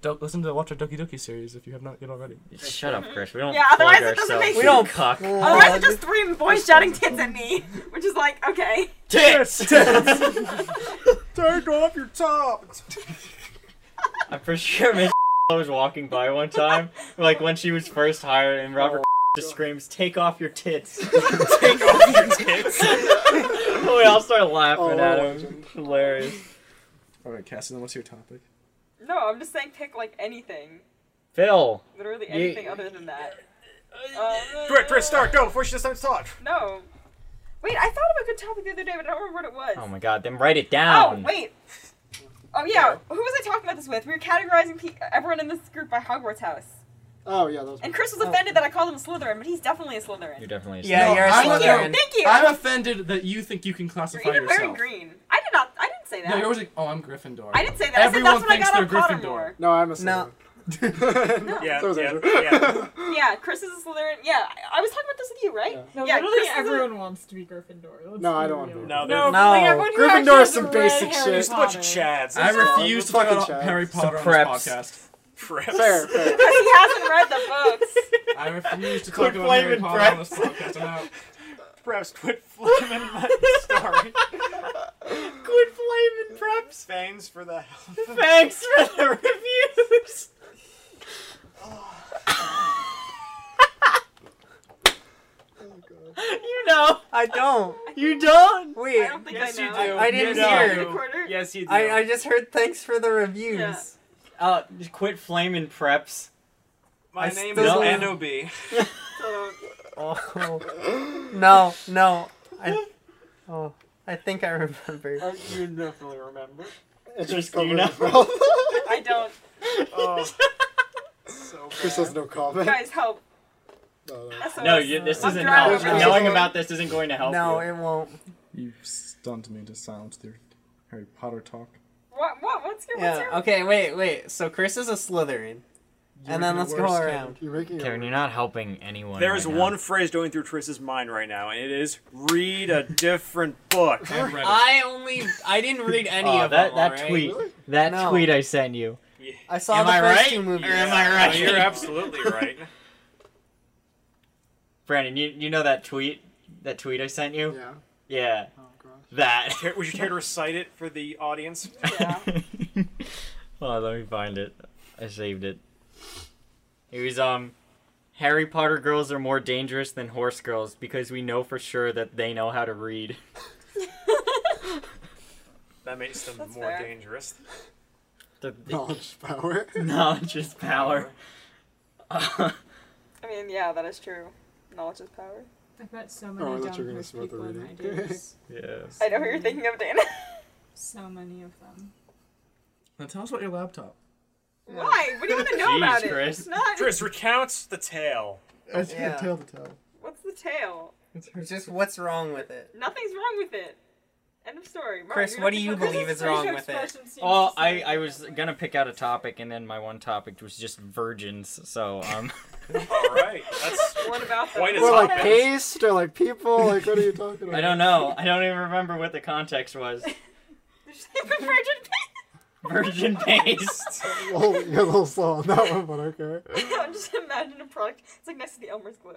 Speaker 4: Don't listen to the Watch Our Doki Doki series if you have not yet already.
Speaker 2: Shut up, Chris. We don't
Speaker 6: Yeah,
Speaker 2: plug
Speaker 6: otherwise it doesn't
Speaker 2: ourselves.
Speaker 6: make
Speaker 2: We
Speaker 6: sense.
Speaker 2: don't cock.
Speaker 6: Otherwise, it's just three boys shouting tits at me, which is like, okay.
Speaker 2: Tits, tits.
Speaker 3: Take off your top.
Speaker 2: I'm pretty sure Miss was walking by one time, like when she was first hired, and Robert just screams, "Take off your tits."
Speaker 1: Take off your tits.
Speaker 2: we all start laughing
Speaker 3: Oh,
Speaker 2: at him.
Speaker 3: legend.
Speaker 2: Hilarious.
Speaker 4: All right, Cassie. Then what's your topic?
Speaker 6: No, I'm just saying pick like anything.
Speaker 2: Phil.
Speaker 6: Literally
Speaker 2: Ye-
Speaker 6: anything other than that. Um,
Speaker 1: Quick, Chris, start. Go before she just starts talk.
Speaker 6: No. Wait, I thought of a good topic the other day, but I don't remember what it was.
Speaker 2: Oh my God. Then write it
Speaker 6: Oh,
Speaker 2: down.
Speaker 6: wait. Oh yeah, who was I talking about this with? We were categorizing pe- everyone in this group by Hogwarts House,
Speaker 3: Oh yeah, that was.
Speaker 6: and Chris was offended that I called him a Slytherin, but he's definitely a Slytherin.
Speaker 2: You're definitely. A
Speaker 12: Yeah,
Speaker 4: No,
Speaker 12: you're a
Speaker 4: I'm not-
Speaker 12: Slytherin.
Speaker 6: Thank you.
Speaker 4: I'm offended that you think you can
Speaker 6: You're
Speaker 4: classify
Speaker 6: even wearing
Speaker 4: yourself.
Speaker 6: green. I did not. I didn't say that.
Speaker 4: No, you're always like, oh, I'm Gryffindor.
Speaker 6: I didn't say that.
Speaker 4: Everyone
Speaker 6: I said
Speaker 4: thinks
Speaker 6: that's what I got
Speaker 4: they're
Speaker 6: on
Speaker 4: Gryffindor.
Speaker 6: Pottermore.
Speaker 3: No, I'm a
Speaker 12: No.
Speaker 3: Slytherin.
Speaker 1: Yeah,
Speaker 3: So is
Speaker 1: yeah,
Speaker 3: Andrew.
Speaker 1: yeah.
Speaker 6: Yeah, Chris is a Slytherin. Yeah, I, I was talking about this with you, right?
Speaker 3: Yeah.
Speaker 9: No,
Speaker 6: yeah,
Speaker 9: literally
Speaker 6: Chris is a-
Speaker 9: everyone wants to be Gryffindor. Let's
Speaker 3: No, I
Speaker 9: be
Speaker 3: don't want
Speaker 9: real.
Speaker 3: to be.
Speaker 1: No, they're
Speaker 9: No,
Speaker 12: No.
Speaker 9: like everyone who
Speaker 3: Gryffindor is
Speaker 9: actually has
Speaker 3: some
Speaker 9: a
Speaker 3: basic
Speaker 9: red Harry
Speaker 3: shit.
Speaker 1: just a bunch of
Speaker 9: Potter.
Speaker 1: chads.
Speaker 4: I
Speaker 1: That's all.
Speaker 4: refuse to talk
Speaker 3: Fucking
Speaker 4: about
Speaker 3: chads.
Speaker 4: Harry
Speaker 2: Some
Speaker 4: Potter on
Speaker 2: preps.
Speaker 4: this podcast.
Speaker 1: Preps.
Speaker 3: Fair, fair.
Speaker 6: Because he hasn't read the books.
Speaker 4: I refuse to
Speaker 2: Quit
Speaker 4: talk about Harry
Speaker 2: blaming
Speaker 4: Potter on this podcast. I'm out.
Speaker 1: Preps, quit flaming my story.
Speaker 2: Quit flaming preps.
Speaker 1: Thanks for the help.
Speaker 2: Thanks for the reviews. you know,
Speaker 12: I don't.
Speaker 2: you don't.
Speaker 12: Wait.
Speaker 6: I don't think
Speaker 1: Yes,
Speaker 6: I
Speaker 1: you
Speaker 6: know.
Speaker 1: do.
Speaker 12: I didn't
Speaker 1: yes,
Speaker 12: hear.
Speaker 1: You do.
Speaker 6: Recorder?
Speaker 1: Yes, you do.
Speaker 12: I, I just heard thanks for the reviews.
Speaker 6: Yeah.
Speaker 2: Uh, just quit flaming preps.
Speaker 1: My
Speaker 12: I
Speaker 1: name
Speaker 12: still-
Speaker 1: is Nob.
Speaker 6: So,
Speaker 12: Oh. no, no. I, oh, I think I remember.
Speaker 1: You definitely remember.
Speaker 3: It's just
Speaker 2: Just
Speaker 3: covered
Speaker 2: you
Speaker 3: in
Speaker 2: know.
Speaker 3: film.
Speaker 6: I don't.
Speaker 1: Oh, so
Speaker 3: Chris has no comment.
Speaker 6: Guys, help.
Speaker 3: No, no.
Speaker 6: SOS.
Speaker 2: No, you, this
Speaker 6: I'm
Speaker 2: isn't
Speaker 6: drowning.
Speaker 2: help.
Speaker 12: No.
Speaker 2: Knowing about this isn't going to help.
Speaker 12: No,
Speaker 2: you.
Speaker 12: it won't.
Speaker 4: You stunned me to silence with your Harry Potter talk.
Speaker 6: What? What? What's your? What's your?
Speaker 12: Yeah. Okay. Wait. Wait. So Chris is a Slytherin, and then let's go around.
Speaker 3: You're making
Speaker 2: Karen,
Speaker 3: it.
Speaker 2: you're not helping anyone.
Speaker 1: There is
Speaker 2: right now.
Speaker 1: one phrase going through Triss's mind right now, and it is read a different book.
Speaker 4: And Reddit.
Speaker 12: I only. I didn't read any
Speaker 2: Aw,
Speaker 12: of
Speaker 2: Oh, that
Speaker 12: them,
Speaker 2: that
Speaker 12: alright?
Speaker 2: tweet
Speaker 3: Really?
Speaker 2: that
Speaker 12: No.
Speaker 2: tweet I sent you.
Speaker 12: I saw
Speaker 2: Am
Speaker 12: the
Speaker 2: I
Speaker 12: first
Speaker 2: right?
Speaker 12: two movies.
Speaker 2: Or am I
Speaker 1: No,
Speaker 2: right?
Speaker 1: you're absolutely right.
Speaker 2: Brandon, you you know that tweet that tweet I sent you?
Speaker 3: Yeah.
Speaker 2: Yeah,
Speaker 3: Oh gosh.
Speaker 2: that.
Speaker 1: Care- Would you care to recite it for the audience?
Speaker 6: Yeah.
Speaker 2: Hold on, let me find it. I saved it. It was um, Harry Potter girls are more dangerous than horse girls because we know for sure that they know how to read.
Speaker 1: That makes them more
Speaker 6: fair.
Speaker 1: dangerous.
Speaker 2: The,
Speaker 3: Knowledge power.
Speaker 2: Knowledge is power.
Speaker 6: I mean, yeah, that is true. Knowledge is power.
Speaker 9: I bet so many
Speaker 3: Oh, I
Speaker 9: dumb
Speaker 3: thought you were gonna
Speaker 9: rich
Speaker 3: start the
Speaker 9: people in
Speaker 3: reading.
Speaker 9: ideas.
Speaker 2: Yes.
Speaker 6: I know who you're thinking of, Dana.
Speaker 9: So many of them.
Speaker 4: Now tell us about your laptop.
Speaker 6: Why? What do you want to know
Speaker 4: Jeez,
Speaker 6: about
Speaker 4: Chris.
Speaker 6: it? It's not.
Speaker 1: Chris recounts the tale.
Speaker 4: It's
Speaker 5: Yeah.
Speaker 4: her tale to tell.
Speaker 6: What's the tale?
Speaker 4: It's her
Speaker 5: Just what's wrong with it?
Speaker 6: Nothing's wrong with it. End of story. Mark,
Speaker 5: Chris,
Speaker 6: you're
Speaker 5: what
Speaker 6: gonna
Speaker 5: do you
Speaker 6: pick one.
Speaker 5: believe is wrong with it?
Speaker 2: Well, I, I was gonna pick out a topic, and then my one topic was just virgins. So um,
Speaker 1: All right, that's
Speaker 6: What about
Speaker 1: quite a
Speaker 3: Or like
Speaker 1: topic.
Speaker 3: paste or like people. Like what are you talking about?
Speaker 2: I don't know. I don't even remember what the context was. Virgin paste.
Speaker 3: Well, you're a little slow on that one, but okay.
Speaker 6: I'm just imagine a product. It's like next to the Elmer's glue.